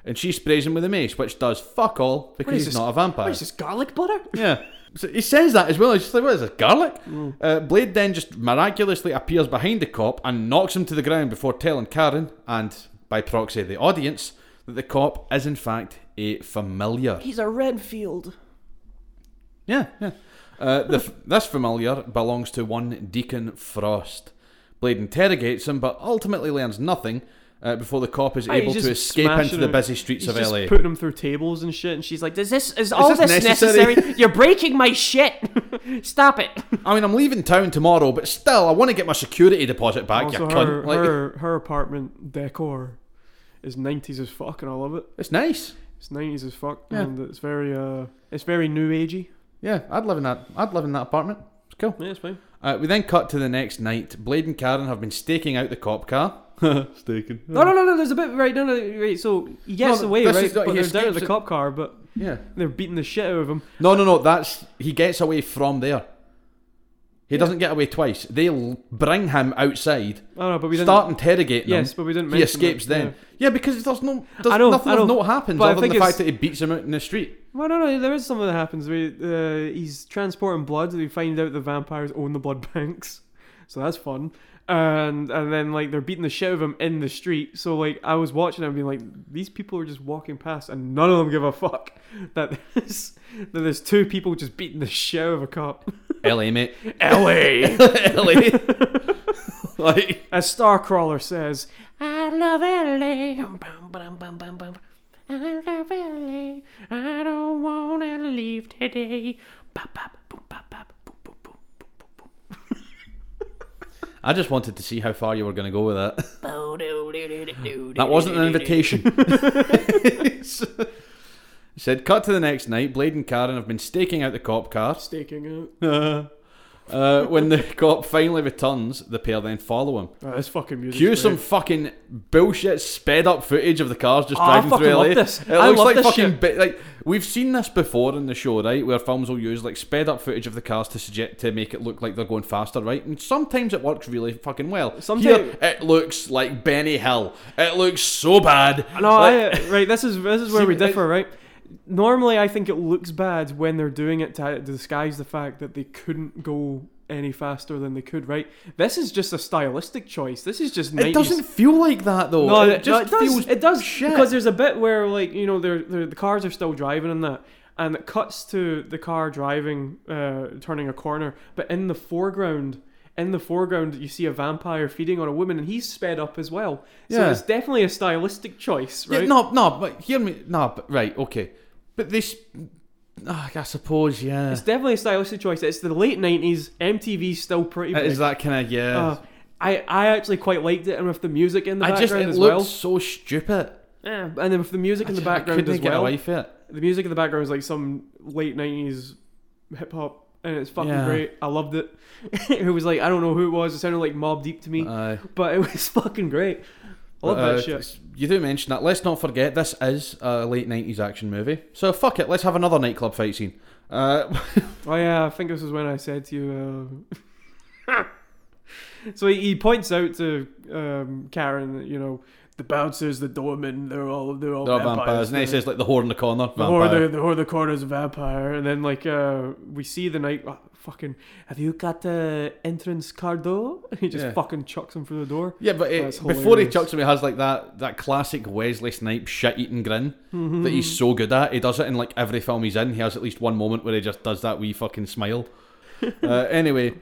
S1: and she sprays him with a mace, which does fuck all because
S2: is
S1: he's
S2: this-
S1: not a vampire.
S2: What is this garlic butter?
S1: Yeah. So he says that as well. He's just like, what is this, garlic?
S2: Mm.
S1: Uh, Blade then just miraculously appears behind the cop and knocks him to the ground before telling Karen, and by proxy the audience, that the cop is in fact a familiar.
S3: He's a Redfield.
S1: Yeah, yeah. Uh, the, f- this familiar belongs to one Deacon Frost. Blade interrogates him, but ultimately learns nothing uh, before the cop is
S2: Aye, Oh, he's
S1: able to
S2: just
S1: escape
S2: smashing
S1: into the
S2: him.
S1: busy streets
S2: He's
S1: of
S2: just
S1: LA.
S2: putting them through tables and shit, and she's like,
S3: Is this is all
S1: this
S3: this,
S1: necessary?
S3: necessary? You're breaking my shit. Stop it.
S1: I mean, I'm leaving town tomorrow, but still, I want to get my security deposit back,
S2: also
S1: you
S2: her,
S1: cunt. Like,
S2: her her apartment decor is nineties as fuck, and I love it.
S1: It's nice.
S2: It's nineties as fuck,
S1: Yeah.
S2: and it's very uh, it's very new agey.
S1: Yeah, I'd live in that. I'd live in that apartment. It's cool.
S2: Yeah, it's fine.
S1: Uh, we then cut to the next night. Blade and Karen have been staking out the cop car. staking.
S2: No, no, no, no. There's a bit right. No, no. Right. So he gets
S1: No,
S2: away,
S1: this
S2: right?
S1: is not-
S2: But
S1: he
S2: they're down at
S1: escapes
S2: the
S1: it.
S2: cop car, but
S1: Yeah.
S2: they're beating the shit out of him.
S1: No, no, no. That's he gets away from there. He doesn't get away twice. They will bring him outside,
S2: Oh no, but we didn't.
S1: start interrogating
S2: yes,
S1: him.
S2: but we didn't.
S1: He
S2: mention
S1: escapes
S2: that,
S1: then.
S2: yeah.
S1: Yeah, because there's no, there's
S2: I know,
S1: nothing
S2: I
S1: of
S2: know.
S1: note happens
S2: But I
S1: other than
S2: think
S1: the fact that
S2: it's-
S1: he beats him out in the street.
S2: Well, no, no. There is something that happens. We uh, he's transporting blood. We find out the vampires own the blood banks, so that's fun. And and then like they're beating the shit out of him in the street. So like I was watching it and being like, these people are just walking past, and none of them give a fuck that there's, that there's two people just beating the shit out of a cop.
S1: LA mate,
S2: Ellie,
S1: LA. like
S2: as Starcrawler says,
S3: I love LA. Bum, bum, bum, bum, bum. I love LA. I don't wanna leave today. Bop, bop, boop, bop, bop, boop, boop, boop, boop, boop,
S1: I just wanted to see how far you were going to go with that.
S3: boop. Bo, do, do, do, do, do,
S1: That
S3: do,
S1: wasn't
S3: do,
S1: an
S3: do, do.
S1: invitation. Said, cut to the next night. Blade and Karen have been staking out the cop car.
S2: staking out.
S1: Uh, uh, when the cop finally returns, the pair then follow him.
S2: Oh, this fucking music.
S1: Cue some fucking bullshit sped up footage of the cars just
S2: Oh, I
S1: driving
S2: fucking
S1: through LA.
S2: love this.
S1: It
S2: I
S1: looks
S2: love
S1: like
S2: this
S1: fucking
S2: shit.
S1: bi- like we've seen this before in the show, right? Where films will use like sped up footage of the cars to suggest to make it look like they're going faster, right? And sometimes it works really fucking well.
S2: Sometime-
S1: Here it looks like Benny Hill. It looks so bad.
S2: No,
S1: Like-
S2: I, uh, right. This is this is where
S1: See,
S2: we
S1: it-
S2: differ, right? Normally, I think it looks bad when they're doing it to disguise the fact that they couldn't go any faster than they could, right? This is just a stylistic choice. This is just 90s.
S1: it doesn't feel like that though.
S2: No,
S1: it just
S2: no, it does.
S1: feels
S2: it does
S1: shit.
S2: because there's a bit where like you know they're, they're, the cars are still driving and that, and it cuts to the car driving, uh, turning a corner. But in the foreground, in the foreground, you see a vampire feeding on a woman, and he's sped up as well. So
S1: Yeah.
S2: it's definitely a stylistic choice, right?
S1: Yeah, no, no, but hear me. No, but right, okay. But this, Ah, I suppose, yeah.
S2: It's definitely a stylistic choice. It's the late nineties. MTV's still pretty.
S1: It
S2: Big.
S1: is that kind of yeah.
S2: Uh, I I actually quite liked it, and with the music in the
S1: I just
S2: background
S1: it
S2: as
S1: looks
S2: well.
S1: so stupid.
S2: Yeah, and then with the music in the
S1: I
S2: background
S1: couldn't
S2: as
S1: get
S2: well.
S1: away from it.
S2: The music in the background is like some late nineties hip hop, and it's fucking
S1: Yeah.
S2: great. I loved it. it was like I don't know who it was. It sounded like Mob Deep to me,
S1: Aye.
S2: but it was fucking great. I love
S1: Uh,
S2: that shit.
S1: You do mention that. Let's not forget this is a late nineties action movie. So fuck it. Let's have another nightclub fight scene. Uh,
S2: Oh yeah, I think this is when I said to you. Uh... so he, he points out to um, Karen, that, you know, the bouncers, the doormen, they're all they're all
S1: no
S2: Oh, vampires.
S1: vampires. And then he
S2: they're-
S1: says like the whore in the corner.
S2: the whore,
S1: vampire.
S2: the, the whore, the corner's a vampire, and then like uh, we see the night. oh, fucking, have you got the entrance card though? And he just
S1: Yeah.
S2: fucking chucks him through the door.
S1: Yeah, but it,
S2: That's
S1: before he
S2: hilarious.
S1: chucks him, he has like that that classic Wesley Snipes shit-eating grin
S2: Mm-hmm.
S1: that he's so good at. He does it in like every film he's in. He has at least one moment where he just does that wee fucking smile. uh, anyway,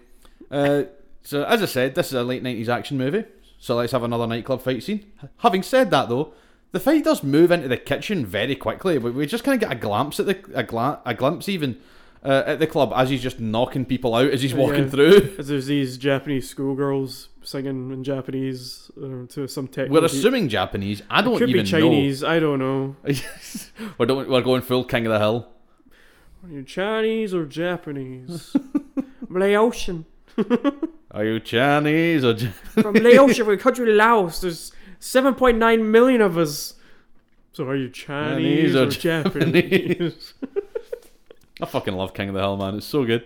S1: uh, so as I said, this is a late nineties action movie. So let's have another nightclub fight scene. Having said that, though, the fight does move into the kitchen very quickly. We, we just kind of get a glimpse at the a, gla- a glimpse even uh, at the club as he's just knocking people out as he's walking
S2: Yeah.
S1: through.
S2: As there's these Japanese schoolgirls singing in Japanese uh, to some tech.
S1: We're assuming Japanese. I don't
S2: could
S1: even
S2: be
S1: know.
S2: Chinese. I don't know.
S1: we're, doing, we're going full King of the Hill.
S2: Are you Chinese or Japanese? Laotian.
S1: Are you Chinese or J-
S2: From Laotia, from the country Laos. There's 7.9 million of us. So are you Chinese,
S1: Chinese or
S2: or Japanese?
S1: I fucking love King of the Hill, man. It's so good.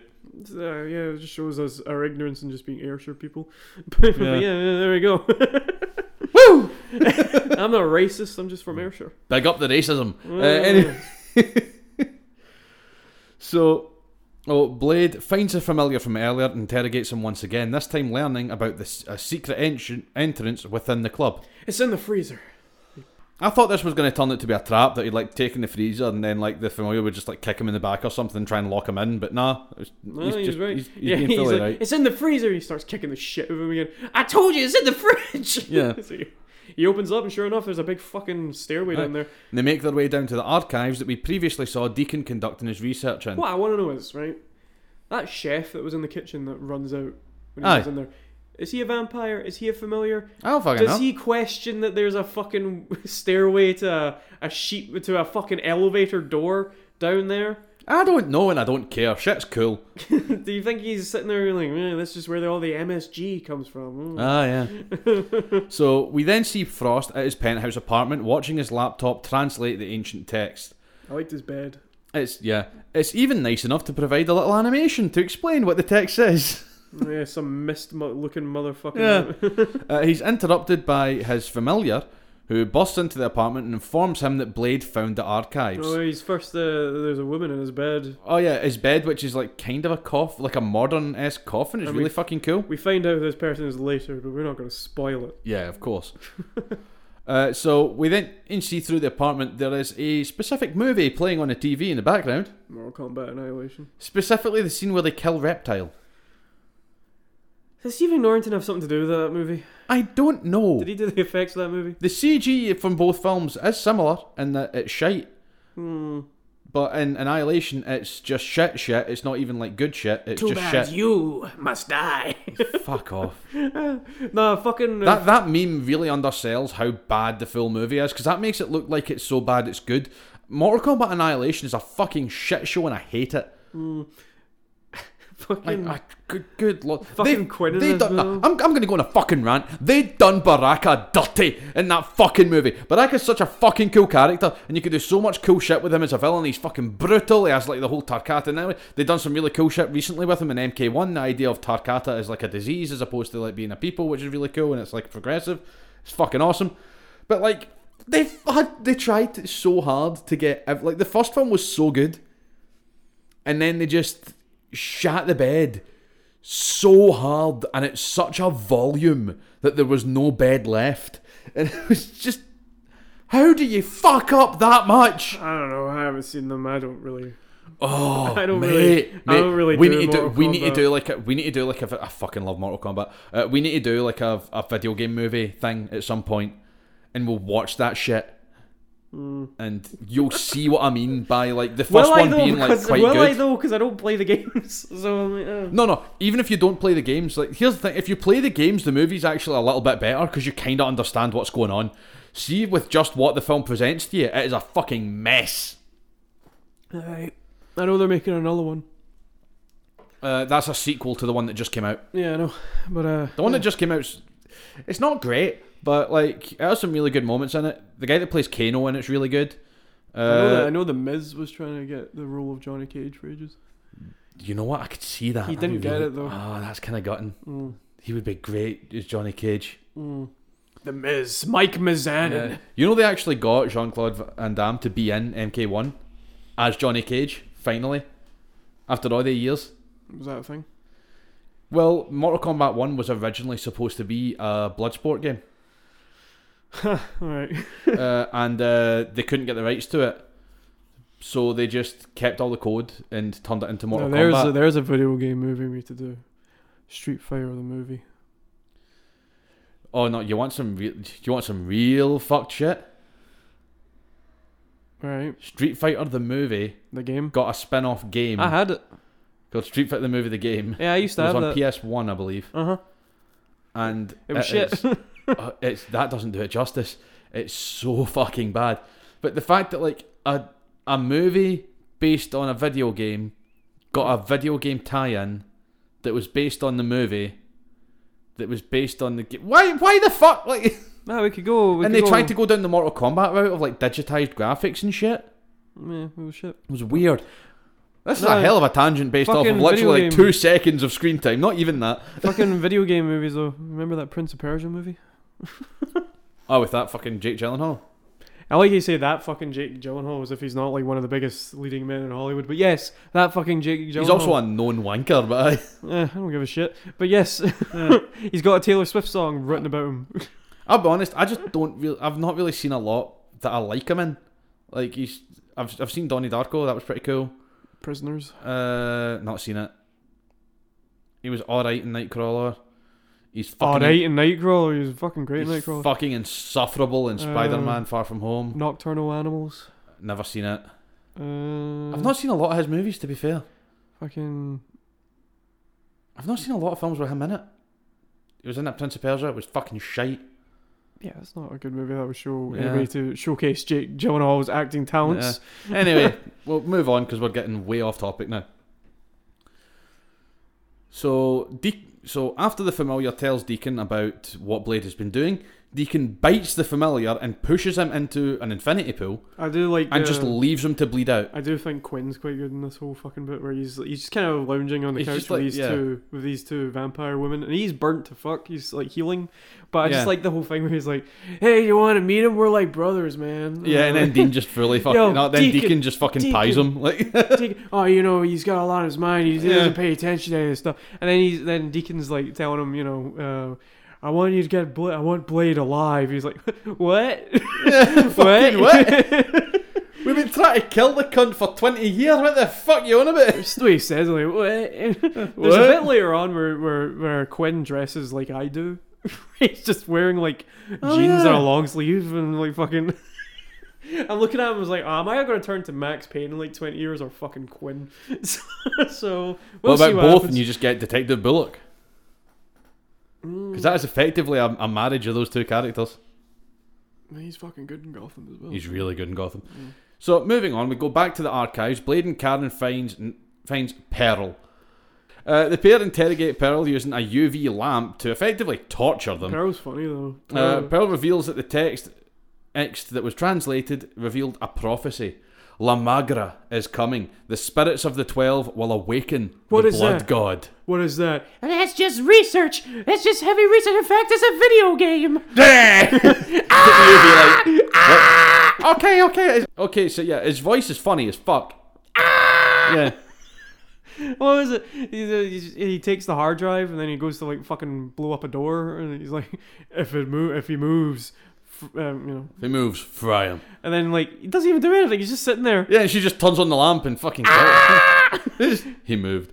S2: uh, yeah, it just shows us our ignorance and just being Ayrshire people. But yeah.
S1: Yeah.
S2: yeah, there we go.
S1: Woo!
S2: I'm not racist, I'm just from Ayrshire.
S1: Big up the racism. Uh,
S2: Mm.
S1: anyway. so, oh, Blade finds a familiar from earlier, interrogates him once again. This time, learning about this a secret entran- entrance within the club.
S2: It's in the freezer.
S1: I thought this was going to turn out to be a trap that he'd like take in the freezer and then like the familiar would just like kick him in the back or something and try and lock him in, but nah. it's-
S2: No, Oh, he's,
S1: just-
S2: right.
S1: He's, he's
S2: yeah,
S1: being
S2: he's
S1: fully
S2: like,
S1: right.
S2: It's in the freezer. He starts kicking the shit out of him again. I told you, it's in the fridge.
S1: Yeah.
S2: So he- he opens up, and sure enough, there's a big fucking stairway down there.
S1: And they make their way down to the archives that we previously saw Deacon conducting his research in.
S2: What I want to know is, right? That chef that was in the kitchen that runs out when he
S1: Aye.
S2: was in there. Is he a vampire? Is he a familiar?
S1: I don't fucking know.
S2: Does he question that there's a fucking stairway to a, a sheep to a fucking elevator door down there?
S1: I don't know and I don't care. Shit's cool.
S2: Do you think he's sitting there like, "Eh, this is where all the MSG comes from? Hmm.
S1: Ah, yeah. so we then see Frost at his penthouse apartment watching his laptop translate the ancient text.
S2: I liked his bed.
S1: It's, yeah, it's even nice enough to provide a little animation to explain what the text says.
S2: yeah, some mist mo- looking motherfucker.
S1: Yeah. Uh, he's interrupted by his familiar, who busts into the apartment and informs him that Blade found the archives.
S2: Oh, he's first. Uh, there's a woman in his bed.
S1: Oh yeah, his bed, which is like kind of a coff, like a modern esque coffin, is
S2: And
S1: really
S2: we-
S1: fucking cool.
S2: We find out who this person is later, but we're not going to spoil it.
S1: Yeah, of course. uh, so we then in see through the apartment. There is a specific movie playing on a TV in the background,
S2: Mortal Kombat Annihilation.
S1: specifically the scene where they kill Reptile.
S2: Does Stephen Norrington have something to do with that movie?
S1: I don't know.
S2: Did he do the effects of that movie?
S1: The CG from both films is similar in that it's shite,
S2: Hmm.
S1: but in Annihilation it's just shit shit. It's not even like good shit. It's
S3: Too
S1: just
S3: bad
S1: shit.
S3: you must die.
S1: Fuck off.
S2: No, fucking. uh,
S1: That that meme really undersells how bad the full movie is because that makes it look like it's so bad it's good. Mortal Kombat Annihilation is a fucking shit show and I hate it. Like,
S2: fucking.
S1: I- good, good lord.
S2: Fucking
S1: They've-
S2: Quinn in
S1: they
S2: it
S1: done,
S2: as well.
S1: I'm, I'm gonna go on a fucking rant. They done Baraka dirty in that fucking movie. Baraka's such a fucking cool character, and you could do so much cool shit with him as a villain. He's fucking brutal. He has like the whole Tarkata. Now they done some really cool shit recently with him in MK1. The idea of Tarkata as like a disease as opposed to like being a people, which is really cool, and it's like progressive. It's fucking awesome. But like they had, they tried so hard to get ev- like the first film was so good, and then they just shat the bed so hard and it's such a volume that there was no bed left. And it was just how do you fuck up that much?
S2: I don't know. I haven't seen them. I don't really.
S1: Oh,
S2: I don't
S1: mate,
S2: really-
S1: mate,
S2: I don't really
S1: we
S2: do
S1: need to do,
S2: Mortal
S1: we need to
S2: Kombat.
S1: do like a, we need to do like a, I fucking love Mortal Kombat. Uh, we need to do like a, a video game movie thing at some point, and we'll watch that shit. And you'll see what I mean by like the first
S2: Will Hmm. I
S1: one
S2: though?
S1: being like
S2: Because
S1: quite
S2: will
S1: good.
S2: I though? Because I don't play the games. So I'm like, uh.
S1: No, no. Even if you don't play the games, like here's the thing: if you play the games, the movie's actually a little bit better because you kind of understand what's going on. See, with just what the film presents to you, it is a fucking mess.
S2: Alright. I know they're making another one.
S1: Uh, that's a sequel to the one that just came out.
S2: Yeah, I know. But uh,
S1: The one that just came out's it's not great, but like it has some really good moments in it. The guy that plays Kano in it's really good.
S2: I, know that, I
S1: Uh,
S2: know the Miz was trying to get the role of Johnny Cage for ages.
S1: you know what? I could see that.
S2: He
S1: That'd be
S2: didn't get
S1: really-
S2: it, though.
S1: Oh, that's kind of gutting.
S2: Mm.
S1: He would be great as Johnny Cage.
S2: The Miz, Mike Mizanin.
S1: Yeah. You know they actually got Jean Claude Van Damme to be in MK1 as Johnny Cage finally after all the years.
S2: Was that a thing?
S1: Well, Mortal Kombat 1 was originally supposed to be a Bloodsport game,
S2: All right.
S1: uh, and uh, they couldn't get the rights to it, so they just kept all the code and turned it into Mortal
S2: Now, there's
S1: Kombat.
S2: a, there's a video game movie we need to do. Street Fighter the movie.
S1: oh no, you want some? Re- you want some real fucked shit?
S2: All right.
S1: Street Fighter the movie
S2: The game.
S1: got a spin-off game
S2: I had it.
S1: called Street Fighter the movie the game.
S2: Yeah, Uh-huh. I used
S1: It
S2: to
S1: was on
S2: have that.
S1: PS1, I believe,
S2: uh huh.
S1: and
S2: It was
S1: is-
S2: shit.
S1: uh, it's that doesn't do it justice. It's so fucking bad. But the fact that like a a movie based on a video game got a video game tie-in that was based on the movie that was based on the game. Why? Why the fuck? Like,
S2: no, we could go. We
S1: and
S2: could
S1: they
S2: go.
S1: tried to go down the Mortal Kombat route of like digitized graphics and shit.
S2: Yeah, it was shit.
S1: It was weird. This is
S2: No,
S1: a hell of a tangent based off of
S2: fucking video
S1: literally like
S2: game.
S1: two seconds of screen time. Not even that.
S2: Fucking video game movies though. Remember that Prince of Persia movie?
S1: Oh, with that fucking Jake Gyllenhaal.
S2: I like you say that fucking Jake Gyllenhaal as if he's not like one of the biggest leading men in Hollywood. But yes, that fucking Jake Gyllenhaal.
S1: He's also a known wanker, but. uh, I-
S2: Eh, I don't give a shit. But yes, he's got a Taylor Swift song written about him.
S1: I'll be honest. I just don't really. I've not really seen a lot that I like him in. Like he's. I've I've seen Donnie Darko. That was pretty cool.
S2: Prisoners.
S1: Uh, not seen it. He was all right in Nightcrawler. He's fucking.
S2: All right, and Nightcrawler. He was fucking great.
S1: He's
S2: in Nightcrawler.
S1: fucking insufferable in
S2: Uh,
S1: Spider-Man: Far From Home.
S2: Nocturnal Animals.
S1: Never seen it.
S2: Uh,
S1: I've not seen a lot of his movies, to be fair.
S2: fucking.
S1: I've not seen a lot of films with him in it. He was in that Prince of Persia. It was fucking shite.
S2: yeah, it's not a good movie that would show
S1: Yeah.
S2: any way to showcase Jake Gyllenhaal's acting talents.
S1: Yeah. Anyway, we'll move on because we're getting way off topic now. So, De- so after the familiar tells Deacon about what Blade has been doing, Deacon bites the familiar and pushes him into an infinity pool
S2: I do like.
S1: and
S2: the-
S1: just leaves him to bleed out.
S2: I do think Quinn's quite good in this whole fucking bit where he's he's just kind of lounging on the
S1: He's
S2: couch
S1: just
S2: with
S1: like-
S2: these
S1: yeah.
S2: two with these two vampire women, and he's burnt to fuck. He's like healing, but I
S1: Yeah.
S2: just like the whole thing where he's like, "Hey, you want to meet him? We're like brothers, man."
S1: Yeah, and then Dean just fully fucking.
S2: Yo,
S1: no, then Deacon,
S2: Deacon-
S1: just fucking pies him. Like,
S2: Deacon- oh, you know, he's got a lot on his mind. He
S1: Yeah.
S2: doesn't pay attention to any of this stuff. And then he's then Deacon's like telling him, you know, uh, I want you to get Bla- I want Blade alive. He's like, what?
S1: fucking what? We've been trying to kill the cunt for twenty years. What the fuck you on about?
S2: That's what he says. Like, what? There's
S1: What?
S2: a bit later on where, where where Quinn dresses like I do. He's just wearing like
S1: Oh,
S2: jeans and
S1: yeah.
S2: a long sleeve and like fucking. I'm looking at him. I was like, oh, am I going to turn to Max Payne in like 20 years or fucking Quinn? so, we'll
S1: what
S2: see
S1: about
S2: what
S1: both,
S2: happens.
S1: and you just get Detective Bullock?
S2: Mm.
S1: Because that is effectively a, a marriage of those two characters.
S2: He's fucking good in Gotham as well.
S1: He's really good in Gotham.
S2: Mm.
S1: So moving on, we go back to the archives. Blade and Karen finds finds Pearl. Uh, the pair interrogate Pearl using a UV lamp to effectively torture them.
S2: Carol's funny though.
S1: Uh, Pearl reveals that the text text that was translated revealed a prophecy. La Magra is coming. The spirits of the twelve will awaken
S2: What
S1: the
S2: is
S1: blood
S2: that?
S1: god.
S2: what is that?
S3: That's just research. That's just heavy research. In fact, it's a video game.
S1: You'd be like, "What?" okay, okay, it's- okay. So yeah, his voice is funny as fuck. Yeah,
S2: What was it? He's, uh, he's, he takes the hard drive and then he goes to like fucking blow up a door and he's like, if it move, if he moves, f- um, you know.
S1: he moves, fry him.
S2: And then like he doesn't even do anything. He's just sitting there.
S1: Yeah, and she just turns on the lamp and fucking. kills him. he moved.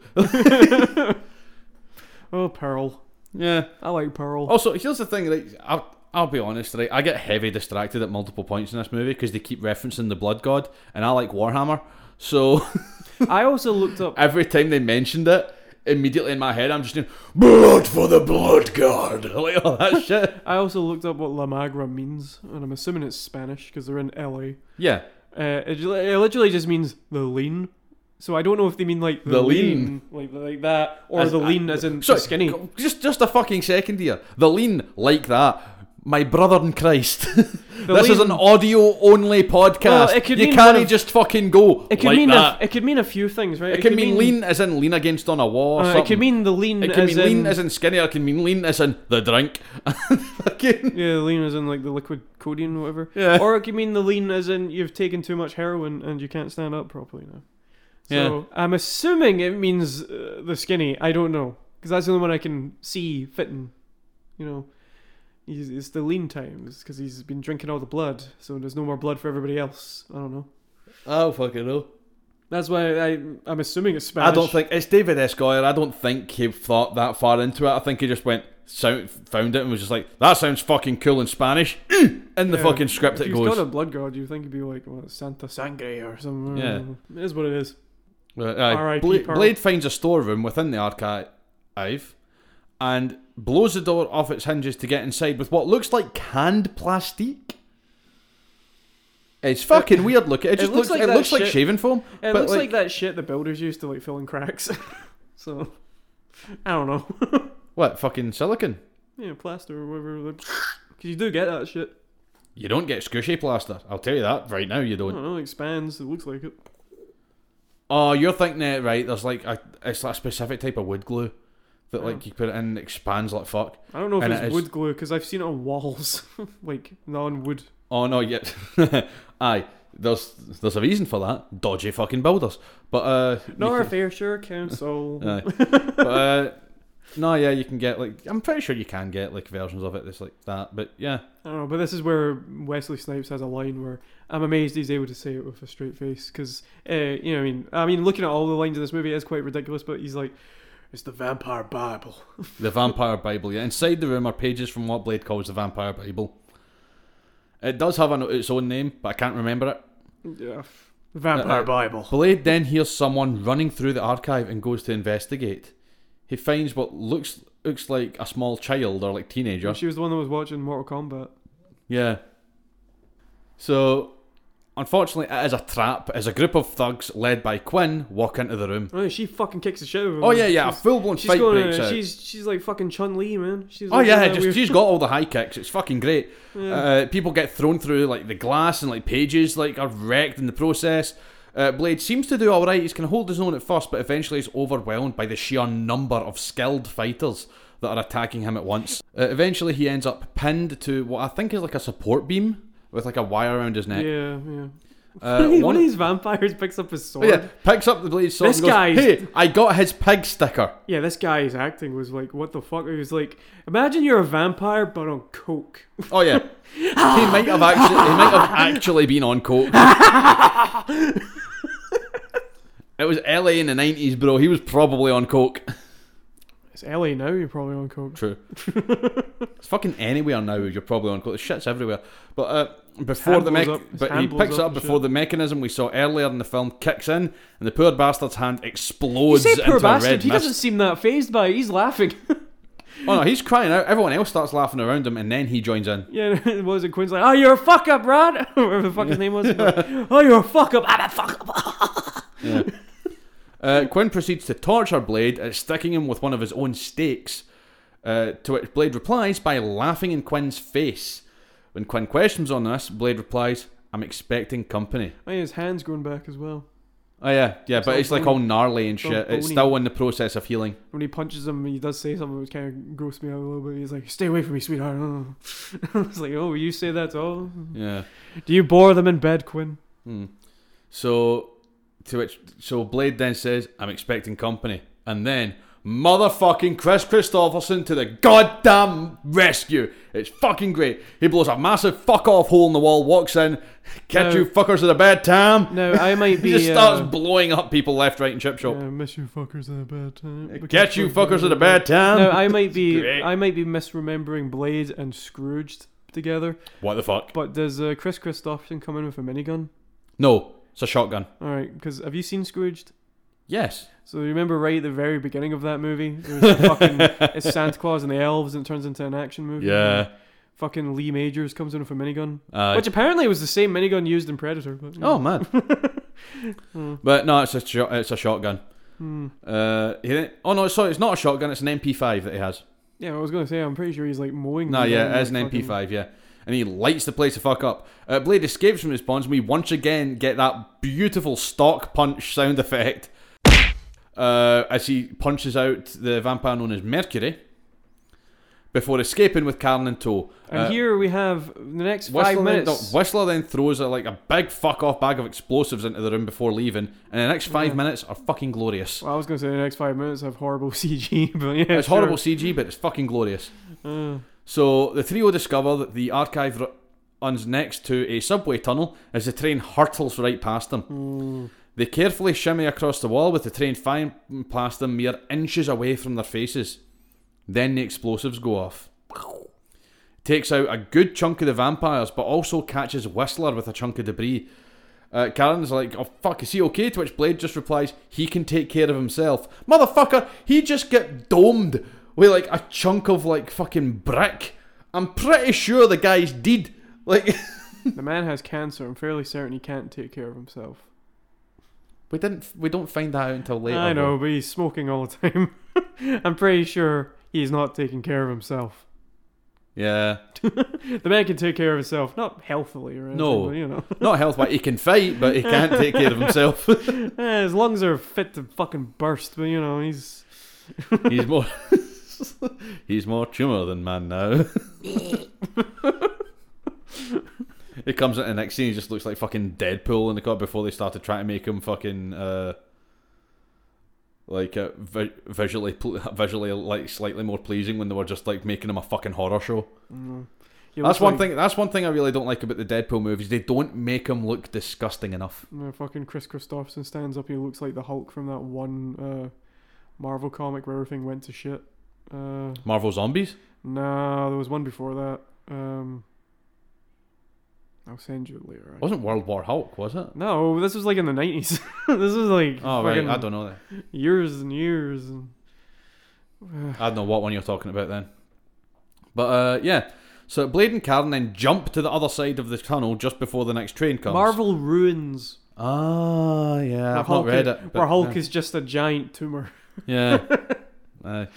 S2: Oh, Pearl.
S1: yeah.
S2: I like Pearl.
S1: Also, here's the thing. Like, I'll, I'll be honest. Right, I get heavy distracted at multiple points in this movie because they keep referencing the blood god, and I like Warhammer. So Oh.
S2: I also looked up.
S1: every time they mentioned it, immediately in my head, I'm just doing blood for the blood god, like all that shit.
S2: I also looked up what La Magra means, and I'm assuming it's Spanish because they're in LA.
S1: Yeah,
S2: Uh, it, ju- it literally just means the lean. So I don't know if they mean like the,
S1: The lean.
S2: lean. like like that, or
S1: As-
S2: the
S1: I-
S2: lean as in
S1: So
S2: the skinny.
S1: Just just a fucking second here. The lean like that. My brother in Christ. this is an
S2: lean-
S1: audio only podcast.
S2: Well, it could
S1: you
S2: mean
S1: can't
S2: one of-
S1: just fucking go
S2: It could
S1: like
S2: mean
S1: that.
S2: A, it could mean a few things, right?
S1: it, could mean, lean as in lean against on a wall. Or
S2: Uh,
S1: something.
S2: it could mean the lean.
S1: It can
S2: as
S1: mean lean
S2: in-
S1: as in skinny, or it can mean lean as in the drink. Fucking-
S2: Yeah, lean as in like the liquid codeine, whatever.
S1: Yeah.
S2: Or it could mean the lean as in you've taken too much heroin and you can't stand up properly now. So I'm assuming it means uh, the skinny. I don't know because that's the only one I can see fitting. You know, he's, it's the lean times because he's been drinking all the blood, so there's no more blood for everybody else. I don't know.
S1: I don't fucking know.
S2: That's why I I'm assuming it's Spanish.
S1: I don't think it's David S. Goyer. I don't think he thought that far into it. I think he just went sound, found it and was just like, "That sounds fucking cool in Spanish." in the
S2: Yeah.
S1: fucking script,
S2: If
S1: it
S2: he's
S1: goes.
S2: got a blood god, you think he'd be like well, Santa Sangre or something.
S1: Yeah.
S2: it is what it is.
S1: Right, Uh, aye.
S2: R.I.P.
S1: Blade,
S2: Pearl.
S1: Blade finds a storeroom within the archive and blows the door off its hinges to get inside with what looks like canned plastic. It's fucking weird looking. It just looks,
S2: looks like
S1: it
S2: that
S1: looks like
S2: shit-
S1: shaving foam. but
S2: It looks like, that shit the builders used to like fill in cracks. so I don't know.
S1: what fucking silicon.
S2: yeah, plaster or whatever. Because you do get that shit.
S1: You don't get squishy plaster. I'll tell you that right now. You
S2: I
S1: don't.
S2: don't know. It expands. It looks like it.
S1: Oh, you're thinking it right. There's like a it's like a specific type of wood glue that
S2: Hmm.
S1: like you put it in and expands like fuck.
S2: I don't know if
S1: And it
S2: it's
S1: is-
S2: wood glue because I've seen it on walls, like non-wood.
S1: Oh no, yeah. Aye, there's there's a reason for that. Dodgy fucking builders. But uh, you
S2: Not our
S1: can-
S2: fair share council.
S1: Aye. but, uh, no, yeah, you can get like I'm pretty sure you can get like versions of it that's like that. But yeah,
S2: I don't know, but this is where Wesley Snipes has a line where I'm amazed he's able to say it with a straight face because, uh, you know, what I mean, I mean, looking at all the lines in this movie it is quite ridiculous, but he's like, "It's the vampire bible."
S1: the Vampire Bible. Yeah, inside the room are pages from what Blade calls the Vampire Bible. It does have an, its own name, but I can't remember it.
S2: yeah, vampire
S1: Uh,
S2: bible.
S1: Blade then hears someone running through the archive and goes to investigate. He finds what looks looks like a small child or like teenager.
S2: She was the one that was watching Mortal Kombat.
S1: Yeah. So, unfortunately, it is a trap as a group of thugs led by Quinn walk into the room.
S2: Oh, she fucking kicks the shit out of him.
S1: Oh yeah, yeah, a
S2: She's-
S1: full blown
S2: She's
S1: fight
S2: going.
S1: breaks
S2: uh,
S1: out.
S2: She's she's like fucking Chun Li, man. She's
S1: Oh
S2: like
S1: yeah,
S2: that
S1: just,
S2: weird-
S1: she's got all the high kicks. It's fucking great.
S2: Yeah.
S1: Uh, people get thrown through like the glass and like pages like are wrecked in the process. Uh, Blade seems to do all right. He's can hold his own at first, but eventually is overwhelmed by the sheer number of skilled fighters that are attacking him at once. Uh, eventually, he ends up pinned to what I think is like a support beam with like a wire around his neck.
S2: yeah, yeah.
S1: Uh,
S2: one,
S1: one-
S2: of these vampires picks up his
S1: Oh,
S2: sword.
S1: yeah, picks up the blade sword
S2: This
S1: and goes,
S2: guy's-
S1: "Hey, I got his pig sticker."
S2: Yeah, this guy's acting was like, what the fuck? He was like, imagine you're a vampire but on coke.
S1: Oh yeah, he might have actually he might have actually been on coke. it was LA in the nineties, bro. He was probably on coke.
S2: It's LA now, you're probably on coke.
S1: True. it's fucking anywhere now. You're probably on coke. The shit's everywhere. But uh, before
S2: hand
S1: the mech,
S2: blows up. His
S1: but he
S2: hand blows
S1: picks it
S2: up
S1: up
S2: and
S1: before
S2: shit.
S1: the mechanism we saw earlier in the film kicks in, and the poor bastard's hand
S2: You
S1: explodes
S2: say poor
S1: into a
S2: bastard,
S1: red
S2: he
S1: mist.
S2: doesn't seem that phased by it, he's laughing.
S1: Oh no, he's crying out. Everyone else starts laughing around him, and then he joins in.
S2: yeah, what was it? Quinn's like, oh, you're a fuck up, Rod! Whatever the fuck his name was. oh, you're a fuck up, I'm a fuck up.
S1: Yeah. Uh, Quinn proceeds to torture Blade, uh, sticking him with one of his own stakes. Uh, to which Blade replies by laughing in Quinn's face. When Quinn questions on this, Blade replies, "I'm expecting company."
S2: Man, his hand's growing back as well.
S1: Oh yeah, yeah, but
S2: all
S1: it's like
S2: bony.
S1: all gnarly and
S2: It's all
S1: shit. It's
S2: bony.
S1: still in the process of healing.
S2: When he punches him, he does say something which kind of grosses me out a little bit. He's like, stay away from me, sweetheart. I was like, oh, you say that to all? of them?
S1: Yeah.
S2: Do you bore them in bed, Quinn?
S1: Hmm. So, to which so Blade then says, "I'm expecting company," and then motherfucking Chris Christopherson to the goddamn rescue. It's fucking great. He blows a massive fuck off hole in the wall, walks in, catch
S2: No.
S1: you fuckers at a bad time.
S2: No, I might
S1: He
S2: be.
S1: just
S2: uh,
S1: starts blowing up people left, right, and chip shop.
S2: Yeah, miss you fuckers at a bad time.
S1: Catch you fuckers at a bad time.
S2: No, I might be.
S1: Great.
S2: I might be misremembering Blade and Scrooge together.
S1: what the fuck?
S2: But does uh, Chris Christopherson come in with a minigun?
S1: No, it's a shotgun.
S2: All right, because have you seen Scrooged?
S1: Yes.
S2: So you remember right at the very beginning of that movie, there's a fucking it's Santa Claus and the elves, and it turns into an action movie.
S1: Yeah.
S2: Fucking Lee Majors comes in with a minigun,
S1: Uh,
S2: which apparently was the same minigun used in Predator. But,
S1: oh man.
S2: Hmm.
S1: But no, it's a shot it's a shotgun.
S2: Hmm.
S1: Uh, he didn't, oh no, sorry, it's not a shotgun. It's an MP5 that he has.
S2: yeah, I was gonna say, I'm pretty sure he's like mowing.
S1: No,
S2: them
S1: yeah,
S2: down
S1: it is an
S2: with fucking-
S1: MP5, yeah. And he lights the place the fuck up. Uh, Blade escapes from his bonds, and we once again get that beautiful stock punch sound effect uh, as he punches out the vampire known as Mercury before escaping with Karen in tow.
S2: And
S1: Uh,
S2: here we have the next
S1: Whistler
S2: five
S1: then, no,
S2: minutes.
S1: Whistler then throws a, like a big fuck off bag of explosives into the room before leaving, and the next five
S2: Yeah.
S1: minutes are fucking glorious.
S2: Well, I was gonna say the next five minutes have horrible CG, but yeah,
S1: it's
S2: sure.
S1: horrible CG, but it's fucking glorious.
S2: Uh,
S1: So the trio discover that the archive ru- runs next to a subway tunnel as the train hurtles right past them.
S2: mm,
S1: They carefully shimmy across the wall with the train flying past them mere inches away from their faces. Then the explosives go off. Takes out a good chunk of the vampires, but also catches Whistler with a chunk of debris. Uh, Karen's like, oh fuck, is he okay? To which Blade just replies, he can take care of himself. Motherfucker, he just get domed with like a chunk of like fucking brick. I'm pretty sure the guy's dead. Like,
S2: the man has cancer. I'm fairly certain he can't take care of himself.
S1: we didn't, we don't find that out until later.
S2: I
S1: though.
S2: know, but he's smoking all the time. I'm pretty sure he's not taking care of himself.
S1: Yeah.
S2: The man can take care of himself, not healthily or anything,
S1: No.
S2: but, you know,
S1: Not health wise. He can fight, but he can't take care of himself.
S2: Eh, his lungs are fit to fucking burst. But you know, he's
S1: he's more. he's more tumor than man now. he comes in the next scene. He just looks like fucking Deadpool in the cut before they started trying to make him fucking. Uh, like uh, vi- visually, pl- visually like slightly more pleasing when they were just like making him a fucking horror show.
S2: mm, he
S1: that's
S2: looks
S1: one
S2: like-
S1: thing. That's one thing I really don't like about the Deadpool movies. They don't make him look disgusting enough.
S2: When fucking Chris Christopherson stands up, he looks like the Hulk from that one uh, Marvel comic where everything went to shit. Uh,
S1: Marvel zombies.
S2: nah, there was one before that. Um, I'll send you it later. actually.
S1: wasn't World War Hulk, was it?
S2: No, this was like in the nineties. this was like
S1: Oh right,
S2: fucking
S1: I don't know that.
S2: years and years. And...
S1: I don't know what one you're talking about then. But uh, yeah, So Blade and Karen then jump to the other side of the tunnel just before the next train comes.
S2: Marvel ruins.
S1: Ah, yeah, I've not
S2: Hulk
S1: read
S2: i-
S1: it. but,
S2: where Hulk
S1: yeah.
S2: is just a giant tumor.
S1: Yeah. Aye.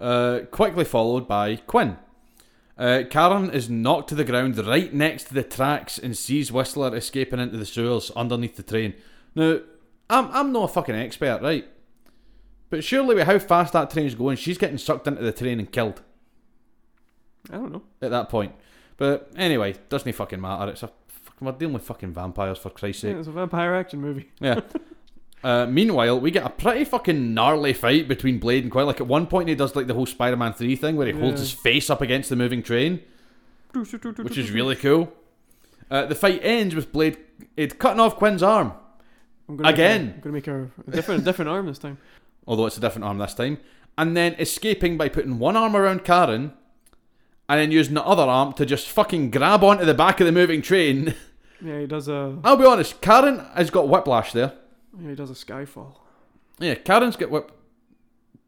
S1: Uh, quickly followed by Quinn. Uh, Karen is knocked to the ground right next to the tracks and sees Whistler escaping into the sewers underneath the train. Now, I'm I'm not a fucking expert, right? But surely with how fast that train's going, she's getting sucked into the train and killed
S2: I don't know.
S1: at that point. But anyway, doesn't fucking matter. It's a fucking, we're dealing with fucking vampires for Christ's sake.
S2: Yeah, it's a vampire action movie.
S1: Yeah. Uh, meanwhile, we get a pretty fucking gnarly fight between Blade and Quill. Like at one point, he does like the whole Spider-Man three thing where he holds
S2: Yeah.
S1: his face up against the moving train, which is really cool. Uh, the fight ends with Blade it cutting off Quinn's arm,
S2: I'm gonna make a-
S1: Again.
S2: I'm gonna make a, a different, a different arm this time.
S1: although it's a different arm this time, and then escaping by putting one arm around Karen, and then using the other arm to just fucking grab onto the back of the moving train.
S2: Yeah, he does a
S1: I'll be honest, Karen has got whiplash there.
S2: yeah, he does a skyfall.
S1: Yeah, Karen's got whip.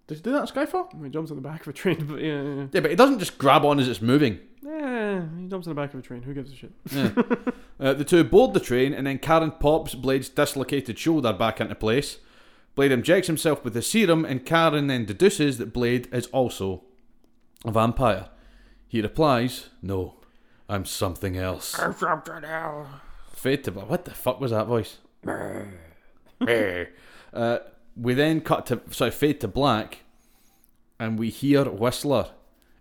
S1: Does he do that in Skyfall?
S2: He jumps on the back of a train, but yeah, yeah, yeah.
S1: Yeah, but it doesn't just grab on as it's moving.
S2: Yeah, he jumps on the back of a train. Who gives a shit?
S1: Uh, the two board the train, and then Karen pops Blade's dislocated shoulder back into place. Blade injects himself with the serum, and Karen then deduces that Blade is also a vampire. He replies, No, I'm something else. Fade to black. What the fuck was that voice? uh, we then cut to sorry, fade to black, and we hear Whistler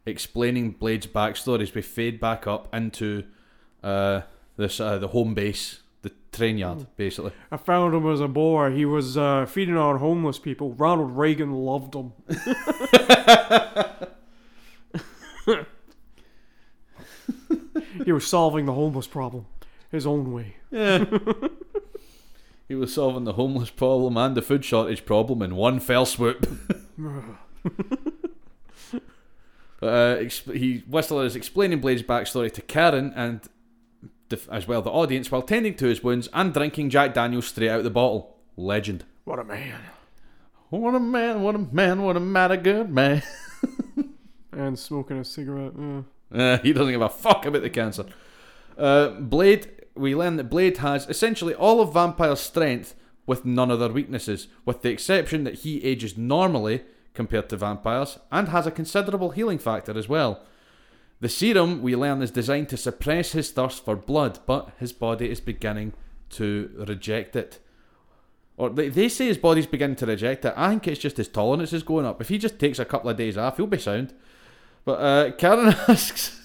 S1: explaining Blade's backstory as we fade back up into uh, this uh, the home base, the train yard, basically.
S2: I found him as a boy. He was uh, feeding on homeless people. Ronald Reagan loved him. he was solving the homeless problem his own way.
S1: Yeah. he was solving the homeless problem and the food shortage problem in one fell swoop. Uh, exp- he Whistler is explaining Blade's backstory to Karen and the, as well the audience while tending to his wounds and drinking Jack Daniels straight out the bottle. Legend.
S2: What a man.
S1: What a man! What a man! What a mighty good man!
S2: And smoking a cigarette. yeah.
S1: Uh, he doesn't give a fuck about the cancer. Uh, Blade. We learn that Blade has essentially all of Vampire's strength with none of their weaknesses, with the exception that he ages normally compared to vampires and has a considerable healing factor as well. The serum, we learn, is designed to suppress his thirst for blood, but his body is beginning to reject it. Or they, they say his body's beginning to reject it. I think it's just his tolerance is going up. If he just takes a couple of days off, he'll be sound. But uh, Karen asks.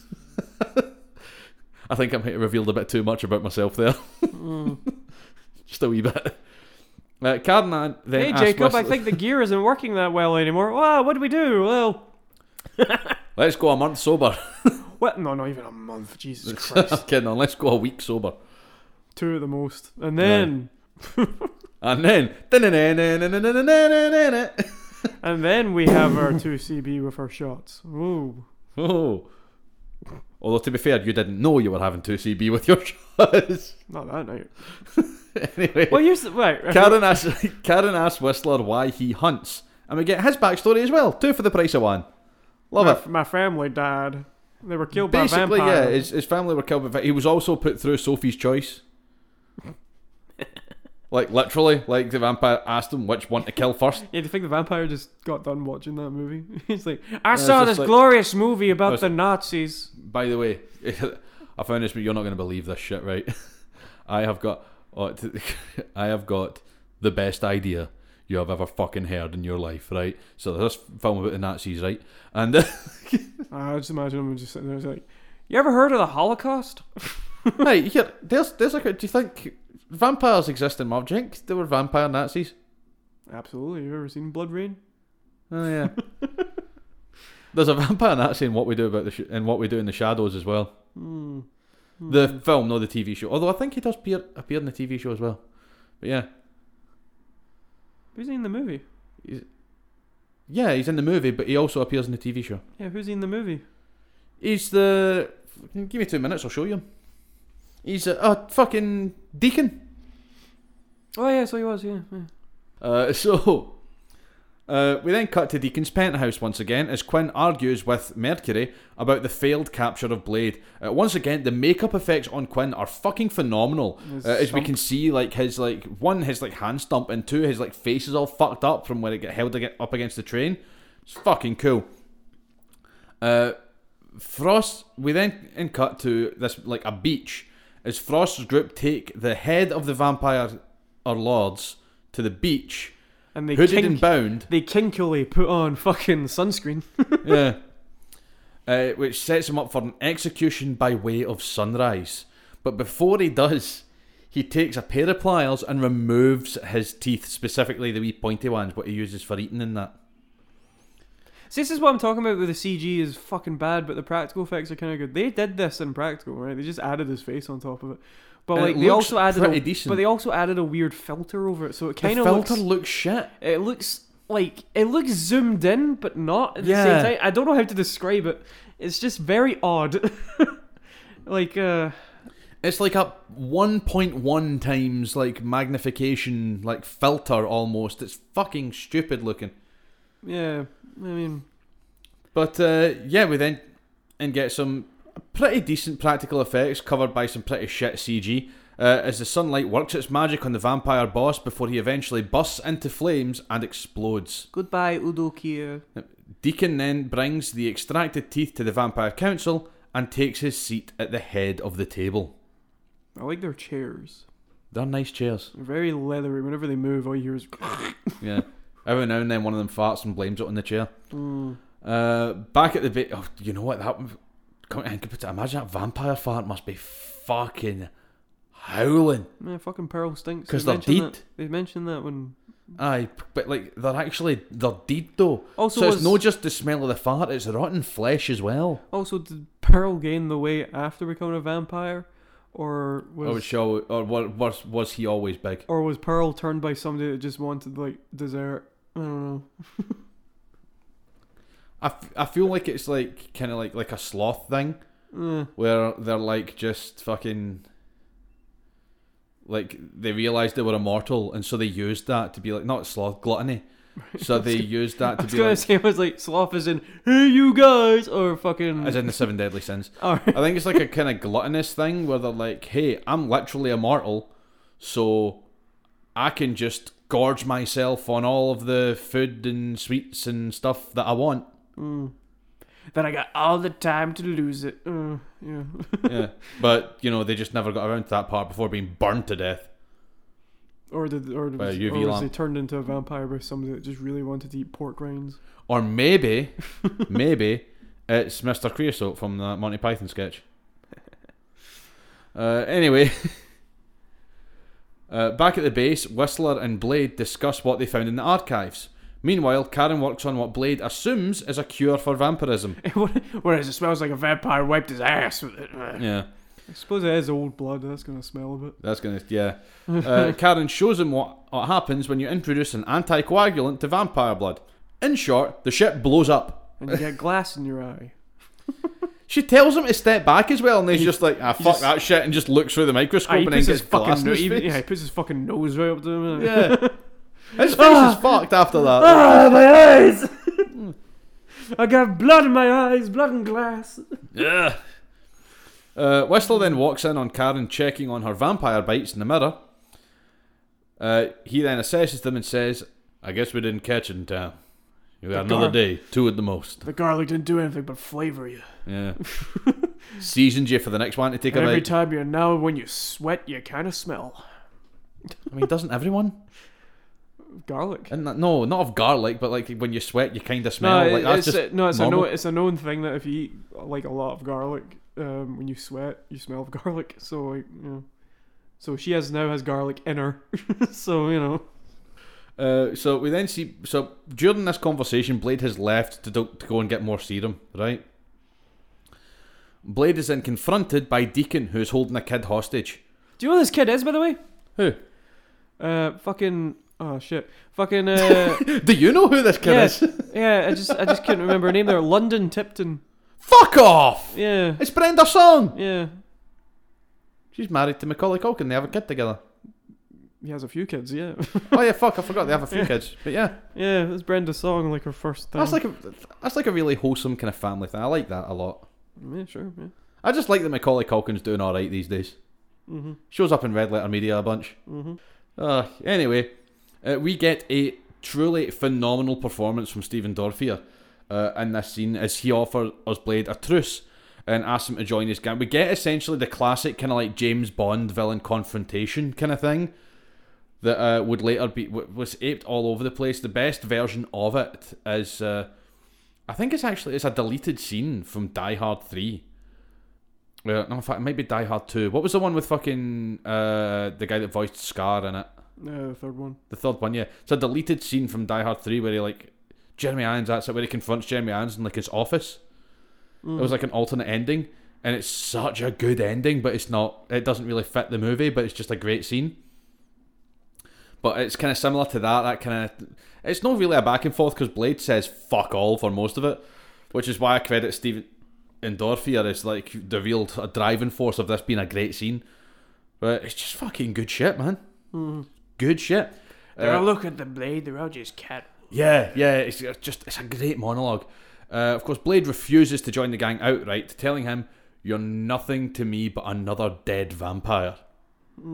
S1: I think I might have revealed a bit too much about myself there. Just a wee bit. Uh, Karen an- then
S2: Hey,
S1: asks
S2: Jacob, I
S1: Wesley-
S2: think the gear isn't working that well anymore. Well, what do we do? Well,
S1: Let's go a month sober.
S2: what? No, not even a month. Jesus Christ.
S1: Kidding on, let's go a week sober.
S2: Two at the most. And then,
S1: And then.
S2: and then we have our 2CB with our shots. Ooh.
S1: Oh. Although, to be fair, you didn't know you were having 2CB with your shots.
S2: Not that night.
S1: anyway.
S2: Well, here's the right.
S1: Karen asks, Karen asks Whistler why he hunts. And we get his backstory as well. Two for the price of one. Love
S2: my,
S1: it.
S2: My family died. They were killed
S1: Basically,
S2: by a
S1: yeah,
S2: vampire.
S1: his, his family were killed. By, he was also put through Sophie's choice. like literally, like the vampire asked him which one to kill first.
S2: Yeah, do you think the vampire just got done watching that movie? He's like, I saw
S1: just
S2: this
S1: like-
S2: glorious movie
S1: I
S2: about
S1: was-
S2: the Nazis.
S1: By the way, I found this, but you're not going to believe this shit, right? I have got, oh, t- I have got the best idea you have ever fucking heard in your life, right? So there's this film about the Nazis, right? And
S2: I just imagine him just sitting there, he's like, you ever heard of the Holocaust?
S1: Hey, here, there's there's a. Do you think vampires exist in Marvel? Do you think there were vampire Nazis?
S2: Absolutely. You ever seen Blood Rain?
S1: Oh yeah. there's a vampire Nazi in what we do about the sh- in what we do in the shadows as well.
S2: Hmm.
S1: The film, not the TV show. Although I think he does appear appear in the TV show as well. But yeah,
S2: Who's he in the movie?
S1: yeah, he's in the movie, but he also appears in the TV show.
S2: Yeah, who's he in the movie?
S1: He's the. Give me two minutes, I'll show you him. He's a, a fucking deacon.
S2: Oh, yeah, so he was, yeah. yeah.
S1: Uh, so, Uh, we then cut to Deacon's penthouse once again as Quinn argues with Mercury about the failed capture of Blade. Uh, once again, the makeup effects on Quinn are fucking phenomenal.
S2: His
S1: Uh, as we
S2: stump.
S1: can see, like his like one, his like hand stump, and two, his like face is all fucked up from when it got held ag- up against the train. It's fucking cool. Uh, Frost. We then and cut to this like a beach. As Frost's group take the head of the vampire or lords to the beach,
S2: And they
S1: hooded
S2: kink-
S1: and bound.
S2: they kinkily put on fucking sunscreen.
S1: yeah. Uh, which sets him up for an execution by way of sunrise. But before he does, he takes a pair of pliers and removes his teeth, specifically the wee pointy ones, what he uses for eating and that.
S2: See, this is what I'm talking about. Where the CG is fucking bad, but the practical effects are kind of good. They did this in practical, right? They just added his face on top of it. But
S1: And
S2: like
S1: it
S2: they
S1: looks
S2: also added,
S1: pretty
S2: a,
S1: decent.
S2: but they also added a weird filter over it, so it kind
S1: the
S2: of
S1: filter
S2: looks.
S1: looks shit.
S2: It looks like it looks zoomed in, but not at the
S1: Yeah.
S2: same time. I don't know how to describe it. It's just very odd. like, uh,
S1: It's like a 1.1 times like magnification like filter almost. It's fucking stupid looking.
S2: yeah. I mean,
S1: But uh, yeah, we then and get some pretty decent practical effects covered by some pretty shit CG. Uh, as the sunlight works its magic on the vampire boss before he eventually bursts into flames and explodes.
S2: goodbye Udokia.
S1: Deacon then brings the extracted teeth to the vampire council and takes his seat at the head of the table.
S2: I like their chairs.
S1: They're nice chairs.
S2: They're very leathery. Whenever they move, all you hear is.
S1: Yeah. Every now and then one of them farts and blames it on the chair.
S2: Hmm.
S1: Uh, back at the bit, oh, you know what? That come to think of it, imagine that vampire fart must be fucking howling.
S2: Man, fucking Pearl stinks.
S1: 'Cause
S2: They
S1: they're
S2: mentioned
S1: deed.
S2: that- They mentioned that when.
S1: Aye, but like they're actually they're dead though.
S2: Also,
S1: so
S2: was,
S1: it's not just the smell of the fart; it's rotten flesh as well.
S2: also did Pearl gain the weight after becoming a vampire, or was
S1: oh, show or wa- was was he always big?
S2: or was Pearl turned by somebody that just wanted like dessert? I don't know.
S1: I, f- I feel like it's like kind of like like a sloth thing
S2: Eh,
S1: where they're like just fucking like they realized they were immortal and so they used that to be like not sloth gluttony. So they used that
S2: I
S1: to
S2: was
S1: be
S2: gonna
S1: like,
S2: say it was like sloth as in hey you guys or fucking.
S1: as in the seven deadly sins.
S2: Alright.
S1: I think it's like a kind of gluttonous thing where they're like, hey, I'm literally immortal, so I can just gorge myself on all of the food and sweets and stuff that I want.
S2: Mm. Then I got all the time to lose it. Uh, yeah.
S1: Yeah. but, you know, they just never got around to that part before being burned to death.
S2: or did or, did,
S1: By a
S2: or
S1: UV
S2: was
S1: lamp.
S2: they turned into a vampire by somebody that just really wanted to eat pork rinds?
S1: Or maybe, maybe it's Mr. Creosote from that Monty Python sketch. Uh, anyway, uh, back at the base, Whistler and Blade discuss what they found in the archives. Meanwhile, Karen works on what Blade assumes is a cure for vampirism.
S3: Whereas it smells like a vampire wiped his ass with it.
S1: Yeah,
S2: I suppose it is old blood. That's gonna smell a bit.
S1: that's gonna yeah. Uh, Karen shows him what, what happens when you introduce an anticoagulant to vampire blood. In short, the ship blows up.
S2: and you get glass in your eye.
S1: She tells him to step back as well, and he's just like, "Ah, fuck
S2: just-
S1: that shit," and just looks through the
S2: Ah,
S1: microscope and then gets glass in
S2: no-
S1: his
S2: even-
S1: face.
S2: yeah, he puts his fucking nose right up to him. Yeah.
S1: Yeah. His face is fucked after that.
S2: Ah, my eyes! I got blood in my eyes, blood and glass.
S1: yeah. Uh, Whistler then walks in on Karen checking on her vampire bites in the mirror. Uh, he then assesses them and says, I guess we didn't catch it in time. You got
S2: The
S1: another
S2: gar-
S1: day, two at the most.
S2: The garlic didn't do anything but flavor you.
S1: Yeah. Seasoned you for the next one to take
S2: And
S1: a
S2: every
S1: bite.
S2: time you're now, when you sweat, you kind of smell
S1: I mean, doesn't everyone?
S2: garlic.
S1: Isn't that- no, not of garlic, but like when you sweat, you kind of smell.
S2: no,
S1: like that's
S2: it's,
S1: just
S2: a, no, it's a
S1: normal.
S2: known, it's a known thing that if you eat like a lot of garlic, um, when you sweat, you smell of garlic. So like, you know. So she has now has garlic in her. so you know.
S1: Uh, so we then see. So during this conversation, Blade has left to, do, to go and get more serum, right? Blade is then confronted by Deacon, who is holding a kid hostage.
S2: Do you know who this kid is, by the way?
S1: Who?
S2: Uh, fucking. Oh shit. Fucking. Uh,
S1: Do you know who this kid
S2: yes.
S1: is?
S2: Yeah, I just I just couldn't remember her name there. London Tipton.
S1: Fuck off!
S2: Yeah.
S1: It's Brenda Song!
S2: Yeah.
S1: She's married to Macaulay Culkin, they have a kid together.
S2: He has a few kids, yeah.
S1: oh yeah, fuck! I forgot they have a few
S2: Yeah.
S1: kids. But yeah,
S2: yeah, that's Brenda's song, like her first time.
S1: that's like a that's like a really wholesome kind of family thing. I like that a lot.
S2: yeah, sure, yeah.
S1: I just like that Macaulay Culkin's doing all right these days.
S2: Mm-hmm,
S1: Shows up in Red Letter Media a bunch.
S2: mm-hmm.
S1: Uh, anyway, uh, we get a truly phenomenal performance from Stephen Dorfier uh, in this scene as he offers us Blade a truce and asks him to join his gang. We get essentially the classic kind of like James Bond villain confrontation kind of thing that uh, would later be w- was aped all over the place. The best version of it is, uh, I think it's actually it's a deleted scene from Die Hard Three. Uh, no, in fact, it might be Die Hard Two. What was the one with fucking uh, the guy that voiced Scar in it?
S2: Yeah, the third one.
S1: The third one, yeah. It's a deleted scene from Die Hard 3 where he, like, Jeremy Irons, that's it, where he confronts Jeremy Irons in, like, his office. It was, like, an alternate ending. And it's such a good ending, but it's not, it doesn't really fit the movie, but it's just a great scene. But it's kind of similar to that, that kind of, it's not really a back and forth because Blade says fuck all for most of it, which is why I credit Steven Endorfier as, like, the real t- driving force of this being a great scene. But it's just fucking good shit, man. Good shit. Uh,
S3: look at the blade, they're all just cat.
S1: yeah, yeah, it's it's just it's a great monologue. Uh, of course, Blade refuses to join the gang outright, telling him, "You're nothing to me but another dead vampire."
S2: so,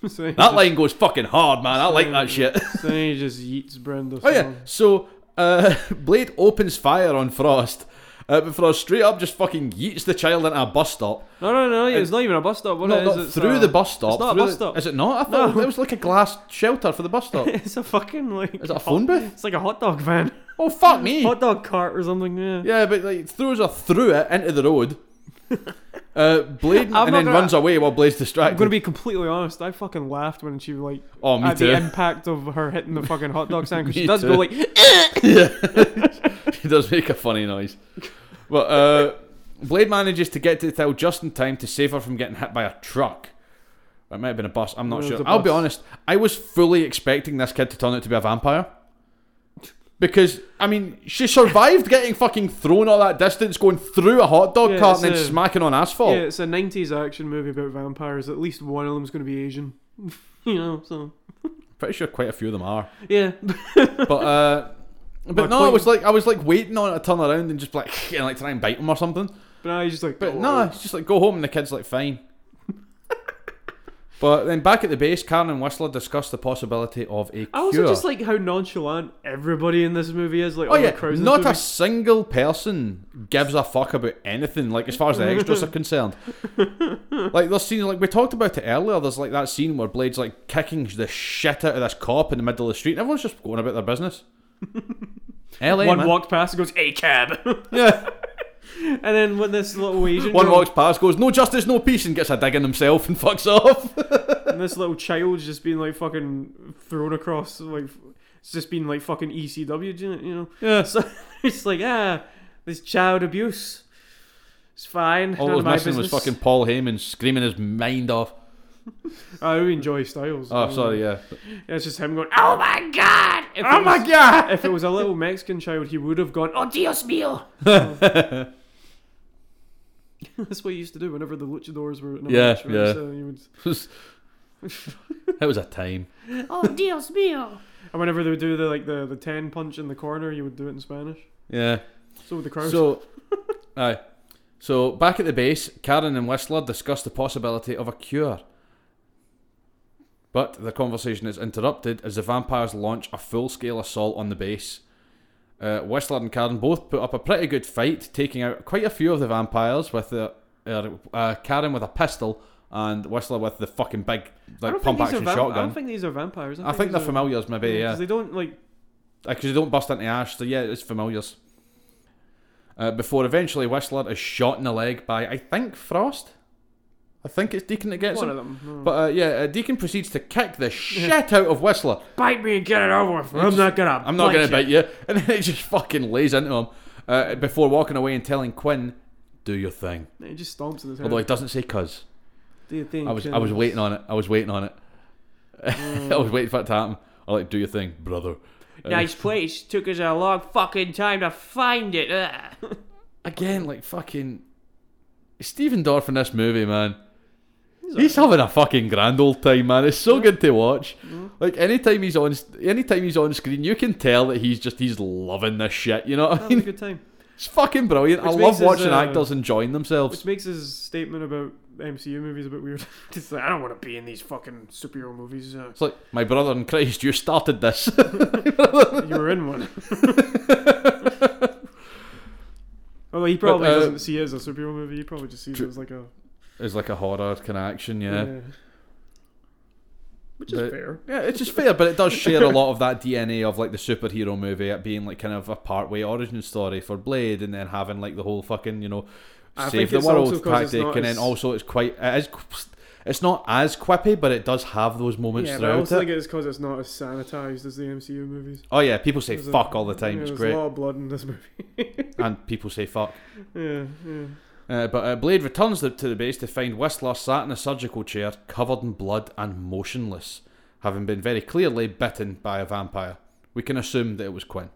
S2: he
S1: That
S2: just,
S1: line goes fucking hard, man. I like that shit.
S2: so then he just yeets Brenda.
S1: oh yeah, so uh, Blade opens fire on Frost, uh, but Frost straight up just fucking yeets the child into a bus stop.
S2: No, no, no, it's not even a bus stop. What
S1: no,
S2: it
S1: not
S2: is, it's
S1: through
S2: a-
S1: the bus stop.
S2: It's not a
S1: through
S2: bus
S1: the-
S2: stop.
S1: Is it not? I thought
S2: No.
S1: it was like a glass shelter for the bus stop.
S2: it's a fucking like.
S1: Is it a phone booth?
S2: It's like a hot dog van,
S1: Oh fuck me!
S2: hot dog cart or something. Yeah.
S1: Yeah, but like throws her through it into the road. Uh, Blade
S2: I'm
S1: and
S2: not
S1: then
S2: gonna-
S1: runs away while Blade's distracted.
S2: I'm gonna be completely honest. I fucking laughed when she like
S1: oh, me
S2: at the
S1: too.
S2: impact of her hitting the fucking hot dog stand 'cause
S1: Me
S2: she does
S1: too.
S2: go like
S1: he does make a funny noise. But uh, Blade manages to get to the till just in time to save her from getting hit by a truck. Or It might have been a bus. I'm not
S2: It was
S1: sure.
S2: a
S1: I'll be
S2: bus.
S1: honest. I was fully expecting this kid to turn out to be a vampire. Because I mean, she survived getting fucking thrown all that distance, going through a hot dog
S2: Yeah,
S1: cart
S2: it's
S1: and then
S2: a-
S1: smacking on asphalt.
S2: yeah. It's a '90s action movie about vampires. At least one of them's gonna be Asian. you know, so
S1: Pretty sure quite a few of them are.
S2: yeah.
S1: But uh, but
S2: Or
S1: no, I
S2: queen.
S1: was like I was like waiting on it to turn around and just be like and like try and bite him or something.
S2: But now he's just like.
S1: But
S2: "Oh,
S1: no, it's just like go home and the kid's like fine. but then back at the base, Karen and Whistler discuss the possibility of a
S2: I also
S1: cure.
S2: just like how nonchalant everybody in this movie is. Like,
S1: Oh
S2: all the
S1: yeah,
S2: crowds in this
S1: not a
S2: movie.
S1: single person gives a fuck about anything. Like as far as the extras are concerned, like those scenes, like we talked about it earlier. There's like that scene where Blade's like kicking the shit out of this cop in the middle of the street, and everyone's just going about their business. LA,
S2: one
S1: man.
S2: walked past and goes, "A cab,"
S1: yeah.
S2: and then when this little Asian
S1: One
S2: girl,
S1: walks past, goes, no justice, no peace, and gets a dig in himself and fucks off.
S2: and this little child's just being like fucking thrown across, like it's just been like fucking ECW, do you know?
S1: Yeah.
S2: So it's like, ah, this child abuse. It's fine.
S1: All that
S2: none of
S1: was Oh,
S2: my
S1: missing was
S2: business.
S1: fucking Paul Heyman screaming his mind off.
S2: I do enjoy Styles.
S1: Oh, sorry, yeah.
S2: Yeah, it's just him going.
S3: Oh my god!
S2: If
S1: Oh
S2: it
S1: my
S2: was-
S1: god!
S2: If it was a little Mexican child, he would have gone. Oh,
S3: Oh, Dios mío!
S2: that's what he used to do whenever the luchadors were. In a
S1: Yeah,
S2: match, right?
S1: yeah.
S2: So he would
S1: That was a time.
S3: Oh, Dios mío!
S2: And whenever they would do the like the, the ten punch in the corner, you would do it in Spanish.
S1: Yeah.
S2: So would the crowd.
S1: So, aye. So, back at the base, Karen and Whistler discuss the possibility of a cure. But the conversation is interrupted as the vampires launch a full scale assault on the base. Uh, Whistler and Karen both put up a pretty good fight, taking out quite a few of the vampires with the. Uh, uh, Karen with a pistol and Whistler with the fucking big
S2: I
S1: like
S2: don't
S1: pump
S2: think these
S1: action
S2: are vamp- I
S1: shotgun.
S2: don't think these are vampires. I
S1: I think they're
S2: these are-
S1: familiars, maybe, yeah.
S2: 'cause they don't like.
S1: Because they don't bust into ash, so yeah, it's familiars. Uh, before eventually Whistler is shot in the leg by, I think, Frost? I think it's Deacon that gets
S2: One
S1: him.
S2: of them. no.
S1: But uh, yeah, uh, Deacon proceeds to kick the shit out of Whistler.
S3: Bite me and get it over with. I'm not gonna.
S1: I'm not going to
S3: bite
S1: bite you. And then he just fucking lays into him uh, before walking away and telling Quinn, do your thing.
S2: He just stomps in his head.
S1: Although he doesn't say cuz.
S2: do you think?
S1: I was, I was
S2: uh,
S1: waiting on it. I was waiting on it. I
S2: Mm.
S1: was waiting for it to happen. I like, do your thing, brother.
S3: you. Nice place. Took us a long fucking time to find it. Ugh.
S1: again, like fucking Stephen Dorff in this movie, man. He's having a fucking grand old time, man. It's so good to watch.
S2: Mm-hmm.
S1: Like anytime he's on, anytime he's on screen, you can tell that he's just he's loving this shit. You know what I
S2: having a
S1: mean?
S2: good time.
S1: It's fucking brilliant. I
S2: Um, Which
S1: love
S2: makes us,
S1: watching
S2: uh,
S1: actors enjoying themselves.
S2: Which makes his statement about MCU movies a bit weird. Just like, I don't want to be in these fucking superhero movies. Uh,
S1: It's like my brother in Christ, you started this.
S2: you were in one. Although he probably
S1: uh,
S2: doesn't see it as a superhero movie. He probably just sees
S1: Tr-
S2: it as like a
S1: it's like a horror kind of action, yeah. yeah.
S2: which is
S1: But-
S2: fair.
S1: it's just fair, but it does share a lot of that DNA of like the superhero movie, it being like kind of a partway origin story for Blade, and then having like the whole fucking you know
S2: I
S1: save
S2: think
S1: the
S2: it's also
S1: world
S2: 'cause it's
S1: tactic,
S2: not
S1: and
S2: as-
S1: then also it's quite it is, it's not as quippy, but it does have those moments
S2: Yeah, but I
S1: throughout
S2: also think
S1: it.
S2: it's because it's not as sanitized as the MCU movies.
S1: Oh yeah, people say
S2: There's a-
S1: fuck all the time.
S2: yeah,
S1: it's
S2: there's
S1: great,
S2: a lot of blood in this movie.
S1: and people say fuck.
S2: yeah, yeah.
S1: Uh, but uh, Blade returns to, to the base to find Whistler sat in a surgical chair, covered in blood and motionless, having been very clearly bitten by a vampire. We can assume that it was Quinn.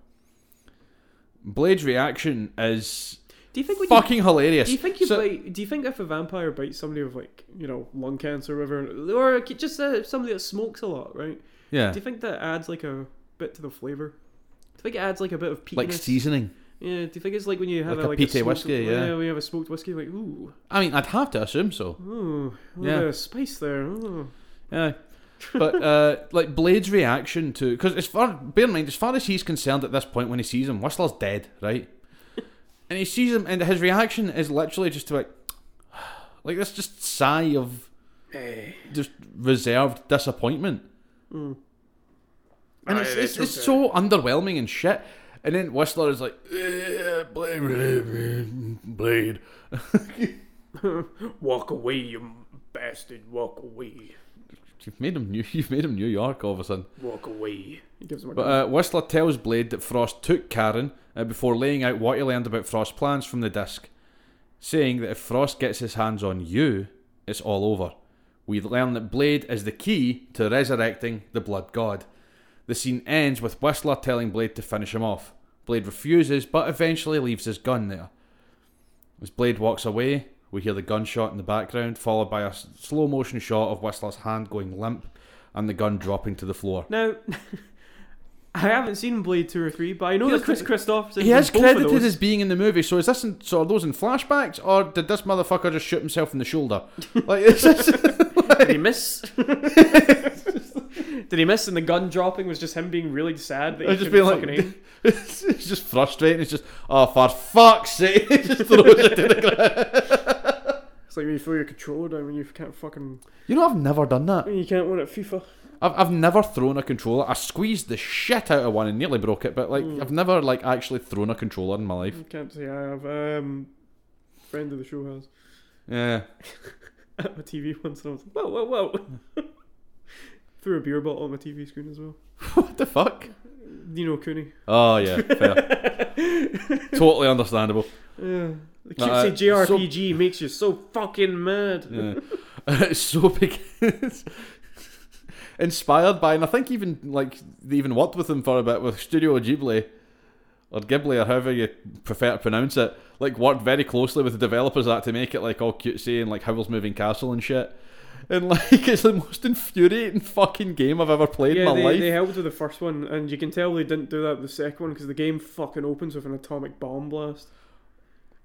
S1: Blade's reaction is
S2: Do you think when
S1: fucking hilarious.
S2: Do you think you
S1: So-
S2: bite? Do you think if a vampire bites somebody with like you know lung cancer or whatever, or just uh, somebody that smokes a lot, right?
S1: Yeah,
S2: Do you think that adds like a bit to the flavor? Do you think it adds like a bit of peatiness?
S1: like seasoning.
S2: Yeah. Do you think it's like when you have
S1: Like
S2: a,
S1: a
S2: like
S1: peaty
S2: smoked-
S1: whiskey, yeah.
S2: we have a smoked whiskey, like ooh,
S1: I mean, I'd have to assume so.
S2: ooh,
S1: Yeah.
S2: yeah, spice there. Ooh.
S1: Yeah. but uh, like Blade's reaction to because as far bear in mind as far as he's concerned at this point when he sees him Whistler's dead right and he sees him and his reaction is literally just to like like this just sigh of just reserved disappointment and it's, it's, it's so underwhelming and shit and then Whistler is like "Eh, Blade Blade
S3: Walk away, you bastard. Walk away.
S1: you've made him New you've made him New York all of a sudden
S3: Walk away.
S2: It gives them a
S1: But uh, Whistler tells Blade that Frost took Karen uh, before laying out what he learned about Frost's plans from the disc, saying that if Frost gets his hands on you, it's all over. We learn that Blade is the key to resurrecting the Blood God. The scene ends with Whistler telling Blade to finish him off. Blade refuses, but eventually leaves his gun there. As Blade walks away, we hear the gunshot in the background, followed by a s- slow motion shot of Whistler's hand going limp and the gun dropping to the floor.
S2: now. I haven't seen Blade two or three, but I know
S1: Here's
S2: that Chris
S1: the-
S2: Christopherson.
S1: He
S2: has
S1: is credited as being in the movie. So is this? In, so are those in flashbacks, or did this motherfucker just shoot himself in the shoulder? Like is this,
S2: Did he miss? Did he miss? And the gun dropping was just him being really sad that
S1: I've
S2: he
S1: just
S2: just
S1: been like,
S2: being fucking aim.
S1: it's it's just frustrating. It's just oh for fuck's sake! He just throws it to the ground.
S2: It's like when you throw your controller down when you can't fucking
S1: You know, I've never done that.
S2: when you can't win at FIFA.
S1: I've I've never thrown a controller. I squeezed the shit out of one and nearly broke it. But like, I've never like actually thrown a controller in my life.
S2: I can't say I have. Um, friend of the show has
S1: Yeah.
S2: at my TV once, and I was like, whoa, whoa, whoa. Threw a beer bottle on my TV screen as well.
S1: what the fuck?
S2: Nino Cooney.
S1: Oh yeah, fair. totally understandable.
S2: Yeah. The
S1: No, uh,
S2: cutesy JRPG makes you so fucking mad.
S1: Yeah. it's so big. it's inspired by, and I think even like they even worked with him for a bit with Studio Ghibli or Ghibli or however you prefer to pronounce it. Like worked very closely with the developers that to make it like all cutesy and like Howl's Moving Castle and shit. And like it's the most infuriating fucking game I've ever played in
S2: Yeah,
S1: my
S2: they,
S1: life.
S2: they helped with the first one, and you can tell they didn't do that with the second one because the game fucking opens with an atomic bomb blast.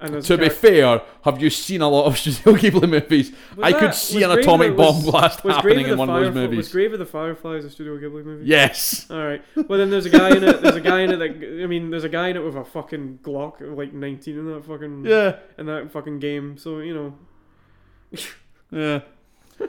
S2: And there's a
S1: To be
S2: character-
S1: fair, have you seen a lot of Studio Ghibli movies?
S2: Was
S1: I could
S2: that-
S1: see
S2: was
S1: an
S2: Grave of
S1: atomic
S2: the-
S1: bomb
S2: was-
S1: blast
S2: was Grave
S1: happening
S2: the
S1: in one of those
S2: Firefly- Was
S1: movies.
S2: Grave of the Fireflies a Studio Ghibli movie?
S1: Yes.
S2: All right. Well, then there's a guy in it. There's a guy in it. That, I mean, there's a guy in it with a fucking Glock, like 19 in that fucking
S1: Yeah.
S2: in that fucking game. So you know,
S1: Yeah.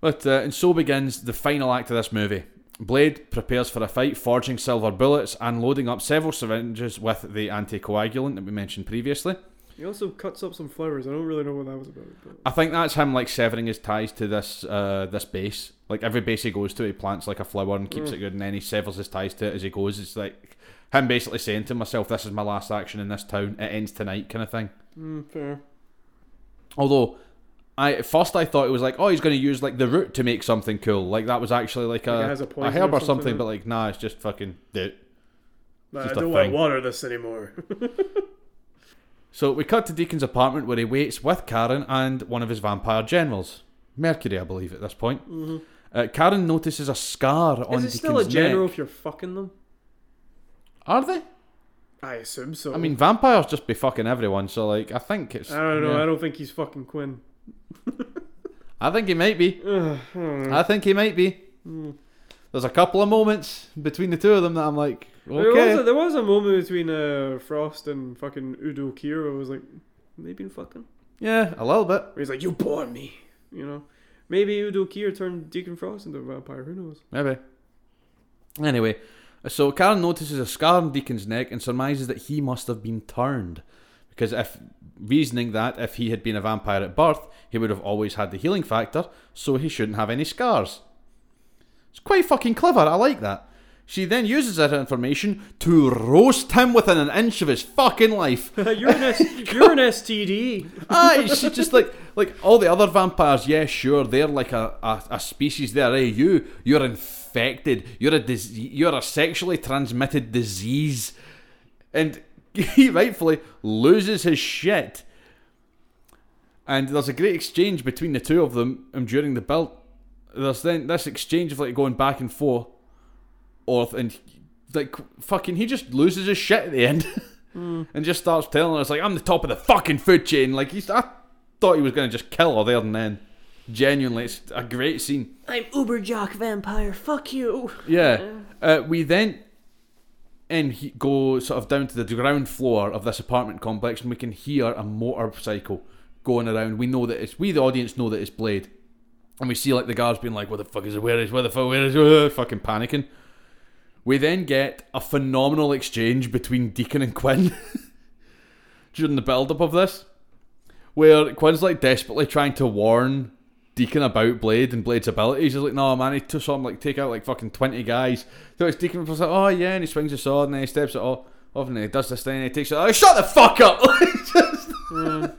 S1: but uh, and so begins the final act of this movie. Blade prepares for a fight, forging silver bullets and loading up several syringes with the anticoagulant that we mentioned previously.
S2: he also cuts up some flowers. I don't really know what that was about. But
S1: I think that's him like severing his ties to this uh, this base. Like every base he goes to, he plants like a flower and keeps
S2: Mm.
S1: it good, and then he severs his ties to it as he goes. It's like him basically saying to myself, "This is my last action in this town. It ends tonight," kind of thing.
S2: mm, fair.
S1: Although, I at first I thought it was like, oh, he's going to use like the root to make something cool. Like that was actually like
S2: Like, it
S1: a,
S2: has a
S1: a,
S2: poison
S1: herb
S2: or
S1: or something,
S2: something.
S1: but like, nah, it's just fucking root.
S2: But
S1: Just
S2: I
S1: a
S2: don't want
S1: thing.
S2: to water this anymore.
S1: So we cut to Deacon's apartment where he waits with Karen and one of his vampire generals. Mercury, I believe, at this point. Uh, Karen notices a scar on
S2: Mm-hmm. Is it
S1: Deacon's
S2: still a general
S1: neck.
S2: if you're fucking them?
S1: Are they?
S2: I assume so.
S1: I mean, vampires just be fucking everyone, so like, I think it's.
S2: I don't know.
S1: yeah.
S2: I don't think he's fucking Quinn.
S1: I think he might be.
S2: Ugh, hmm. I don't know.
S1: I think he might be.
S2: Mm.
S1: There's a couple of moments between the two of them that I'm like,
S2: There,
S1: okay.
S2: was a, there was a moment between uh, Frost and fucking Udo Kier where I was like, maybe in fucking.
S1: yeah, a little bit.
S2: Where he's like, you bore me. You know? Maybe Udo Kier turned Deacon Frost into a vampire. Who knows?
S1: Maybe. Anyway, so Karen notices a scar on Deacon's neck and surmises that he must have been turned. Because if reasoning that if he had been a vampire at birth, he would have always had the healing factor, so he shouldn't have any scars. It's quite fucking clever, I like that. She then uses that information to roast him within an inch of his fucking life.
S2: you're, an S- you're an STD.
S1: Aye, she's just like like all the other vampires. Yeah, sure, they're like a, a, a species. There, eh? You you're infected. You're a dis- you're a sexually transmitted disease, and he rightfully loses his shit. And there's a great exchange between the two of them um, during the build. There's then this exchange of like going back and forth, or and like fucking he just loses his shit at the end and just starts telling us like I'm the top of the fucking food chain. Like he's, I thought he was gonna just kill her there and then. Genuinely, it's a great scene.
S3: I'm Uber Jock Vampire. Fuck you.
S1: Yeah. Uh, we then and he go sort of down to the ground floor of this apartment complex, and we can hear a motorcycle going around. We know that it's we, the audience, know that it's Blade, and we see like the guards being like, "What the fuck is it? Where is? Where the fuck? Where is? Uh, fucking panicking." We then get a phenomenal exchange between Deacon and Quinn during the build-up of this, where Quinn's like desperately trying to warn Deacon about Blade and Blade's abilities. He's like, "No, man, he took something like take out like fucking twenty guys." So it's Deacon was like, "Oh yeah," and he swings his sword and then he steps it off, off and then he does this thing and he takes it. Oh, shut the fuck up! Like, just-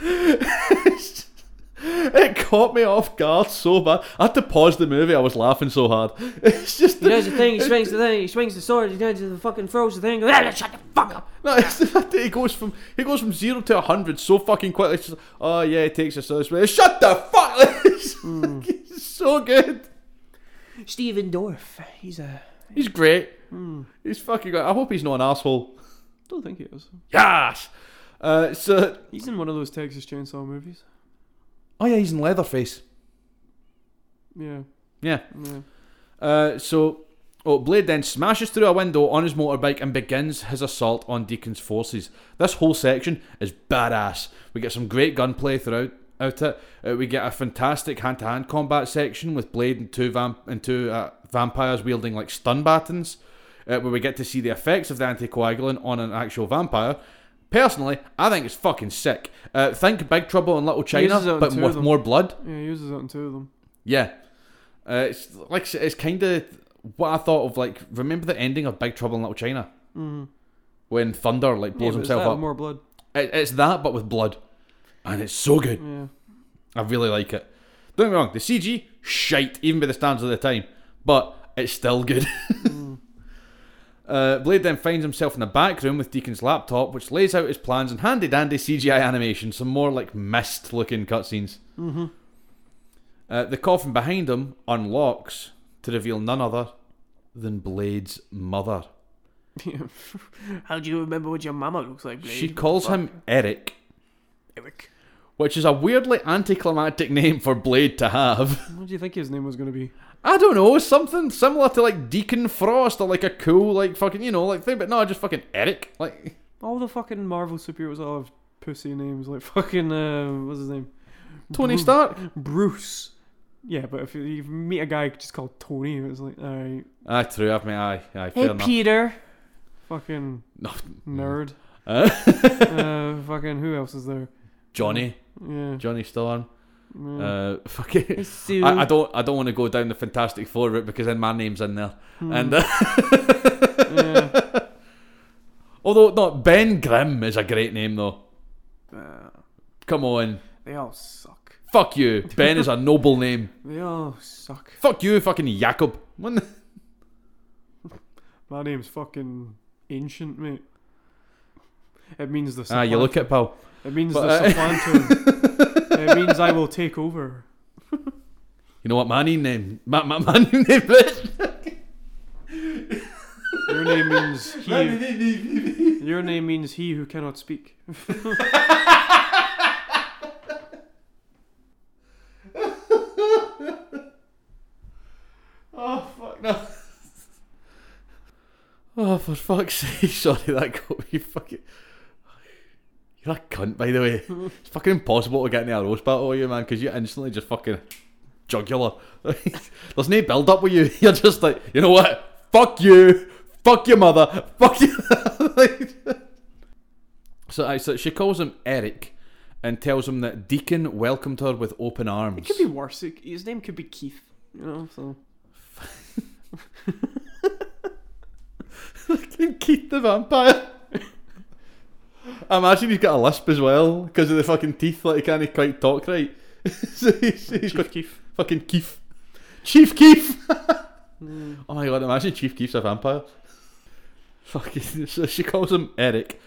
S1: it caught me off guard so bad. I had to pause the movie. I was laughing so hard. It's just
S3: He does the thing. He swings the thing. He swings the sword. He does the fucking throws the thing. Shut the fuck up.
S1: No, it's the fact that he goes from he goes from zero to hundred so fucking quickly. It's just, oh yeah, it takes us this way. Shut the fuck! It's, it's so good.
S3: Steven Dorff. He's a.
S1: He's great. He's fucking great. I hope he's not an asshole.
S2: Don't think he is.
S1: Yes. Uh, so
S2: He's in one of those Texas Chainsaw movies.
S1: oh yeah, he's in Leatherface.
S2: Yeah.
S1: Yeah.
S2: Yeah.
S1: Uh, so, oh, Blade then smashes through a window on his motorbike and begins his assault on Deacon's forces. This whole section is badass. We get some great gunplay throughout. Out it. Uh, we get a fantastic hand-to-hand combat section with Blade and two vamp- and two uh, vampires wielding like stun batons, uh, where we get to see the effects of the anticoagulant on an actual vampire. Personally, I think it's fucking sick. Uh, think Big Trouble in Little China,
S2: uses it on
S1: but
S2: two of
S1: with
S2: them.
S1: more blood.
S2: Yeah, he uses it on two of them.
S1: Yeah, uh, it's like I said, it's kind of what I thought of. Like, remember the ending of Big Trouble in Little China
S2: Mm-hmm.
S1: when Thunder like blows himself up.
S2: More blood.
S1: It, it's that, but with blood, and it's so good.
S2: Yeah.
S1: I really like it. Don't get me wrong, the CG shite even by the standards of the time, but it's still good. Uh, Blade then finds himself in the back room with Deacon's laptop, which lays out his plans and handy dandy CGI animation, some more like mist looking cutscenes.
S3: Mm-hmm.
S2: Mhm.
S1: Uh, the coffin behind him unlocks to reveal none other than Blade's mother.
S2: yeah.
S3: How do you remember what your mama looks like, Blade?
S1: She calls him Eric,
S3: Eric.
S1: which is a weirdly anticlimactic name for Blade to have.
S2: What do you think his name was going to be?
S1: I don't know, something similar to like Deacon Frost or like a cool like fucking you know like thing, but no, just fucking Eric. Like
S2: All the fucking Marvel superheroes all have pussy names, like fucking uh, what's his name,
S1: Tony Stark.
S2: Bruce. Yeah, but if you- you meet a guy just called Tony, it was like, all right,
S1: Aye, true. I've mean, aye, aye, fair
S3: Hey,
S1: enough.
S3: Peter.
S2: fucking
S1: No.
S2: nerd.
S1: Uh,
S2: uh, fucking who else is there?
S1: Johnny,
S2: Yeah.
S1: Johnny Storm.
S2: yeah.
S1: Uh, fucking.
S3: Hey, Sue.
S1: I, I don't, I don't want to go down the Fantastic Four route because then my name's in there.
S2: Hmm.
S1: And uh,
S2: yeah.
S1: although no, Ben Grimm is a great name though.
S2: Uh,
S1: Come on,
S2: they all suck.
S1: fuck you. Ben is a noble name.
S2: They all suck.
S1: Fuck you, fucking Jacob. What the-
S2: My name's fucking ancient, mate. It means the
S1: Ah, you
S2: supplant-
S1: look at pal.
S2: It means
S1: But,
S2: the
S1: uh,
S2: supplantum. it means I will take over.
S1: You know what my new name? My my, my new name is.
S2: Your name means he. Your name means he who cannot speak.
S1: Oh fuck no. Oh for fuck's sake! Sorry, that got me fucking. You're a cunt, by the way. It's fucking impossible to get into a roast battle with you, man, because you instantly just fucking jugular. There's no build up with you. You're just like, you know what? Fuck you. Fuck your mother. Fuck you. so, aye, so she calls him Eric and tells him that Deacon welcomed her with open arms.
S2: It could be worse. It- His name could be Keith. You know, so
S1: Fucking Keith the vampire. I imagine he's got a lisp as well because of the fucking teeth. Like he can't quite talk right. so he's, he's got
S2: Chief Keith.
S1: fucking Keith, Chief Keith. oh my god! Imagine Chief Keith's a vampire. Fucking. So she calls him Eric,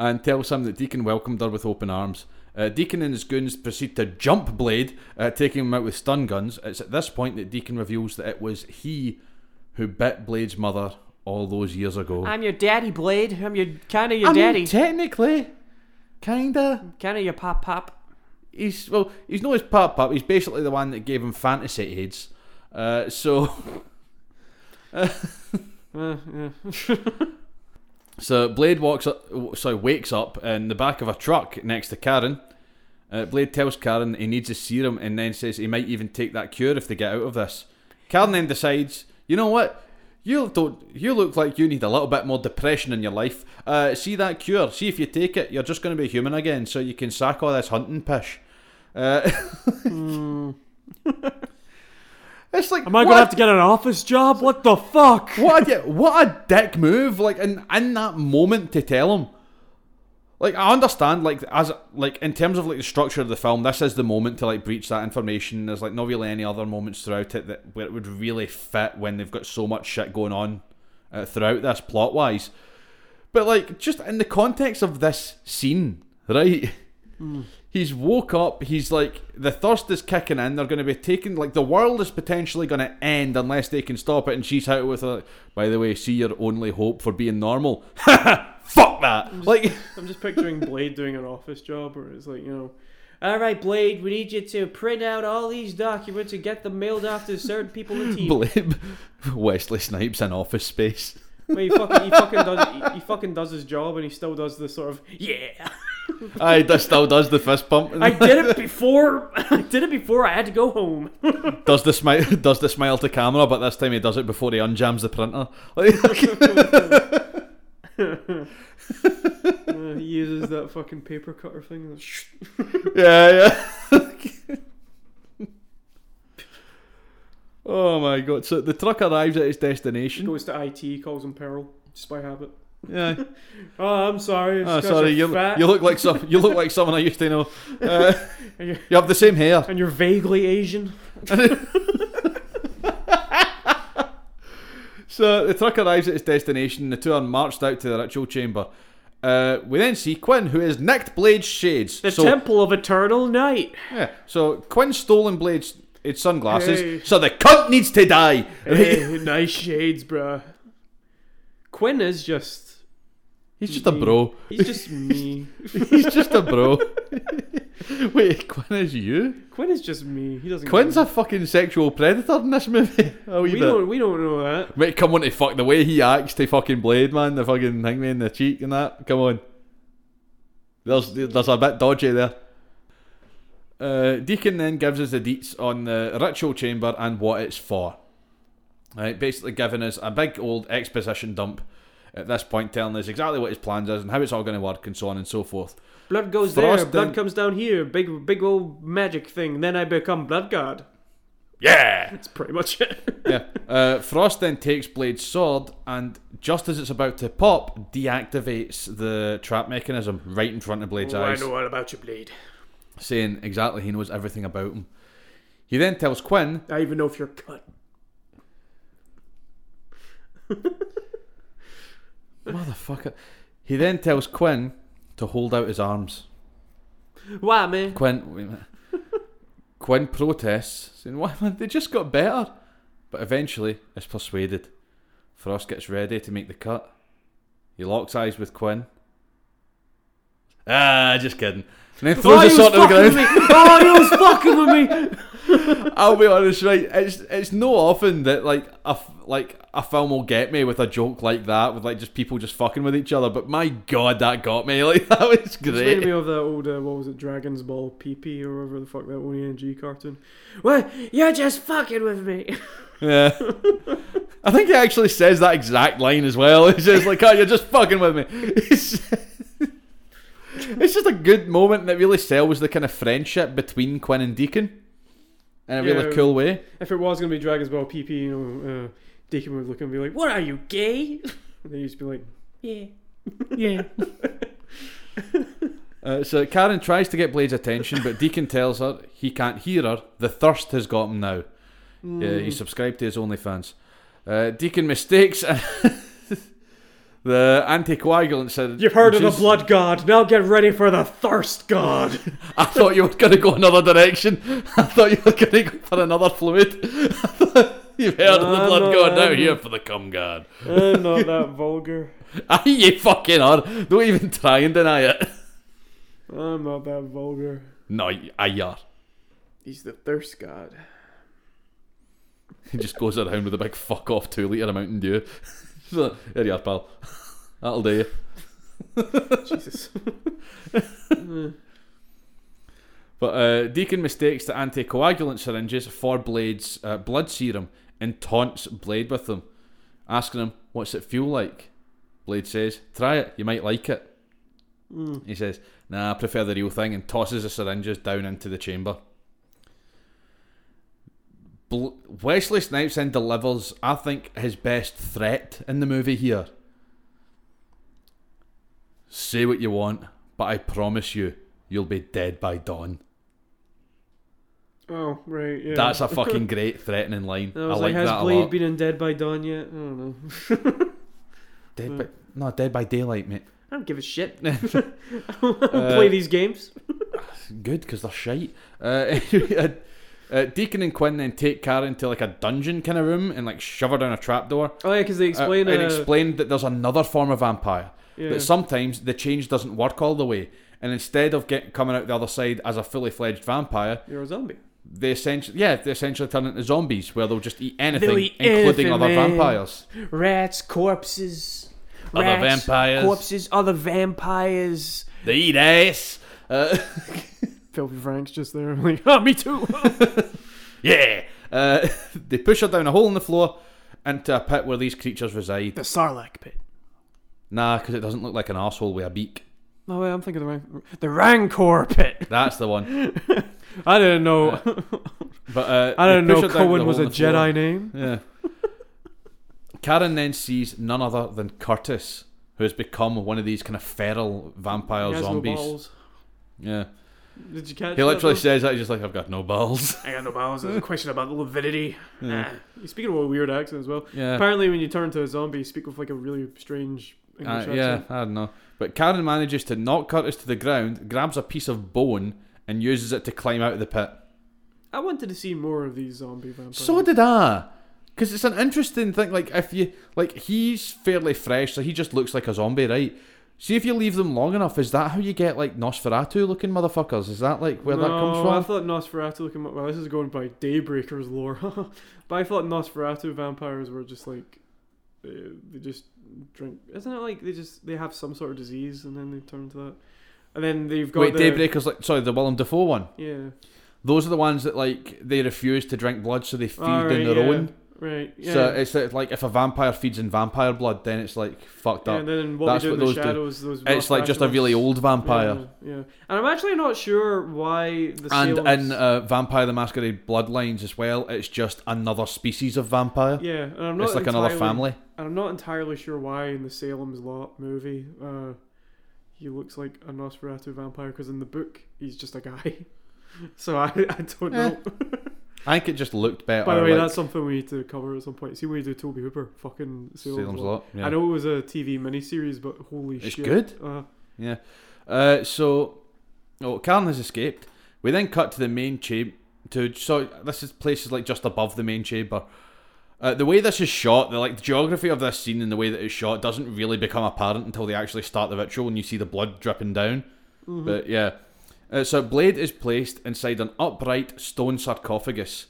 S1: and tells him that Deacon welcomed her with open arms. Uh, Deacon and his goons proceed to jump Blade, uh, taking him out with stun guns. It's at this point that Deacon reveals that it was he who bit Blade's mother all those years ago.
S2: I'm your daddy, Blade. I'm your kind of your
S1: I mean,
S2: daddy,
S1: technically, kinda.
S2: kind of your pop pop.
S1: He's well, he's not his pop pop. He's basically the one that gave him fantasy aids. Uh, so,
S2: Uh, yeah.
S1: so Blade walks up, so wakes up in the back of a truck next to Karen. Uh, Blade tells Karen that he needs a serum and then says he might even take that cure if they get out of this. Karen then decides, you know what? You don't. You look like you need a little bit more depression in your life. Uh, see that cure. See if you take it, you're just going to be human again, so you can sack all this hunting pish. Uh, it's like
S2: Hmm. Am I
S1: what?
S2: gonna have to get an office job? What the fuck?
S1: what a what a dick move! Like in in that moment to tell him. Like I understand, like as like in terms of like the structure of the film, this is the moment to like breach that information. There's like not really any other moments throughout it that where it would really fit when they've got so much shit going on uh, throughout this plot wise. But like just in the context of this scene, right? He's woke up. He's like the thirst is kicking in. They're going to be taken. Like the world is potentially going to end unless they can stop it. And she's out with a. By the way, see your only hope for being normal. Fuck that. Like
S2: I'm just picturing Blade doing an office job where it's like, you know, all right, Blade, we need you to print out all these documents and get them mailed off to certain people in the team.
S1: blib. Wesley Snipes in Office Space.
S2: Wait, he fucking, he fucking does he, he fucking does his job and he still does the sort of yeah.
S1: Aye, that still does the fist pump.
S2: I did it before. I did it before I had to go home.
S1: does the smile. Does the smile to camera, but this time he does it before he unjams the printer. Like,
S2: Uh, he uses that fucking paper cutter thing.
S1: yeah, yeah. oh my god! So the truck arrives at its destination.
S2: Goes to IT, calls him peril just by habit.
S1: Yeah.
S2: Oh, I'm sorry. it's
S1: Oh,
S2: 'cause
S1: sorry. You,
S2: you're fat
S1: you look like some. You look like someone I used to know. Uh,
S2: Yeah.
S1: you have the same hair.
S2: and you're vaguely Asian.
S1: So the truck arrives at its destination. The two are marched out to the ritual chamber. Uh, we then see Quinn, who has nicked Blade's shades.
S2: The
S1: so,
S2: Temple of Eternal Night.
S1: yeah, so Quinn's stolen Blade's its sunglasses.
S2: Hey.
S1: So the cunt needs to die.
S2: Eh, nice shades, bruh. Quinn is just.
S1: He's just a bro.
S2: He's just me.
S1: He's just a bro. Wait, Quinn is you?
S2: Quinn is just me. He doesn't.
S1: Quinn's
S2: get
S1: a fucking sexual predator in this movie. A
S2: it.
S1: wee
S2: We
S1: bit.
S2: don't. We don't know that.
S1: Mate, come on to fuck the way he acts to fucking Blade Man, the fucking hangman in the cheek and that. Come on. There's there's a bit dodgy there. Uh, Deacon then gives us the deets on the ritual chamber and what it's for. Right, basically giving us a big old exposition dump at this point, telling us exactly what his plans is and how it's all going to work and so on and so forth.
S2: Blood goes
S1: Frost
S2: there. Blood
S1: and-
S2: comes down here. Big, big old magic thing. Then I become Blood God.
S1: Yeah.
S2: That's pretty much it.
S1: yeah. Uh, Frost then takes Blade's sword and just as it's about to pop, deactivates the trap mechanism right in front of Blade's eyes.
S2: all about your blade.
S1: saying exactly he knows everything about him. He then tells Quinn,
S2: I even know if you're cut.
S1: motherfucker. He then tells Quinn to hold out his arms.
S2: Why, man?
S1: Quinn, wait a minute. Quinn protests, saying, Why man, they just got better? But eventually is persuaded. Frost gets ready to make the cut. He locks eyes with Quinn. Ah, just kidding. And then throws
S2: oh,
S1: the
S2: he was
S1: sword to the
S2: fucking with
S1: ground.
S2: me. Oh, he was fucking with me.
S1: I'll be honest, right? It's it's no often that like a f- like a film will get me with a joke like that, with like just people just fucking with each other. But my god, that got me. Like that was
S2: Just reminded me
S1: great.
S2: of that old, uh, what was it, Dragon's Ball PP or whatever the fuck that ONG cartoon. What? You're just fucking with me.
S1: Yeah. I think he actually says that exact line as well. It's just like, oh, you're just fucking with me. It's, it's just a good moment, and it really sells the kind of friendship between Quinn and Deacon in a
S2: Yeah.
S1: really cool way.
S2: If it was going to be Dragon's Ball PP, you know, uh, Deacon would look and be like, What are you, gay? And they used to be like,
S3: Yeah. Yeah.
S1: Uh, so Karen tries to get Blade's attention, but Deacon tells her he can't hear her. The thirst has got him now.
S2: Hmm.
S1: Yeah, he's subscribed to his OnlyFans. Uh, Deacon mistakes the anticoagulant. Said,
S2: You've heard of the
S1: juice-
S2: blood god. Now get ready for the thirst god.
S1: I thought you were going to go another direction. I thought you were going to go for another fluid. You've heard of the
S2: No,
S1: blood
S2: no,
S1: god. Now
S2: no.
S1: here for the cum god.
S2: I'm not that vulgar.
S1: Aye, you fucking are. Don't even try and deny it.
S2: I'm not that vulgar.
S1: No, y- aye, are.
S2: He's the thirst god.
S1: He just goes around with a big fuck off two litre of Mountain Dew. so, there you are, pal. That'll do you.
S2: Jesus.
S1: But uh, Deacon mistakes the anticoagulant syringes for Blade's uh, blood serum and taunts Blade with them, asking him, What's it feel like? Blade says, Try it, you might like it. He says, Nah, I prefer the real thing, and tosses the syringes down into the chamber. Bl- Wesley Snipes then delivers, I think, his best threat in the movie here. Say what you want, but I promise you, you'll be dead by dawn.
S2: Oh, right, yeah.
S1: That's a fucking great threatening line. I,
S2: I was
S1: like,
S2: like, has
S1: that a
S2: Blade
S1: lot.
S2: been in Dead by Dawn yet? I don't know.
S1: Dead by, no, Dead by Daylight, mate.
S2: I don't give a shit. I don't play these games.
S1: Uh, Good because they're shite. Uh, anyway, uh, Deacon and Quinn then take Karen to like a dungeon kind of room and like shove her down a trapdoor.
S2: Oh yeah, because they
S1: Uh,
S2: explain. Uh,
S1: and explained that there's another form of vampire.
S2: yeah.
S1: That sometimes the change doesn't work all the way, and instead of get, coming out the other side as a fully fledged vampire,
S2: You're a zombie.
S1: they essentially yeah they essentially turn into zombies where they'll just eat anything,
S2: They'll eat
S1: including
S2: anything,
S1: other
S2: man.
S1: vampires.
S3: Rats, corpses.
S1: Other
S3: rats,
S1: vampires.
S3: Corpses, other vampires.
S1: They eat ass. Uh,
S2: Filthy Frank's just there. I'm like,
S3: Oh, me too.
S1: Yeah. Uh, they push her down a hole in the floor into a pit where these creatures reside.
S3: the Sarlacc pit.
S1: Nah, because it doesn't look like an asshole with a beak.
S2: no way, Oh, I'm thinking the wrong.
S3: The Rancor pit.
S1: That's the one.
S2: I didn't know.
S1: But uh,
S2: I
S1: they
S2: didn't
S1: push her down the
S2: know Cohen was
S1: hole
S2: a
S1: in the floor.
S2: Jedi name.
S1: Yeah. Karen then sees none other than Curtis, who has become one of these kind of feral vampire
S2: He has no
S1: zombies.
S2: balls.
S1: yeah.
S2: Did you catch?
S1: He
S2: that,
S1: literally
S2: though?
S1: says that. He's just like, I've got no balls.
S3: I got no balls. There's a question about lividity. Ah.
S2: Speaking of a weird accent as well.
S1: Yeah.
S2: Apparently, when you turn to a zombie, you speak with like a really strange English
S1: Uh,
S2: accent.
S1: yeah, I don't know. But Karen manages to knock Curtis to the ground, grabs a piece of bone, and uses it to climb out of the pit.
S2: I wanted to see more of these zombie vampires.
S1: So did I. Because it's an interesting thing. Like, if you. Like, he's fairly fresh, so he just looks like a zombie, right? See if you leave them long enough, is that how you get, like, Nosferatu looking motherfuckers? Is that, like, where that comes
S2: No,
S1: from?
S2: I thought Nosferatu looking. Well, this is going by Daybreaker's lore, but I thought Nosferatu vampires were just like they, they just drink. Isn't it like they just they have some sort of disease and then they turn to that, and then they've got
S1: Wait,
S2: the,
S1: Daybreaker's, like. Sorry, the Willem Dafoe one.
S2: Yeah,
S1: Those are the ones that, like, they refuse to drink blood, so they feed
S2: All
S1: in
S2: right,
S1: their
S2: yeah,
S1: own.
S2: Right. Yeah.
S1: So it's uh, like if a vampire feeds in vampire blood, then it's, like, fucked
S2: yeah,
S1: up.
S2: and then what
S1: That's
S2: we do
S1: what
S2: in the
S1: those do.
S2: shadows. Those
S1: it's, like, just a
S2: Nosferatu
S1: really
S2: ones.
S1: old vampire.
S2: Yeah, yeah. and I'm actually not sure why the
S1: And
S2: Salem's-
S1: in uh, Vampire the Masquerade Bloodlines as well, it's just another species of vampire.
S2: yeah, and I'm not
S1: it's like another
S2: entirely-
S1: family.
S2: And I'm not entirely sure why in the Salem's Lot movie uh, he looks like a Nosferatu vampire because in the book he's just a guy. So I, I don't
S1: Eh.
S2: know.
S1: I think it just looked better.
S2: By the way,
S1: like,
S2: that's something we need to cover at some point. See when we do Toby Hooper, fucking Salem's,
S1: Salem's
S2: Lot.
S1: Lot. Yeah.
S2: I know it was a TV miniseries, but holy
S1: It's
S2: shit.
S1: good.
S2: Uh,
S1: Uh, so, oh, Karen has escaped. We then cut to the main cha- to so this is places like just above the main chamber. Uh, the way this is shot, the like the geography of this scene and the way that it's shot doesn't really become apparent until they actually start the ritual and you see the blood dripping down.
S2: Mm-hmm.
S1: But yeah, uh, so blade is placed inside an upright stone sarcophagus.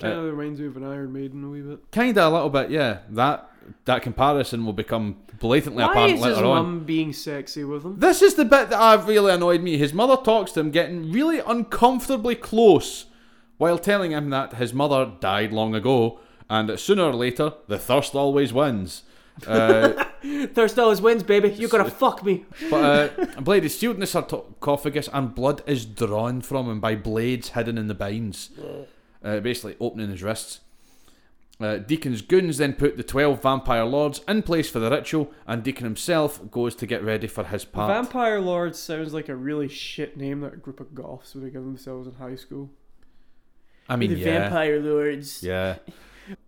S2: Kind
S1: Uh,
S2: of reminds me of an Iron Maiden a wee bit.
S1: Kinda a little bit, yeah. That that comparison will become blatantly
S2: Why
S1: apparent
S2: is
S1: later
S2: his
S1: on.
S2: mum being sexy with him?
S1: This is the bit that I've really annoyed me. His mother talks to him, getting really uncomfortably close, while telling him that his mother died long ago, and that sooner or later the thirst always wins. Uh,
S2: Thirst always wins, baby. You're gonna fuck me.
S1: but uh, Blade is sealed in the sarcophagus, and blood is drawn from him by blades hidden in the binds, uh, basically opening his wrists. Uh, Deacon's goons then put the twelve vampire lords in place for the ritual, and Deacon himself goes to get ready for his part.
S2: Vampire Lord sounds like a really shit name that a group of goths would have given themselves in high school.
S1: I mean,
S2: the
S1: yeah.
S2: Vampire Lords.
S1: Yeah.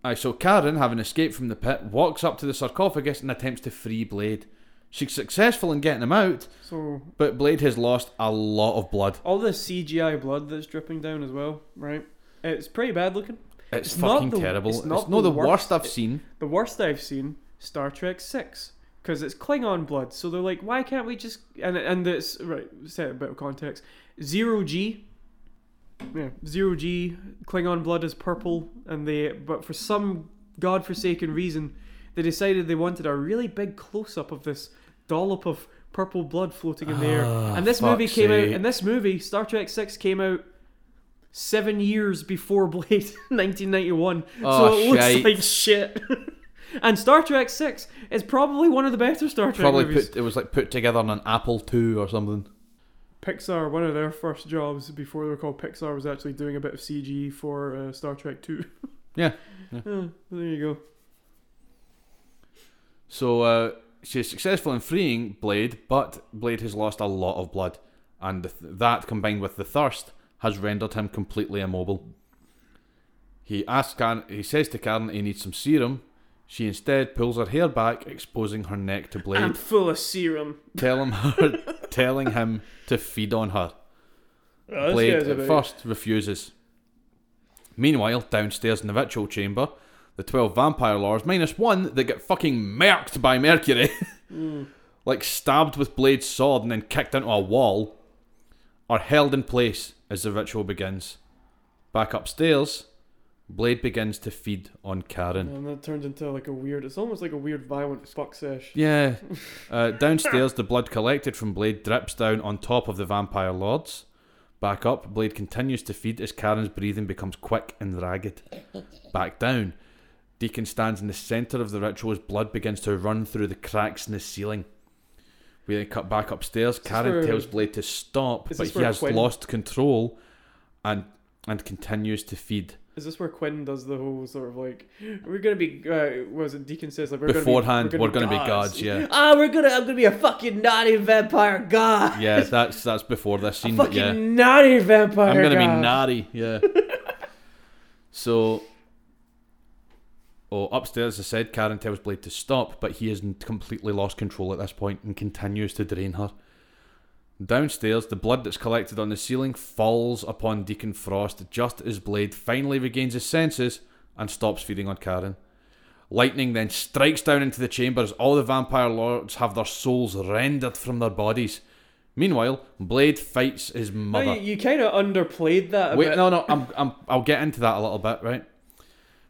S1: Aye, so Karen, having escaped from the pit, walks up to the sarcophagus and attempts to free Blade. She's successful in getting him out,
S2: So
S1: but Blade has lost a lot of blood.
S2: all the CGI blood that's dripping down as well, right? It's pretty bad looking.
S1: It's,
S2: It's not
S1: fucking
S2: the-
S1: terrible.
S2: it's
S1: It's not,
S2: not
S1: the,
S2: the
S1: worst,
S2: worst.
S1: I've seen.
S2: The worst I've seen, Star Trek Six, because it's Klingon blood. So they're like, why can't we just and and it's right. Set a bit of context. Zero G. Yeah, zero G. Klingon blood is purple, and they but for some godforsaken reason, they decided they wanted a really big close up of this dollop of purple blood floating in the air.
S1: Ah,
S2: And this movie
S1: fuck's
S2: came out.
S1: sake.
S2: And this movie, Star Trek Six, came out. Seven years before Blade, 1991,
S1: Oh,
S2: so it looks
S1: shite.
S2: like shit. and Star Trek Six is probably one of the better Star Trek
S1: Probably
S2: movies.
S1: put it was like put together on an Apple II or something.
S2: Pixar, one of their first jobs before they were called Pixar, was actually doing a bit of CG for uh, Star Trek Two.
S1: Yeah,
S2: there you go.
S1: So uh, she is successful in freeing Blade, but Blade has lost a lot of blood, and th- that combined with the thirst has rendered him completely immobile. He asks Karen, he says to Karen he needs some serum. She instead pulls her hair back, exposing her neck to Blade,
S2: I'm full of serum.
S1: telling her, telling him to feed on her.
S2: Oh, this
S1: Blade uh,
S2: guy's a
S1: at
S2: bit-
S1: first refuses. Meanwhile, downstairs in the ritual chamber, the 12 vampire lords, minus one, that get fucking merked by Mercury, like stabbed with Blade's sword and then kicked into a wall, are held in place as the ritual begins. Back upstairs, Blade begins to feed on Karen.
S2: And that turns into like a weird. It's almost like a weird violent fuck sesh.
S1: Yeah. Uh, downstairs, the blood collected from Blade drips down on top of the vampire lords. Back up, Blade continues to feed as Karen's breathing becomes quick and ragged. Back down. Deacon stands in the centre of the ritual as blood begins to run through the cracks in the ceiling. We then cut back upstairs. Karen
S2: where-
S1: tells Blade to stop,
S2: Is
S1: but
S2: this
S1: he
S2: where
S1: has
S2: Quinn-
S1: lost control and and continues to feed.
S2: Is this where Quinn does the whole sort of like we're gonna be? Uh, was it Deacon says like we're
S1: Beforehand,
S2: gonna be,
S1: we're going to be gods, yeah.
S2: Ah, we're gonna. I'm gonna be a fucking naughty vampire god.
S1: Yeah, that's that's before this scene, but
S2: fucking
S1: yeah.
S2: naughty vampire
S1: I'm gonna
S2: god.
S1: be naughty, yeah. so, oh, upstairs, as I said, Karen tells Blade to stop, but he has n- completely lost control at this point and continues to drain her. Downstairs, the blood that's collected on the ceiling falls upon Deacon Frost just as Blade finally regains his senses and stops feeding on Karen. Lightning then strikes down into the chamber as all the vampire lords have their souls rendered from their bodies. Meanwhile, Blade fights his
S2: No,
S1: mother.
S2: you, kind of underplayed that. A
S1: Wait,
S2: bit.
S1: no, no, I'm, I'm, I'll get into that a little bit, right?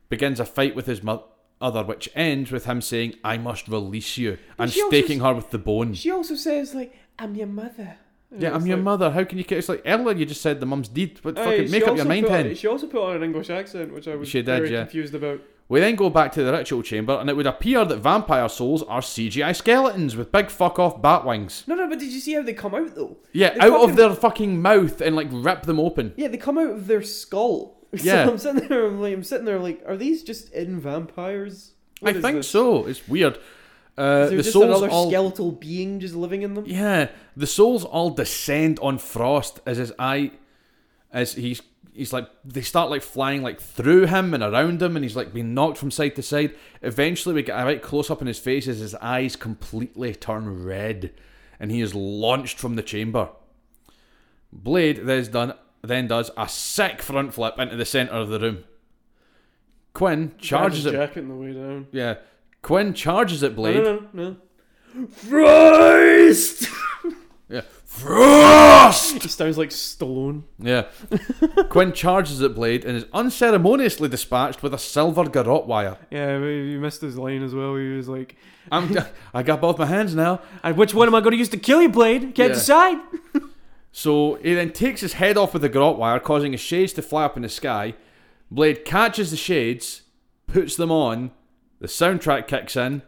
S1: Begins a fight with his mother, which ends with him saying, I must release you, and
S2: she also
S1: staking her with the bone.
S2: She also says like, "I'm your mother." And
S1: Yeah, I'm
S2: it's
S1: your
S2: like-
S1: mother. How can you care? It's like earlier you just said the mum's deed. What
S2: Aye,
S1: fucking
S2: she
S1: make up
S2: also
S1: your mind
S2: put on-
S1: then?
S2: She also put on an English accent, which I was
S1: She did,
S2: very
S1: yeah.
S2: confused about.
S1: We then go back to the ritual chamber, and it would appear that vampire souls are CGI skeletons with big fuck off bat wings.
S2: No, no, but did you see how they come out though?
S1: Yeah,
S2: They
S1: out of
S2: fucking-
S1: their fucking mouth and like rip them open.
S2: Yeah, they come out of their skull.
S1: Yeah.
S2: so I'm sitting there. I'm like, I'm sitting there. Like, are these just in vampires? What
S1: I
S2: is
S1: think
S2: this?
S1: so. It's weird. Uh,
S2: Is there
S1: the
S2: just
S1: souls
S2: another
S1: all
S2: skeletal being just living in them?
S1: Yeah, the souls all descend on Frost as his eye, as he's he's like they start like flying like through him and around him, and he's like being knocked from side to side. Eventually, we get a right close up in his face as his eyes completely turn red, and he is launched from the chamber. Blade then is done then does a sick front flip into the centre of the room. Quinn charges
S2: Grabs his
S1: it.
S2: jacket on the way down.
S1: Yeah. Quinn charges at
S2: No,
S1: Blade.
S2: no, no,
S1: Yeah. Frost!
S2: no. He sounds like Stallone.
S1: Yeah. Quinn charges at Blade and is unceremoniously dispatched with a silver garrote wire.
S2: Yeah, but you missed his line as well. He was like,
S1: I'm, I got both my hands now.
S2: "And which one am I going to use to kill you, Blade? Can't
S1: Yeah.
S2: decide."
S1: So he then takes his head off with the garrote wire, causing his shades to fly up in the sky. Blade catches the shades, puts them on, the soundtrack kicks in,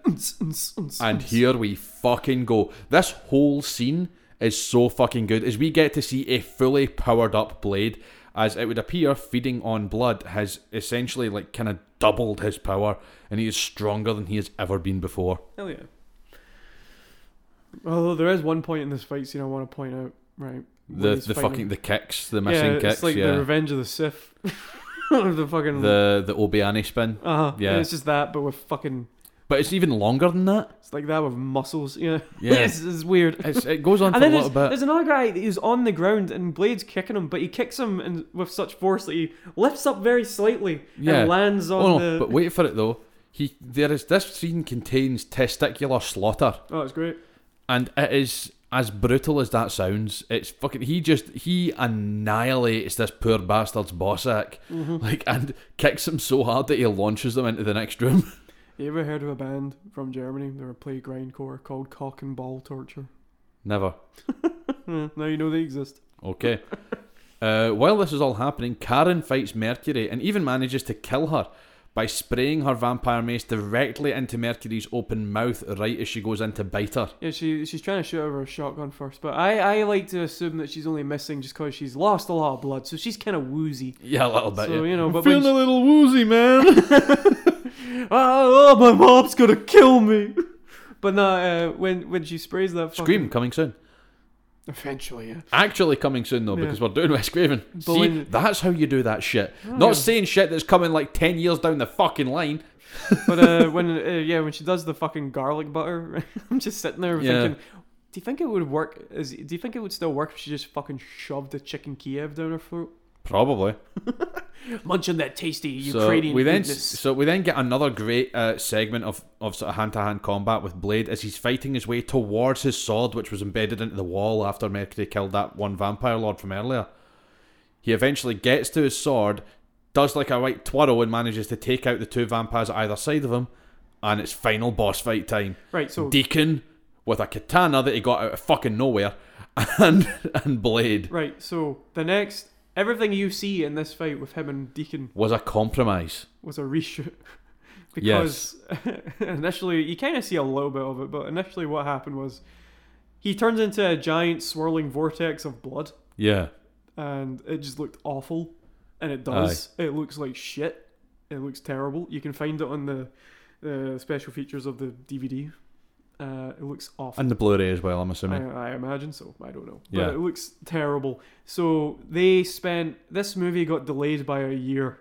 S1: and here we fucking go. This whole scene is so fucking good as we get to see a fully powered up blade. As it would appear, feeding on blood has essentially like kind of doubled his power, and he is stronger than he has ever been before.
S2: Hell yeah. Although there is one point in this fight scene I want to point out, right? when
S1: The
S2: he's
S1: the
S2: fighting-
S1: fucking the kicks, the missing
S2: yeah,
S1: kicks,
S2: It's like
S1: yeah,
S2: the Revenge of the Sith. the fucking
S1: the the Obiani spin.
S2: uh
S1: yeah.
S2: It's just that, but with fucking
S1: But it's even longer than that.
S2: it's like that with muscles. Yeah.
S1: Yeah.
S2: it's, it's weird.
S1: It's, it goes on
S2: and
S1: for a
S2: then there's,
S1: little bit.
S2: there's another guy who's on the ground and Blade's kicking him, but he kicks him and with such force that he lifts up very slightly
S1: Yeah.
S2: and lands on
S1: Oh no!
S2: the.
S1: But wait for it though. He there is this scene contains testicular slaughter,
S2: oh, it's great.
S1: and it is as brutal as that sounds. It's fucking. He just he annihilates this poor bastard's bossack,
S2: Mm-hmm.
S1: like and kicks him so hard that he launches them into the next room.
S2: You ever heard of a band from Germany? They were play grindcore called Cock and Ball Torture.
S1: Never.
S2: Hmm, now you know they exist.
S1: Okay. Uh, while this is all happening, Karen fights Mercury and even manages to kill her by spraying her vampire mace directly into Mercury's open mouth right as she goes in to bite her.
S2: Yeah, she she's trying to shoot over a shotgun first, but I, I like to assume that she's only missing just because she's lost a lot of blood, so she's kind of woozy.
S1: Yeah, a little bit.
S2: So
S1: yeah.
S2: you know,
S1: I'm
S2: but when
S1: feeling
S2: she,
S1: a little woozy, man.
S2: oh, oh, my mom's gonna kill me. But no, uh, when when she sprays that fucking,
S1: Scream coming soon.
S2: eventually, yeah.
S1: Actually coming soon though,
S2: Yeah.
S1: because we're doing West Craven. See,
S2: when- Oh,
S1: that's how you do that shit. Not saying shit that's coming like ten years down the fucking line.
S2: But uh, when uh, yeah, when she does the fucking garlic butter, I'm just sitting there
S1: Yeah.
S2: thinking, do you think it would work? Is do you think it would still work if she just fucking shoved a chicken Kiev down her throat,
S1: Probably.
S2: munching that tasty
S1: So
S2: Ukrainian
S1: we then
S2: goodness?
S1: so we then get another great uh, segment of of sort of hand to hand combat with Blade as he's fighting his way towards his sword, which was embedded into the wall after Mercury killed that one vampire lord from earlier. He eventually gets to his sword, does like a right twirl, and manages to take out the two vampires at either side of him. And it's final boss fight time.
S2: right, so
S1: Deacon with a katana that he got out of fucking nowhere, and and Blade
S2: right, so the next everything you see in this fight with him and Deacon
S1: was a compromise.
S2: was a reshoot because initially you kind of see a little bit of it, but initially what happened was he turns into a giant swirling vortex of blood,
S1: Yeah.
S2: and it just looked awful, and it does. It looks like shit. It looks terrible. You can find it on the the special features of the DVD. Uh, it looks awful.
S1: And the Blu-ray as well, I'm assuming.
S2: I, I imagine so. I don't know.
S1: Yeah.
S2: But it looks terrible. So they spent this movie got delayed by a year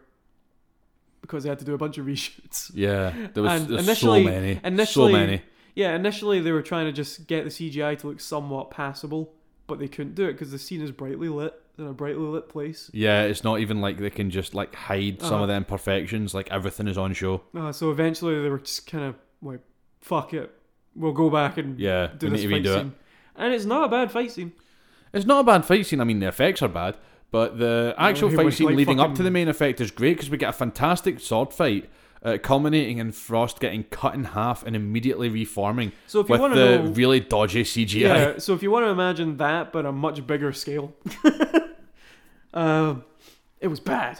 S2: because they had to do a bunch of reshoots.
S1: Yeah, there was
S2: And
S1: there's so
S2: initially-
S1: many, so
S2: initially-
S1: many.
S2: Yeah, initially they were trying to just get the CGI to look somewhat passable, but they couldn't do it because the scene is brightly lit in a brightly lit place.
S1: Yeah, it's not even like they can just like hide some of
S2: Uh-huh.
S1: the imperfections. Like everything is on show.
S2: Uh, so eventually they were just kind of like, "Fuck it, we'll go back and
S1: Yeah,
S2: do
S1: we
S2: this
S1: need to
S2: fight
S1: redo it.
S2: scene." And it's not a bad fight scene.
S1: It's not a bad fight scene. I mean, the effects are bad, but the actual
S2: it
S1: fight
S2: was
S1: scene
S2: like
S1: leading up to
S2: fucking-
S1: the main effect is great because we get a fantastic sword fight, uh, culminating in Frost getting cut in half and immediately reforming
S2: So if you
S1: with
S2: want to
S1: the
S2: know,
S1: really dodgy CGI.
S2: Yeah, so if you want to imagine that, but a much bigger scale, um, it was bad.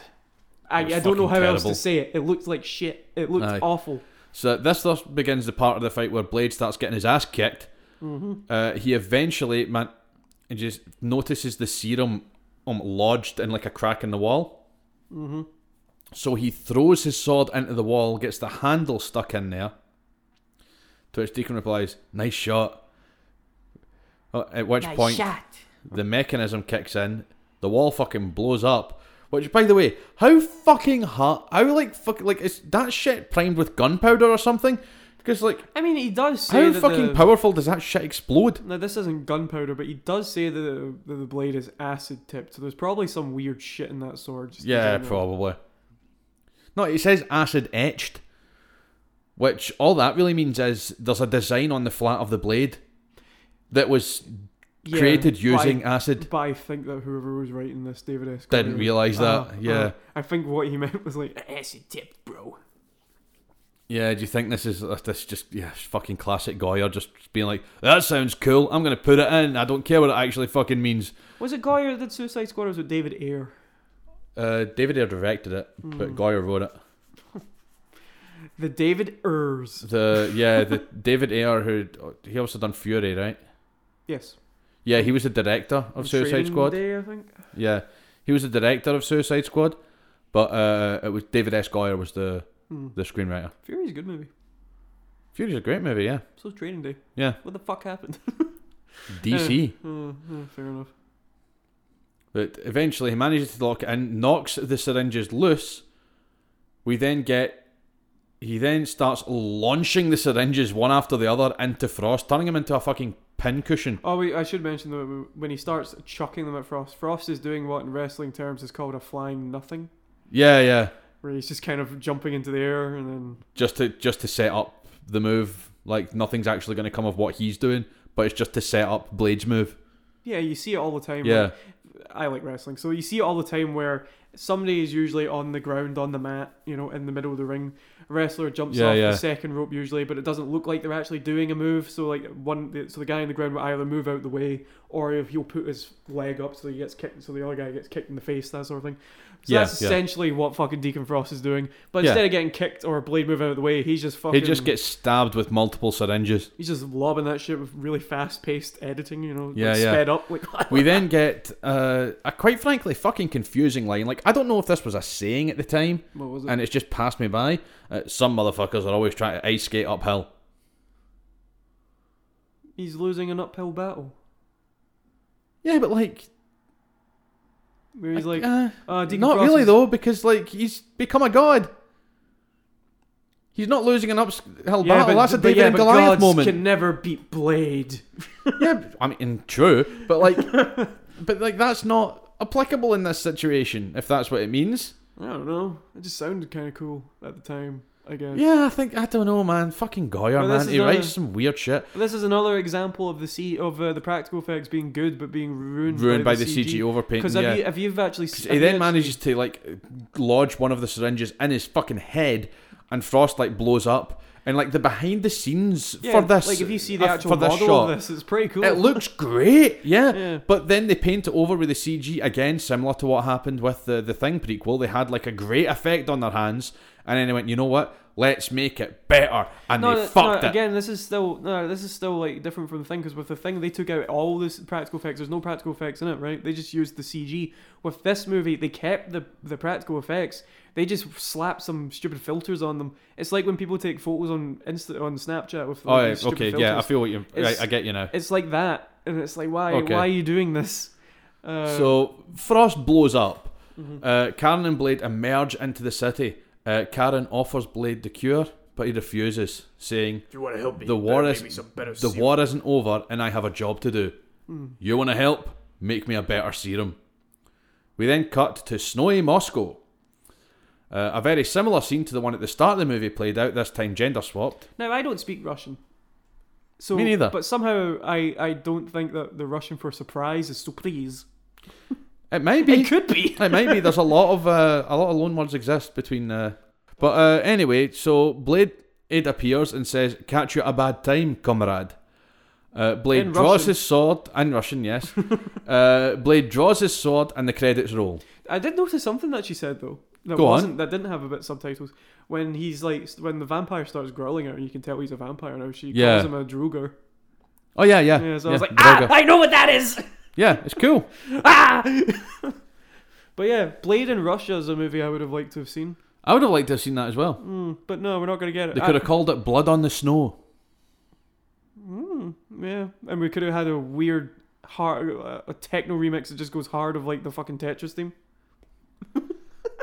S2: I,
S1: It was
S2: I don't know
S1: fucking
S2: how else
S1: terrible.
S2: to say it. It looked like shit. It looked
S1: Aye.
S2: awful.
S1: So this thus begins the part of the fight where Blade starts getting his ass kicked.
S2: Mm-hmm.
S1: Uh, he eventually man he just notices the serum um, lodged in like a crack in the wall. Mm-hmm. So he throws his sword into the wall, gets the handle stuck in there. To which Deacon replies, "Nice shot." Uh, At which point, the mechanism kicks in, the wall fucking blows up. Which, by the way, how fucking hot? How like fuck like is that shit primed with gunpowder or something? Because like,
S2: I mean, he does say
S1: how
S2: that
S1: fucking
S2: the,
S1: powerful does that shit explode?
S2: Now this isn't gunpowder, but he does say that the, that the blade is acid tipped, so there's probably some weird shit in that sword. Just in
S1: Yeah,
S2: general.
S1: probably. No, it says acid etched, which all that really means is there's a design on the flat of the blade that was
S2: Yeah,
S1: created
S2: but
S1: using
S2: I,
S1: acid.
S2: but I think that whoever was writing this, David S.
S1: Didn't
S2: Goyer-
S1: realise that,
S2: Uh,
S1: yeah.
S2: uh, I think what he meant was like acid tipped, bro.
S1: Yeah, do you think this is uh, this just yeah it's fucking classic Goyer just being like that sounds cool? I'm gonna put it in. I don't care what it actually fucking means.
S2: Was it Goyer that did Suicide Squad or was it David Ayer?
S1: Uh, David Ayer directed it,
S2: Hmm.
S1: but Goyer wrote it.
S2: The David Ayers.
S1: The yeah, the David Ayer who he also done Fury, right?
S2: Yes.
S1: Yeah, he was the director of
S2: The
S1: Suicide
S2: Training
S1: Squad.
S2: Day, I think.
S1: Yeah, he was the director of Suicide Squad, but uh, it was David S. Goyer was the
S2: Hmm.
S1: the screenwriter.
S2: Fury's a good movie.
S1: Fury's a great movie, yeah,
S2: So's Training Day.
S1: yeah.
S2: What the fuck happened?
S1: DC,
S2: Uh, uh, fair enough.
S1: but eventually he manages to lock it in, knocks the syringes loose. We then get. He then starts launching the syringes one after the other into Frost, turning him into a fucking pincushion.
S2: Oh, wait, I should mention though, when he starts chucking them at Frost, Frost is doing what in wrestling terms is called a flying nothing,
S1: Yeah, yeah,
S2: where he's just kind of jumping into the air and then.
S1: just to just to set up the move. Like nothing's actually going to come of what he's doing, but it's just to set up Blade's move.
S2: Yeah, you see it all the time.
S1: Yeah,
S2: like- I like wrestling. So you see it all the time where somebody is usually on the ground, on the mat, you know, in the middle of the ring. Wrestler jumps
S1: Yeah,
S2: off
S1: yeah.
S2: the second rope usually, but it doesn't look like they're actually doing a move. So like one, so the guy on the ground will either move out the way, or if he'll put his leg up so he gets kicked, so the other guy gets kicked in the face, that sort of thing. So
S1: Yeah,
S2: that's
S1: yeah.
S2: essentially what fucking Deacon Frost is doing. But
S1: Yeah.
S2: instead of getting kicked or a blade moving out of the way, he's just
S1: He
S2: fucking.
S1: just gets stabbed with multiple syringes.
S2: He's just lobbing that shit with really fast-paced editing, you know,
S1: Yeah,
S2: like
S1: yeah.
S2: sped up. Like,
S1: We then get uh, a quite frankly fucking confusing line. Like I don't know if this was a saying at the time,
S2: what was it?
S1: and it's just passed me by. Uh, some motherfuckers are always trying to ice skate uphill.
S2: he's losing an uphill battle.
S1: Yeah, but like,
S2: Where he's like,
S1: uh,
S2: uh, Deacon
S1: not
S2: Frost
S1: really
S2: is-
S1: though, because like he's become a god. He's not losing an uphill
S2: Yeah,
S1: battle.
S2: but,
S1: That's a
S2: but
S1: David
S2: yeah,
S1: and
S2: but
S1: Goliath
S2: gods
S1: moment.
S2: can never beat Blade.
S1: yeah, but- I mean, true, but like, but like that's not applicable in this situation if that's what it means.
S2: I don't know. It just sounded kind of cool at the time, I guess.
S1: Yeah, I think I don't know, man. Fucking Goyer,
S2: But Hmm.
S1: man.
S2: this is
S1: He
S2: not a-
S1: writes some weird shit.
S2: But this is another example of the C of uh, the practical effects being good but being ruined,
S1: ruined by,
S2: by,
S1: the CG, overpainting.
S2: Because have
S1: Yeah.
S2: you have you actually?
S1: Because
S2: s-
S1: he
S2: have
S1: then
S2: you
S1: manages to like lodge one of the syringes in his fucking head, and Frost like blows up. And like the behind the scenes
S2: actually-
S1: for
S2: yeah,
S1: this,
S2: Like if you see
S1: uh,
S2: the actual
S1: for this
S2: model
S1: shot,
S2: of this, it's pretty cool.
S1: it looks great. Yeah.
S2: Yeah.
S1: But then they paint it over with the CG again, similar to what happened with the the thing prequel. They had like a great effect on their hands, and then they went, you know what? Let's make it better, and
S2: no,
S1: they
S2: no,
S1: fucked
S2: no,
S1: it.
S2: again, this is still no, this is still like different from the thing because with the thing they took out all this practical effects. There's no practical effects in it, right? They just used the CG. With this movie, they kept the the practical effects. They just slapped some stupid filters on them. It's like when people take photos on Insta on Snapchat with
S1: Oh,
S2: like,
S1: yeah,
S2: these stupid
S1: okay,
S2: filters.
S1: yeah, I feel what you. Right,
S2: It's-
S1: I get you now.
S2: it's like that, and it's like why
S1: Okay.
S2: why are you doing this? Uh,
S1: So Frost blows up.
S2: Mm-hmm.
S1: Uh, Karen and Blade emerge into the city. Uh, Karen offers Blade the cure, but he refuses, saying,
S4: If you want to help me,
S1: The
S4: better
S1: war
S4: make
S1: is-
S4: me some better
S1: "The
S4: serum.
S1: war isn't over, and I have a job to do.
S2: Hmm.
S1: You want to help? Make me a better serum." We then cut to snowy Moscow. Uh, a very similar scene to the one at the start of the movie played out. This time, gender swapped.
S2: now I don't speak Russian. So,
S1: Me neither.
S2: But somehow I, I don't think that the Russian for surprise is surprise.
S1: It might be.
S2: It could be.
S1: it might be. There's a lot of uh, a lot of loan words exist between. Uh... But uh, anyway, so Blade it appears and says, "Catch you at a bad time, comrade." Uh, Blade
S2: In
S1: draws
S2: Russian.
S1: his sword in Russian, yes. uh, Blade draws his sword, and the credits roll.
S2: I did notice something that she said though. That
S1: Go on.
S2: wasn't that didn't have a bit of subtitles. When he's like when the vampire starts growling at her, you can tell he's a vampire now. She
S1: Yeah.
S2: calls him a droger.
S1: Oh yeah, yeah.
S2: Yeah, so I was like,
S1: Drogo.
S3: Ah, I know what that is.
S1: yeah, it's cool.
S3: Ah,
S2: But yeah, Blade in Russia is a movie I would have liked to have seen.
S1: I would have liked to have seen that as well.
S2: Mm, But no, we're not gonna get it.
S1: They
S2: I-
S1: could have called it "Blood on the Snow."
S2: yeah, and we could have had a weird hard a techno remix that just goes hard of like the fucking Tetris theme.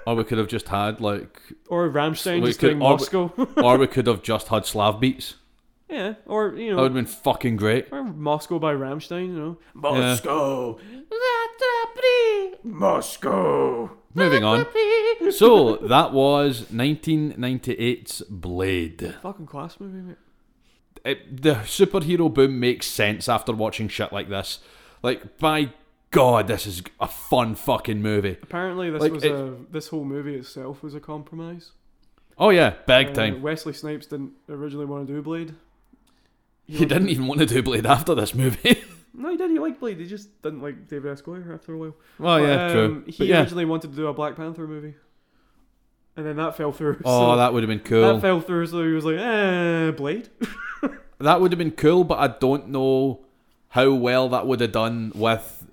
S1: or we could have just had like,
S2: Or Ramstein
S1: We
S2: just
S1: could-
S2: doing
S1: or we-
S2: Moscow.
S1: or we could have just had Slav beats.
S2: yeah, or you
S1: That would
S2: know,
S1: have been fucking great.
S2: or Moscow by Ramstein. You know,
S3: Moscow.
S2: uh,
S3: Moscow.
S1: Moving on. So that was 1998's Blade.
S2: fucking class movie. Mate.
S1: It, the superhero boom makes sense after watching shit like this. Like, by God, this is a fun fucking movie.
S2: Apparently, this
S1: Like,
S2: was
S1: it-
S2: a this whole movie itself was a compromise.
S1: Oh yeah, big
S2: Uh,
S1: time.
S2: Wesley Snipes didn't originally want to do Blade.
S1: He didn't even want to do Blade after this movie.
S2: No, he did. He liked Blade. He just didn't like David S. Goyer after a while.
S1: well, Oh, yeah,
S2: But,
S1: true.
S2: um, He
S1: But, yeah.
S2: originally wanted to do a Black Panther movie, and then that fell through.
S1: Oh,
S2: so
S1: that would have been cool.
S2: that fell through. So he was like, "Eh, Blade."
S1: that would have been cool, but I don't know how well that would have done with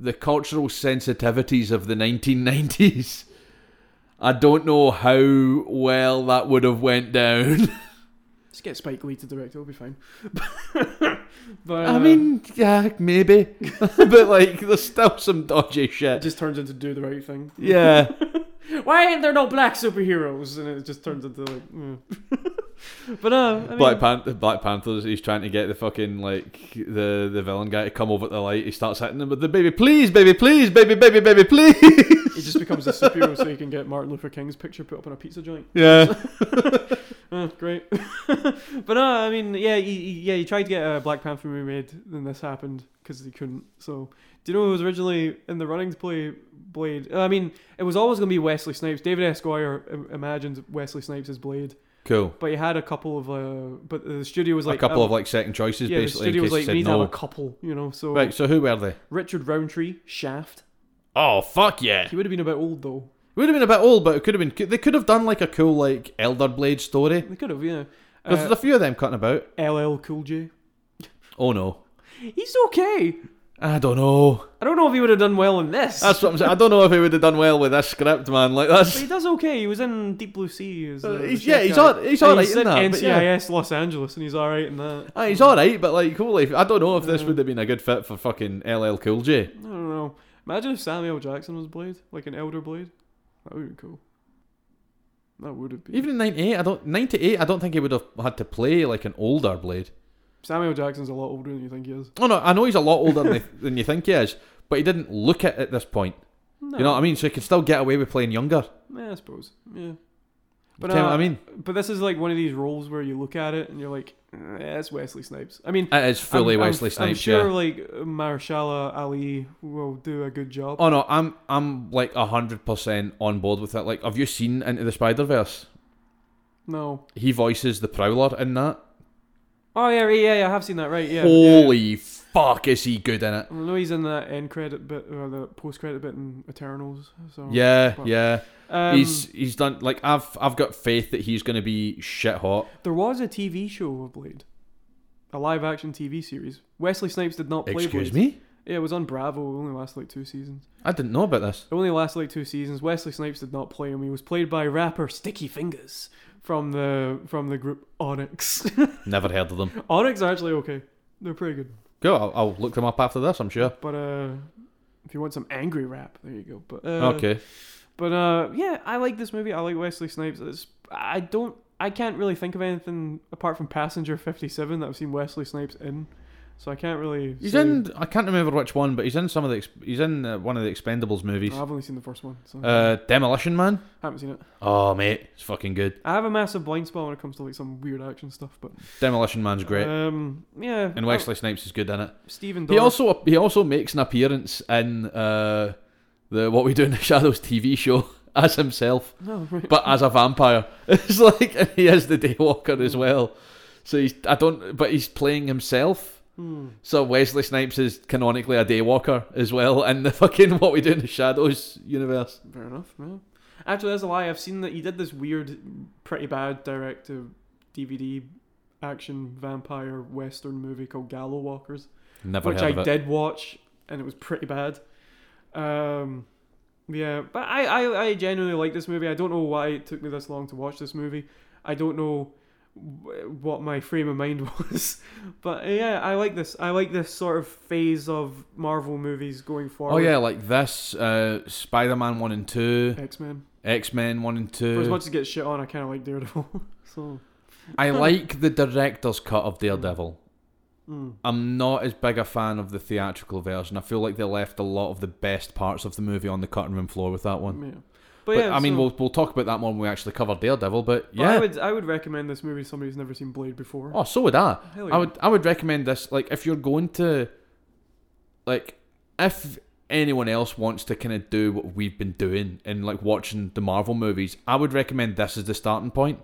S1: the cultural sensitivities of the 1990s. I don't know how well that would have went down.
S2: Just get Spike Lee to direct. It'll be fine. but
S1: I
S2: uh,
S1: mean, yeah, maybe, but like, there's still some dodgy
S2: it
S1: shit.
S2: just turns into do the right thing.
S1: Yeah,
S2: Why ain't there no black superheroes? And it just turns into like. mm. but uh, I mean,
S1: Black Panther. Black Panthers. He's trying to get the fucking like the the villain guy to come over to the light. He starts hitting him with the baby, please, baby, please, baby, baby, baby, please.
S2: he just becomes a superhero so he can get Martin Luther King's picture put up on a pizza joint.
S1: Yeah,
S2: Oh, great. but no, I mean, yeah, he, he- yeah, he tried to get a Black Panther movie made, then this happened because he couldn't. So, do you know who was originally in the running to play Blade? Uh, I mean, it was always going to be Wesley Snipes. David S. Goyer im- imagined Wesley Snipes as Blade,
S1: cool.
S2: but he had a couple of, uh, but the studio was like
S1: a couple
S2: um,
S1: of like second choices,
S2: yeah, the
S1: basically.
S2: studio
S1: in
S2: was
S1: case
S2: like, we
S1: they
S2: need
S1: said
S2: to have
S1: no.
S2: a couple, you know. So
S1: Right. So who were they?
S2: Richard Roundtree, Shaft.
S1: Oh fuck yeah!
S2: He would have been a bit old though.
S1: Would have been a bit old, but it could have been. They could have done like a cool like Elder Blade story.
S2: They could have, yeah.
S1: Because
S2: Uh,
S1: there's a few of them cutting about.
S2: LL Cool J.
S1: Oh no.
S2: He's okay.
S1: I don't know.
S2: I don't know if he would have done well in this.
S1: That's what I'm saying. I don't know if he would have done well with this script, man. Like
S2: But
S1: that's.
S2: he does okay. He was in Deep Blue Sea. As,
S1: Uh,
S2: uh,
S1: he's-
S2: the
S1: yeah,
S2: chef
S1: he's
S2: guy.
S1: all- he's
S2: And
S1: all right
S2: He's
S1: in that, but yeah.
S2: NCIS Los Angeles, and he's all right in that.
S1: Ah, he's all right, but like, holy, f- I don't know if this
S2: Yeah.
S1: would have been a good fit for fucking LL Cool J.
S2: I don't know. Imagine if Samuel Jackson was Blade, like an Elder Blade. That would be cool. That would have been.
S1: Even in '98, I don't '98, I don't think he would have had to play like an older Blade.
S2: Samuel Jackson's a lot older than you think he is.
S1: Oh no, I know he's a lot older than, they- than you think he is, but he didn't look it at this point.
S2: No.
S1: You know what I mean? So he could still get away with playing younger.
S2: Yeah, I suppose. Yeah.
S1: But, you know what I mean?
S2: But this is like one of these roles where you look at it and you're like, "Eh, that's Wesley Snipes. I mean,
S1: It is fully
S2: I'm- I'm-
S1: Wesley Snipes.
S2: I'm sure
S1: yeah.
S2: like Marshala Ali will do a good job.
S1: Oh no, I'm I'm like hundred percent on board with it. Like, have you seen Into the Spider Verse?
S2: No.
S1: He voices the Prowler in that.
S2: Oh yeah, yeah, yeah. I have seen that. Right. Yeah. yeah.
S1: Holy fuck, is he good in it?
S2: I know he's in that end credit bit or the post credit bit in Eternals. So
S1: Yeah,
S2: but-
S1: yeah.
S2: Oh, um,
S1: he's he's done like I've I've got faith that he's gonna be shit hot.
S2: there was a TV show of Blade, a live action TV series. Wesley Snipes did not play.
S1: Excuse
S2: Blade.
S1: me,
S2: Yeah, it was on Bravo. It only lasted like two seasons.
S1: I didn't know about this.
S2: It only lasted like two seasons. Wesley Snipes did not play him. He was played by rapper Sticky Fingers from the from the group Onyx.
S1: Never heard of them.
S2: Onyx are actually okay. They're pretty good.
S1: Go, I'll, I'll look them up after this. I'm sure.
S2: But uh, if you want some angry rap, there you go. But uh,
S1: Okay,
S2: But uh, yeah, I like this movie. I like Wesley Snipes. It's, I don't. I can't really think of anything apart from Passenger Fifty Seven that I've seen Wesley Snipes in. So I can't really.
S1: he's
S2: say-
S1: in. I can't remember which one, but he's in some of the. ex- He's in uh, one of the Expendables movies.
S2: I've only seen the first one, so
S1: Uh, Demolition Man.
S2: haven't seen it.
S1: Oh mate, it's fucking good.
S2: I have a massive blind spot when it comes to like some weird action stuff, but
S1: Demolition Man's great,
S2: Um, yeah.
S1: and Wesley Snipes is good in it.
S2: uh, Stephen.
S1: He
S2: Dorff-
S1: also he also makes an appearance in uh, the What We Do in the Shadows TV show as himself,
S2: No, Oh, right.
S1: but as a vampire. It's like and he is the Daywalker as well. So he's I don't, but he's playing himself.
S2: Hmm.
S1: So Wesley Snipes is canonically a Daywalker as well in the fucking What We Do in the Shadows universe.
S2: Fair enough. Yeah. Actually, that's a lie. I've seen that he did this weird, pretty bad direct to DVD action vampire western movie called Gallow Walkers.
S1: Never
S2: which
S1: heard
S2: I
S1: of it.
S2: did watch, and it was pretty bad. Um, yeah, but I, I, I genuinely like this movie. I don't know why it took me this long to watch this movie. I don't know w- what my frame of mind was. But uh, yeah, I like this. I like this sort of phase of Marvel movies going forward.
S1: Oh yeah, like this, uh, Spider-Man one and two,
S2: X Men.
S1: X-Men one and
S2: For as
S1: two.
S2: much as it gets shit on, I kind of like Daredevil. so,
S1: I like the director's cut of Daredevil.
S2: mm.
S1: I'm not as big a fan of the theatrical version. I feel like they left a lot of the best parts of the movie on the cutting room floor with that one.
S2: yeah.
S1: But,
S2: But, yeah,
S1: I mean,
S2: so-
S1: we'll we'll talk about that more when we actually cover Daredevil. But
S2: but
S1: yeah,
S2: I would I would recommend this movie to somebody who's never seen Blade before.
S1: oh, so would I.
S2: Hell yeah.
S1: I would I would recommend this. Like, if you're going to, like, if anyone else wants to kind of do what we've been doing and like watching the Marvel movies, I would recommend this as the starting point.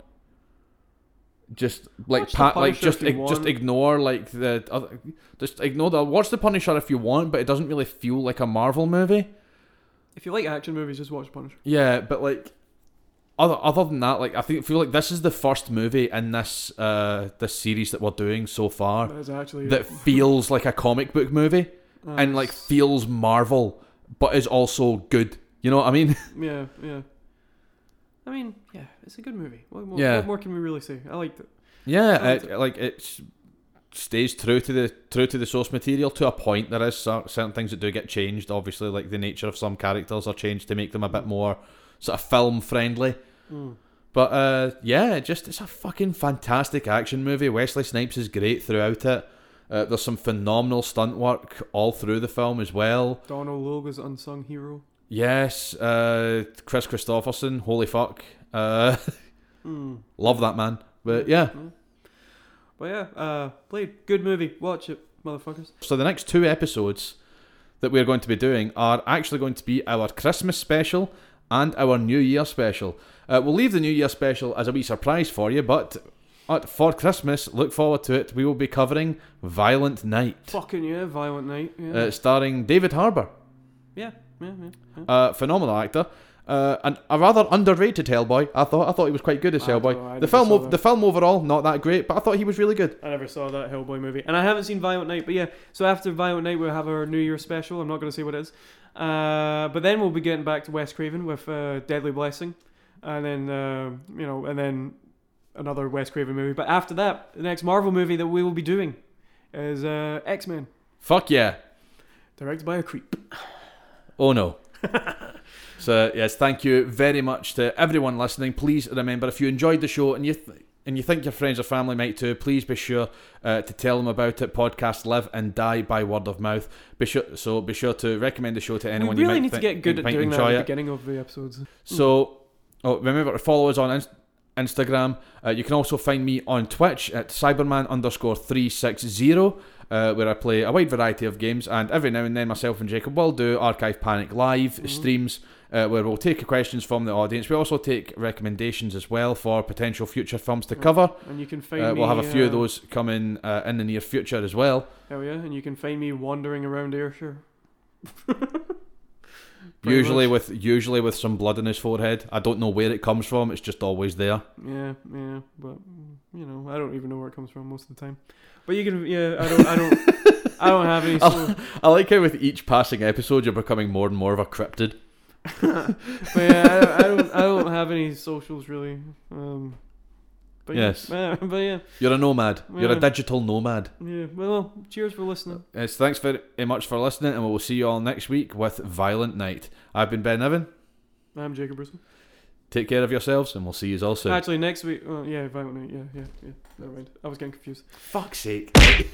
S1: Just like
S2: Watch The
S1: pat, like
S2: Punisher
S1: just
S2: if you
S1: ig- just
S2: want.
S1: ignore like the other, just ignore the watch the Punisher if you want, but it doesn't really feel like a Marvel movie.
S2: If you like action movies, just watch Punisher.
S1: Yeah, but like other other than that, like I think feel like this is the first movie in this uh this series that we're doing so far
S2: That is actually
S1: Oh. that feels like a comic book movie
S2: uh,
S1: and like feels Marvel, but is also good. You know what I mean?
S2: yeah, yeah. I mean, yeah, it's a good movie. What more,
S1: Yeah.
S2: what more can we really say? I liked it.
S1: yeah, it, like it stays true to the true to the source material to a point. There is cer- certain things that do get changed. Obviously, like the nature of some characters are changed to make them a bit more sort of film friendly.
S2: Mm.
S1: But uh, yeah, it just it's a fucking fantastic action movie. Wesley Snipes is great throughout it. Uh, there's some phenomenal stunt work all through the film as well.
S2: Donald Logue's unsung hero.
S1: Yes, uh, Chris Christopherson, holy fuck, uh,
S2: Mm.
S1: love that man. But yeah,
S2: But yeah, uh, Blade, good movie. Watch it, motherfuckers.
S1: so the next two episodes that we're going to be doing are actually going to be our Christmas special and our New Year special. Uh, we'll leave the New Year special as a wee surprise for you, but uh, for Christmas, look forward to it. We will be covering Violent Night.
S2: Fucking yeah, Violent Night. Yeah,
S1: uh, starring David Harbour,
S2: yeah, yeah, yeah. yeah.
S1: a phenomenal actor, uh, and a rather underrated Hellboy. I thought I thought he was quite good as
S2: I don't know, I
S1: Hellboy. The
S2: never
S1: film
S2: saw
S1: ov-
S2: that.
S1: the film overall not that great, but I thought he was really good.
S2: I never saw that Hellboy movie, and I haven't seen Violent Night. But yeah, so after Violent Night, we'll have our New Year special. I'm not going to say what it is, uh, but then we'll be getting back to Wes Craven with uh, Deadly Blessing, and then uh, you know, and then another Wes Craven movie. But after that, the next Marvel movie that we will be doing is uh, X Men,
S1: Fuck yeah!
S2: directed by a creep.
S1: Oh no. so yes, thank you very much to everyone listening. Please remember if you enjoyed the show and you. Th- and you think your friends or family might too, please be sure uh, to tell them about it. Podcasts live and die by word of mouth. Be sure, so be sure to recommend the show to anyone
S2: we
S1: you
S2: really
S1: might
S2: need to
S1: thi-
S2: get good at
S1: might
S2: doing that
S1: enjoy
S2: at the
S1: it.
S2: beginning of the episodes.
S1: So, oh, remember to follow us on Inst- Instagram. Uh, you can also find me on Twitch at Cyberman underscore three six zero, uh, where I play a wide variety of games. And every now and then, myself and Jacob will do Archive Panic live
S2: Mm-hmm.
S1: streams. Uh, where we'll take questions from the audience. We also take recommendations as well for potential future films to
S2: Mhm.
S1: cover.
S2: And you can find
S1: Uh,
S2: me,
S1: we'll have a few of
S2: uh,
S1: those coming uh, in the near future as well.
S2: Hell yeah! And you can find me wandering around Ayrshire. Pretty
S1: Usually with usually with some blood on his forehead. I don't know where it comes from. It's just always there.
S2: Yeah, yeah, but mm, you know, I don't even know where it comes from most of the time. But you can, yeah, I don't, I don't, I don't have any. So,
S1: I like how with each passing episode you're becoming more and more of a cryptid.
S2: but yeah, I, I don't, I don't have any socials really. Um, but
S1: Yes.
S2: yeah, but yeah,
S1: You're a nomad. You're a
S2: Yeah.
S1: digital nomad.
S2: yeah. Well, cheers for listening.
S1: Yes, thanks very much for listening, and we'll see you all next week with Violent Night. I've been Ben Evan.
S2: I'm Jacob Bristol.
S1: Take care of yourselves, and we'll see you all soon.
S2: Actually, next week, oh, yeah, if I want to, yeah, yeah, yeah. Never mind. I was getting confused.
S1: Fuck's sake.